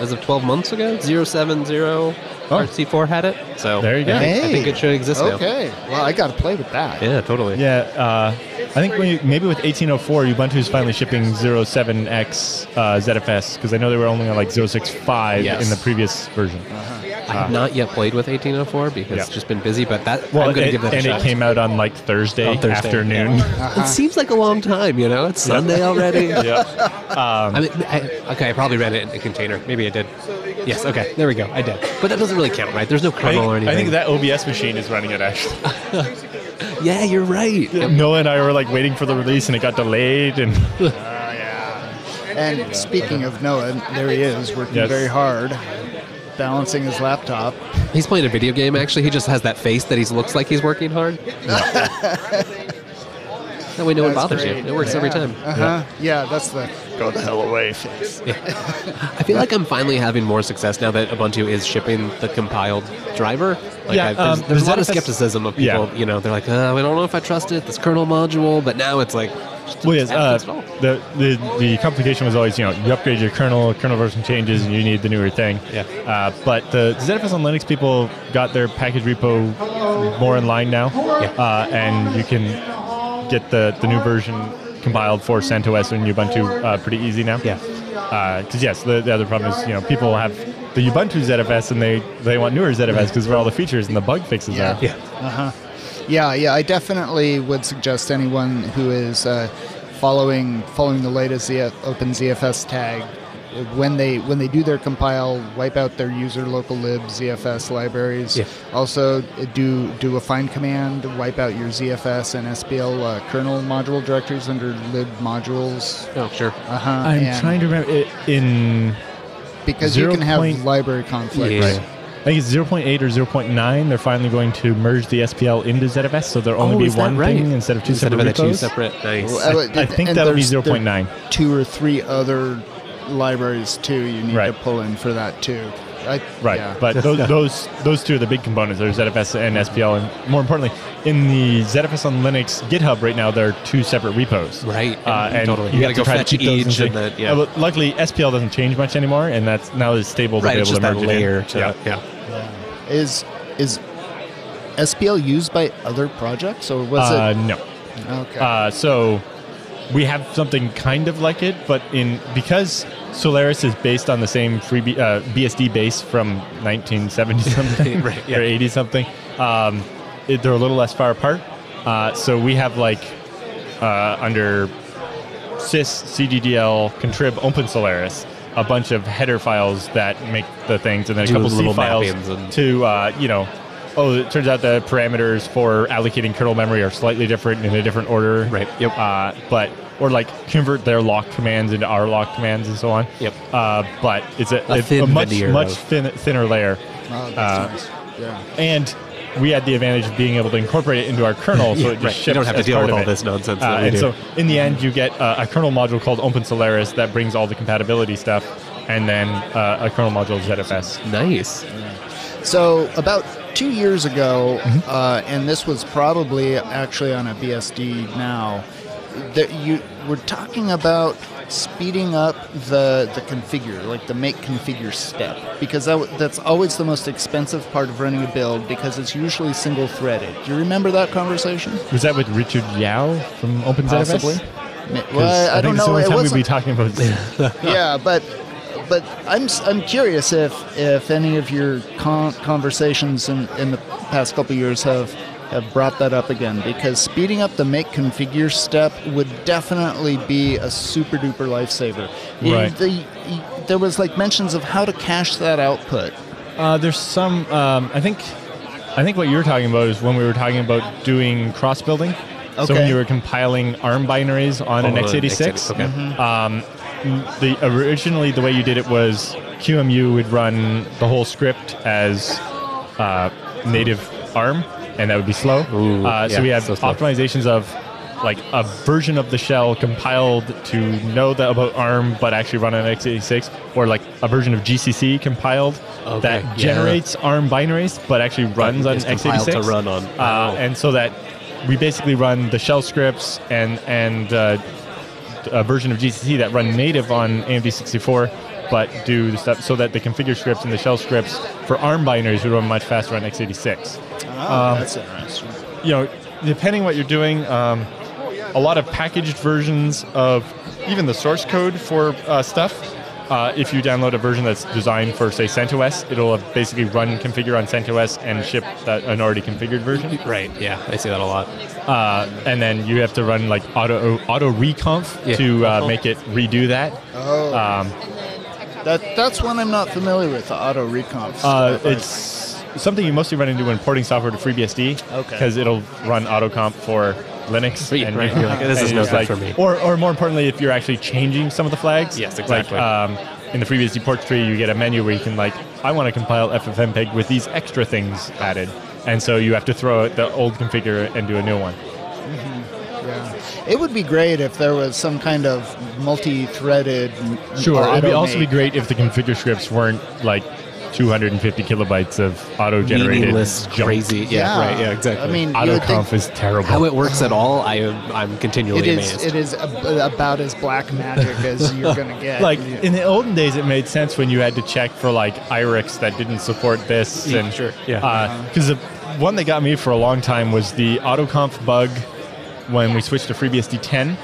S5: as of 12 months ago, 070 RC4 had it. So
S2: Oh. There you go.
S5: I think, I think it should exist now.
S3: Okay, well, I got to play with that.
S5: Yeah. Totally.
S2: yeah, uh, I think when you, maybe with 1804, Ubuntu is finally shipping 07x uh, ZFS because I know they were only on like 065
S5: Yes.
S2: in the previous version.
S5: I have not yet played with 1804 because
S2: Uh-huh. Yeah.
S5: it's just been busy. But that
S2: Well,
S5: I'm going to
S2: it-
S5: give that
S2: and
S5: a shot.
S2: it came out on like Thursday,
S5: On Thursday,
S2: afternoon.
S5: It seems like a long time, you know. It's Sunday already. I mean, I, okay, I probably read it in a container. Maybe I did. Yes. Okay. There we go. I did. But that doesn't really count, right? There's no
S2: I,
S5: kernel or
S2: think,
S5: anything.
S2: that OBS machine is running it actually.
S5: Yeah, you're right.
S2: Noah and I were like waiting for the release and it got delayed and
S3: And speaking of Noah, there he is working
S2: Yes.
S3: very hard. balancing his laptop.
S5: He's playing a video game, actually. He just has that face that he looks like he's working hard. that way no one
S3: That's
S5: bothers
S3: great.
S5: you. It works every
S3: Yeah.
S5: time.
S3: Uh-huh. Yeah. that's the.
S2: Go the hell away face.
S5: I feel like I'm finally having more success now that Ubuntu is shipping the compiled driver. Like
S2: Yeah,
S5: I've, there's,
S2: um,
S5: there's a lot of
S2: Xanafest-
S5: skepticism of people.
S2: Yeah.
S5: You know, they're like, uh, I don't know if I trust it. This kernel module, but now it's like, just
S2: Well, yes.
S5: add
S2: Uh,
S5: it to install.
S2: the, the the complication was always you know you upgrade your kernel, kernel version changes, and you need the newer thing.
S5: Yeah.
S2: Uh, but the ZFS on Linux people got their package repo more in line now, uh, and you can get the, the new version compiled for CentOS and Ubuntu uh, pretty easy now.
S5: Yeah.
S2: Because yes, the, the other problem is you know people have the Ubuntu ZFS and they, they want newer ZFS because where all the features and the bug fixes
S3: Yeah.
S2: are.
S5: yeah.
S3: Yeah, yeah. I definitely would suggest anyone who is uh, following following the latest Z- Open ZFS tag uh, when they when they do their compile, wipe out their user local lib ZFS libraries.
S5: Yeah.
S3: Also, uh, do do a find command, wipe out your ZFS and SPL uh, kernel module directories under lib modules.
S5: Oh, sure.
S3: Uh huh.
S2: I'm trying to remember it, in
S3: because you can have
S2: 0.8
S3: library conflict.
S5: Yeah.
S2: Right. I think it's 0.8 or 0.9. They're finally going to merge the SPL into ZFS, so there'll only
S5: Oh,
S2: be
S5: is that
S2: one
S5: right?
S2: thing instead of two
S5: Instead of
S2: separate
S5: the two
S2: repos.
S5: separate. Nice.
S3: Well,
S2: I- I think
S3: and
S2: that'll be
S3: there's- there are
S2: 0.9.
S3: Two or three other libraries too. You need
S2: Right.
S3: to pull in for that too. I,
S2: Right,
S3: yeah.
S2: but those, those those two are the big components. There's ZFS and SPL, and more importantly, in the ZFS on Linux GitHub right now, there are two separate repos.
S5: Right,
S2: uh, and
S5: totally.
S2: You,
S5: You gotta
S2: have to
S5: go
S2: try
S5: fetch
S2: to keep those in
S5: each and
S2: sync.
S5: then- yeah.
S2: Uh, well, luckily, SPL doesn't change much anymore, and that's now it's stable to
S5: right.
S2: be
S5: It's
S2: able
S5: just
S2: to
S5: that
S2: merge it in.
S5: layer. To,
S2: yeah.
S5: yeah.
S3: is is SPL used by other projects or was
S2: Uh, no.
S3: it okay?
S2: Uh, so we have something kind of like it, but in because Solaris is based on the same free B, uh, BSD base from 1970 something
S5: Right, yeah.
S2: or 80 something. Um, it, they're a little less far apart. Uh, so we have like uh, under sys cddl contrib open solaris a bunch of header files that make the things and then
S5: Do
S2: a couple
S5: little
S2: c files
S5: mappings and-
S2: to uh, you know oh it turns out the parameters for allocating kernel memory are slightly different in a different order
S5: Right, yep.
S2: uh, but or like convert their lock commands into our lock commands and so on
S5: Yep.
S2: uh, but it's a,
S5: A
S2: it's
S5: thin
S2: a much
S5: veneer
S2: much
S5: of-
S2: thin, thinner layer
S3: oh, that's
S2: uh,
S3: nice. Yeah.
S2: and we had the advantage of being able to incorporate it into our kernel, so
S5: Yeah,
S2: it just
S5: right.
S2: ships
S5: You don't have to
S2: as
S5: deal
S2: part
S5: with
S2: of
S5: all
S2: it.
S5: this nonsense
S2: Uh,
S5: that we
S2: and
S5: do.
S2: so, in the end, you get uh, a kernel module called Open Solaris that brings all the compatibility stuff, and then uh, a kernel module ZFS.
S5: Nice.
S3: So about two years ago, uh, and this was probably actually on a BSD now, that you were talking about speeding up the the configure, like the make configure step, because that, w- that's always the most expensive part of running a build because it's usually single threaded. Do you remember that conversation?
S2: Was that with Richard Yao from OpenZFS?
S3: Possibly. Ma-
S2: 'Cause
S3: Well,
S2: think
S3: I, don't
S2: it's the
S3: know.
S2: only
S3: It
S2: time we'd be
S3: wasn't-
S2: talking about
S3: yeah, but but I'm s- I'm curious if if any of your con- conversations in, in the past couple years have have brought that up again because speeding up the make configure step would definitely be a super duper lifesaver. You-
S2: Right.
S3: the- y- there was like mentions of how to cache that output.
S2: Uh, there's some. Um, I think. I think what you were talking about is when we were talking about doing cross building. So when
S3: Okay.
S2: you were compiling ARM binaries on an
S5: Oh,
S2: x86,
S5: Okay.
S2: um,
S3: Mm-hmm.
S2: the originally the way you did it was QMU would run the whole script as uh, native ARM, and that would be slow.
S5: Ooh,
S2: uh, so
S5: yeah,
S2: we had
S5: so slow.
S2: optimizations of like a version of the shell compiled to know that about ARM, but actually run on x86, or like a version of GCC compiled
S5: Okay, yeah.
S2: that generates ARM binaries, but actually runs on
S5: it's compiled
S2: x86
S5: to run on.
S2: uh,
S5: Oh.
S2: and so that we basically run the shell scripts and and uh, a version of GCC that run native on AMD 64, but do the stuff so that the configure scripts and the shell scripts for ARM binaries would run much faster on x86. Um,
S3: that's interesting.
S2: You know, depending what you're doing, um, a lot of packaged versions of even the source code for uh, stuff. Uh, if you download a version that's designed for, say, CentOS, it'll have basically run configure on CentOS and ship that an already configured version.
S5: Right. Yeah. I see that a lot.
S2: Uh, and then you have to run like auto auto reconf
S5: Yeah.
S2: to uh, make it redo that.
S3: Oh,
S2: Um,
S3: that that's one I'm not familiar with. The auto reconf.
S2: uh,
S3: stuff.
S2: it's something you mostly run into when porting software to FreeBSD
S3: Okay.
S2: because it'll run autocomp for Linux.
S5: Right, right. You're like, this
S2: and
S5: is
S2: you're
S5: no
S2: just
S5: good for me.
S2: Or, or more importantly, if you're actually changing some of the flags.
S5: Yes,
S2: like,
S5: exactly.
S2: um, in the FreeBSD port tree, you get a menu where you can like, I want to compile FFmpeg with these extra things added, and so you have to throw out the old configure and do a new one.
S3: Yeah. It would be great if there was some kind of multi-threaded. m-
S2: Sure, it'd be also be
S3: automate.
S2: great if the configure scripts weren't like 250 kilobytes of auto-generated
S5: meaningless,
S2: junk.
S5: crazy. Yeah, right. Yeah, exactly.
S3: I mean, you would think
S2: AutoConf is terrible.
S5: how it works at all, I am I'm continually
S3: it is
S5: amazed.
S3: it is ab- about as black magic as you're gonna get.
S2: like
S3: You-
S2: in the olden days it made sense when you had to check for like IRIX that didn't support this
S5: Yeah,
S2: and
S5: sure, yeah.
S2: because the one that got me for a long time was the autoconf bug when we switched to FreeBSD 10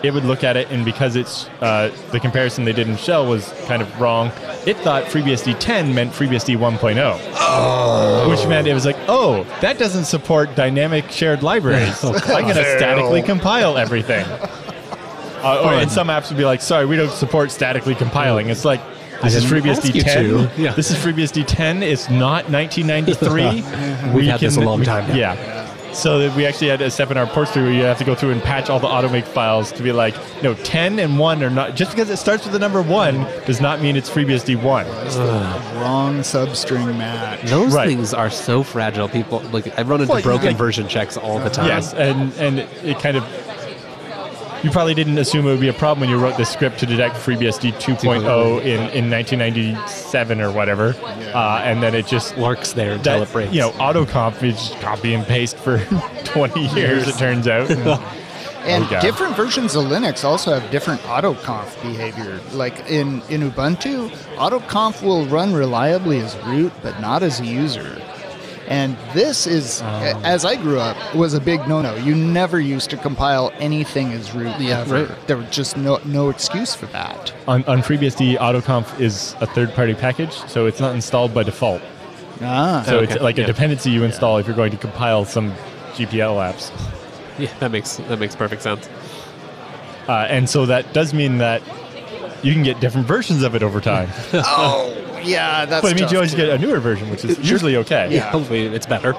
S2: it would look at it and because it's uh, the comparison they did in shell was kind of wrong it thought FreeBSD 10 meant FreeBSD 1.0 which meant it was like, oh, that doesn't support dynamic shared libraries.
S5: Oh,
S2: I'm going to statically compile everything. Uh, or, and some apps would be like, sorry, we don't support statically compiling. It's like, this is
S5: didn't ask
S2: FreeBSD
S5: you
S2: 10.
S5: to. Yeah.
S2: This is FreeBSD 10. It's not 1993.
S5: We've had this a long time now.
S2: Yeah. So that we actually had a step in our port through where you have to go through and patch all the automake files to be like, no, 10 and 1 are not. Just because it starts with the number 1 does not mean it's FreeBSD 1.
S3: wrong substring match.
S5: Those
S2: Right.
S5: things are so fragile. People like I run into
S2: Well,
S5: broken
S2: like-
S5: version checks all the time.
S2: Yes, and and it kind of. You probably didn't assume it would be a problem when you wrote this script to detect FreeBSD 2.0 in, in 1997 or whatever, uh, and then it just
S5: Lark's there until
S2: that,
S5: it breaks.
S2: you know autocomp is just copy and paste for 20 years. It turns out.
S3: And
S2: Okay.
S3: different versions of Linux also have different autoconf behavior. Like in, in Ubuntu, autoconf will run reliably as root, but not as a user. And this is,
S2: Oh.
S3: a- as I grew up, was a big no-no. You never used to compile anything as root
S5: Yeah,
S3: ever.
S5: right.
S3: There was just no no excuse for that.
S2: on, on FreeBSD, autoconf is a third-party package, so it's not installed by default.
S3: Ah,
S2: So
S5: Okay,
S2: it's like
S5: yeah.
S2: a dependency you install if you're going to compile some GPL apps.
S5: Yeah, that makes that makes perfect sense.
S2: Uh, and so that does mean that you can get different versions of it over time.
S3: Oh, yeah, that's.
S2: but it means
S3: tough
S2: you always
S3: too.
S2: get a newer version, which is usually okay.
S3: Yeah.
S5: Hopefully it's better.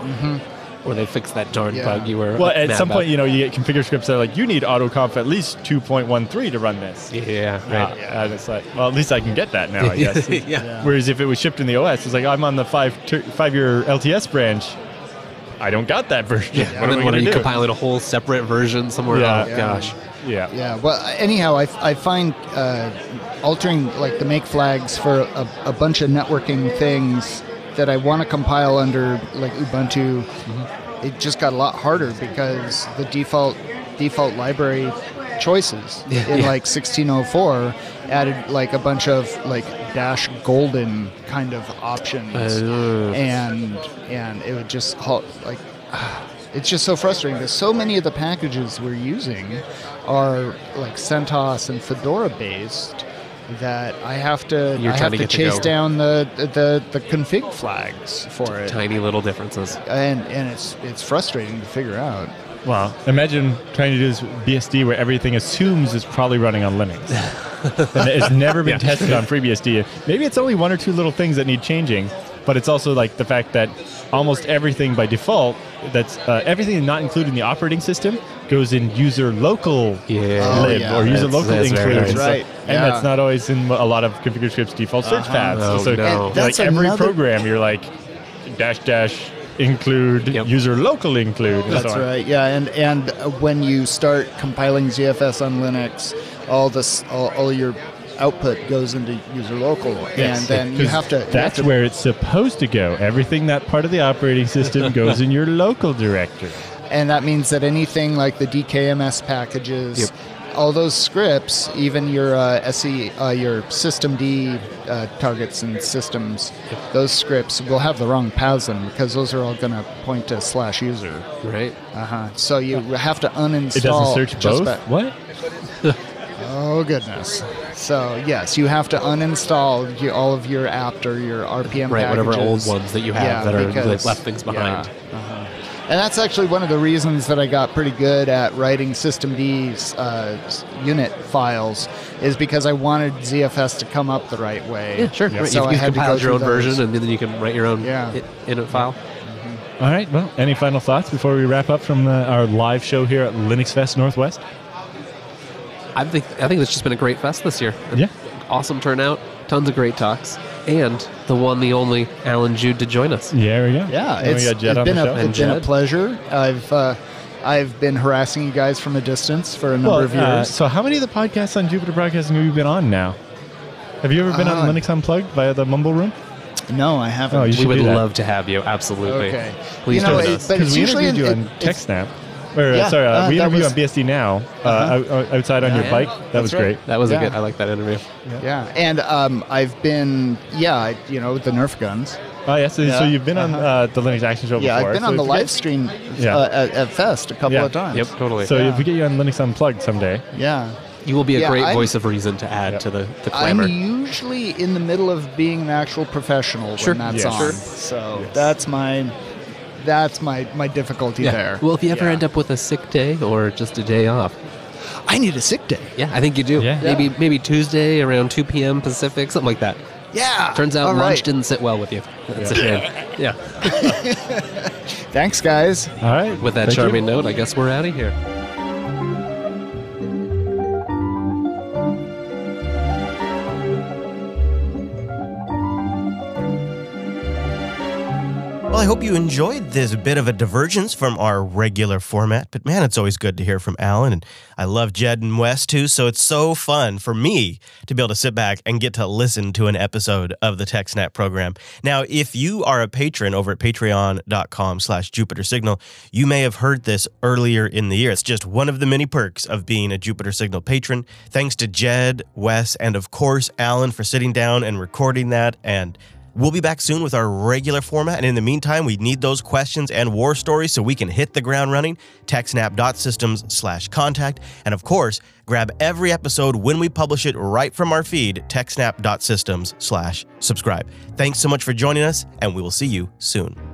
S5: Or they fix that darn
S3: Mm-hmm. Yeah.
S5: bug you were
S2: Well, at
S5: mad
S2: some
S5: about.
S2: point, you know, you get configure scripts that are like, you need autoconf at least 2.13 to run this.
S5: Yeah,
S2: Uh,
S5: right.
S2: And it's like, well, at least I can get that now, I guess.
S5: yeah.
S2: Whereas if it was shipped in the OS, it's like, I'm on the five ter- five year LTS branch. I don't got that version. What
S5: and
S2: am I
S5: then what are
S2: going
S5: you
S2: to do?
S5: compiling a whole separate version somewhere?
S2: Yeah.
S5: Oh
S2: Yeah.
S5: gosh.
S2: Yeah.
S3: Yeah. Well, anyhow, I, I find uh, altering like the make flags for a, a bunch of networking things that I want to compile under like Ubuntu. It just got a lot harder because the default default library choices in
S5: Yeah.
S3: like 1604 added like a bunch of like dash golden kind of options
S5: Oh.
S3: and and it would just halt like it's just so frustrating because so many of the packages we're using are like CentOS and Fedora based that I have to
S5: You're
S3: I
S5: trying
S3: have
S5: to
S3: to,
S5: get to
S3: chase
S5: go.
S3: down the, the the config flags for it,
S5: Tiny little differences.
S3: and and it's it's frustrating to figure out.
S2: Wow. Imagine trying to do this with BSD where everything assumes it's probably running on Linux. and it's never been tested on FreeBSD. Maybe it's only one or two little things that need changing, but it's also like the fact that almost everything by default that's uh, everything not included in the operating system goes in user local
S5: Yeah.
S3: Oh,
S2: lib
S3: yeah.
S2: or user
S5: That's-
S2: local
S5: that's
S2: include.
S5: very
S2: and
S5: nice.
S2: stuff.
S3: Right,
S2: And
S3: yeah.
S2: that's not always in a lot of configure scripts default search paths.
S5: Oh,
S2: so
S5: no. And
S3: that's
S2: like every
S3: another-
S2: program you're like dash dash include
S5: Yep.
S2: user local include and
S3: That's
S2: so on.
S3: right. Yeah, and and uh, when you start compiling ZFS on Linux, all this all, all your output goes into user local, and then you
S2: 'Cause
S3: have to. you have
S2: That's
S3: to-
S2: where it's supposed to go. Everything that part of the operating system goes in your local directory.
S3: and that means that anything like the DKMS packages, all those scripts, even your uh, SE, uh, your systemd uh, targets and systems, those scripts will have the wrong paths in 'em because those are all going to point to slash user.
S5: Right?
S3: Uh huh. So you have to uninstall.
S2: It doesn't search both.
S3: just by-
S2: what?
S3: Oh goodness! So yes, you have to uninstall your, all of your apt or your RPM
S5: Right,
S3: packages.
S5: whatever old ones that you have that are- that left things behind.
S3: yeah, uh-huh. And that's actually one of the reasons that I got pretty good at writing systemd's uh, s- unit files is because I wanted ZFS to come up the right way.
S5: Yeah, sure.
S2: Yeah.
S5: Right.
S3: So
S5: You've-
S3: I
S5: you've
S3: had to go
S5: compiled your
S3: through
S5: own version,
S3: those.
S5: and then you can write your own
S3: Yeah.
S5: i- init file.
S2: All right. Well, any final thoughts before we wrap up from uh, our live show here at Linux Fest Northwest?
S5: I think I think it's just been a great fest this year.
S2: Yeah.
S5: awesome turnout, tons of great talks, and the one, the only Alan Jude to join us.
S2: Yeah, we go.
S3: Yeah,
S2: And we
S3: it's,
S2: got
S3: it's
S2: Jed on
S3: been,
S2: the show.
S3: a, it's been a
S5: Jed.
S3: pleasure. I've uh, I've been harassing you guys from a distance for a number
S2: Well,
S3: of
S2: uh,
S3: years.
S2: so how many of the podcasts on Jupiter Broadcasting have you been on now? Have you ever been on
S3: Uh,
S2: Linux Unplugged via the Mumble Room?
S3: no, I haven't.
S2: Oh, you
S5: we
S2: should
S5: would
S2: do that.
S5: love to have you, absolutely.
S3: Okay.
S5: Please
S3: You know,
S5: join
S3: it-
S5: us.
S3: but it's
S2: Because we
S3: usually
S2: interviewed you
S3: in-
S2: on
S3: it- it's-
S2: TechSnap. Or, uh,
S3: Yeah,
S2: sorry, uh,
S3: uh,
S2: we
S3: that
S2: interviewed
S3: was-
S2: on BSD Now, uh,
S3: Uh-huh.
S2: out- outside on your
S3: Yeah.
S2: bike. That was
S3: That's right.
S2: great.
S5: that was
S3: yeah.
S5: a good. I like that interview.
S3: Yeah, and um, I've been yeah, I- you know, with the Nerf guns.
S2: Oh, yeah, so, so
S3: Yeah.
S2: you've been on
S3: Uh-huh.
S2: uh, the Linux Action Show
S3: Yeah,
S2: before.
S3: I've been
S2: so
S3: on the
S2: if we
S3: live stream
S2: Yeah.
S3: uh, at, at Fest a couple
S2: Yeah.
S3: of times.
S5: Yep, totally.
S2: get- So
S3: Yeah.
S2: if we get you on Linux Unplugged someday,
S3: Yeah.
S5: you will be a
S3: Yeah,
S5: great
S3: I'm-
S5: voice of reason to add
S2: Yeah.
S5: to the, the
S3: I'm
S5: clamor.
S3: usually in the middle of being an actual professional
S5: Sure.
S3: when that's
S2: Yeah.
S3: on.
S2: Sure.
S3: So
S2: Yes.
S3: that's my that's my my difficulty
S5: Yeah.
S3: there.
S5: Well, if you ever
S3: Yeah.
S5: end up with a sick day or just a day off,
S3: I need a sick day.
S5: yeah, I think you do.
S2: Yeah.
S5: Maybe maybe Tuesday around 2 p.m. Pacific, something like that.
S3: Yeah.
S5: Turns out
S3: All
S5: lunch
S3: right.
S5: didn't sit well with you. That's a shame. Yeah.
S3: Thanks, guys.
S2: all right.
S5: With that
S2: thank you.
S5: charming note, I guess we're out of here.
S1: Well, I hope you enjoyed this bit of a divergence from our regular format, but man, it's always good to hear from Alan. And I love Jed and Wes too, so it's so fun for me to be able to sit back and get to listen to an episode of the TechSnap program. Now, if you are a patron over at patreon.com slash Jupiter Signal, you may have heard this earlier in the year. It's just one of the many perks of being a Jupiter Signal patron. Thanks to Jed, Wes, and of course, Alan for sitting down and recording that and We'll be back soon with our regular format. And in the meantime, we need those questions and war stories so we can hit the ground running. TechSnap.systems slash contact. And of course, grab every episode when we publish it right from our feed, TechSnap.systems slash subscribe. Thanks so much for joining us, and we will see you soon.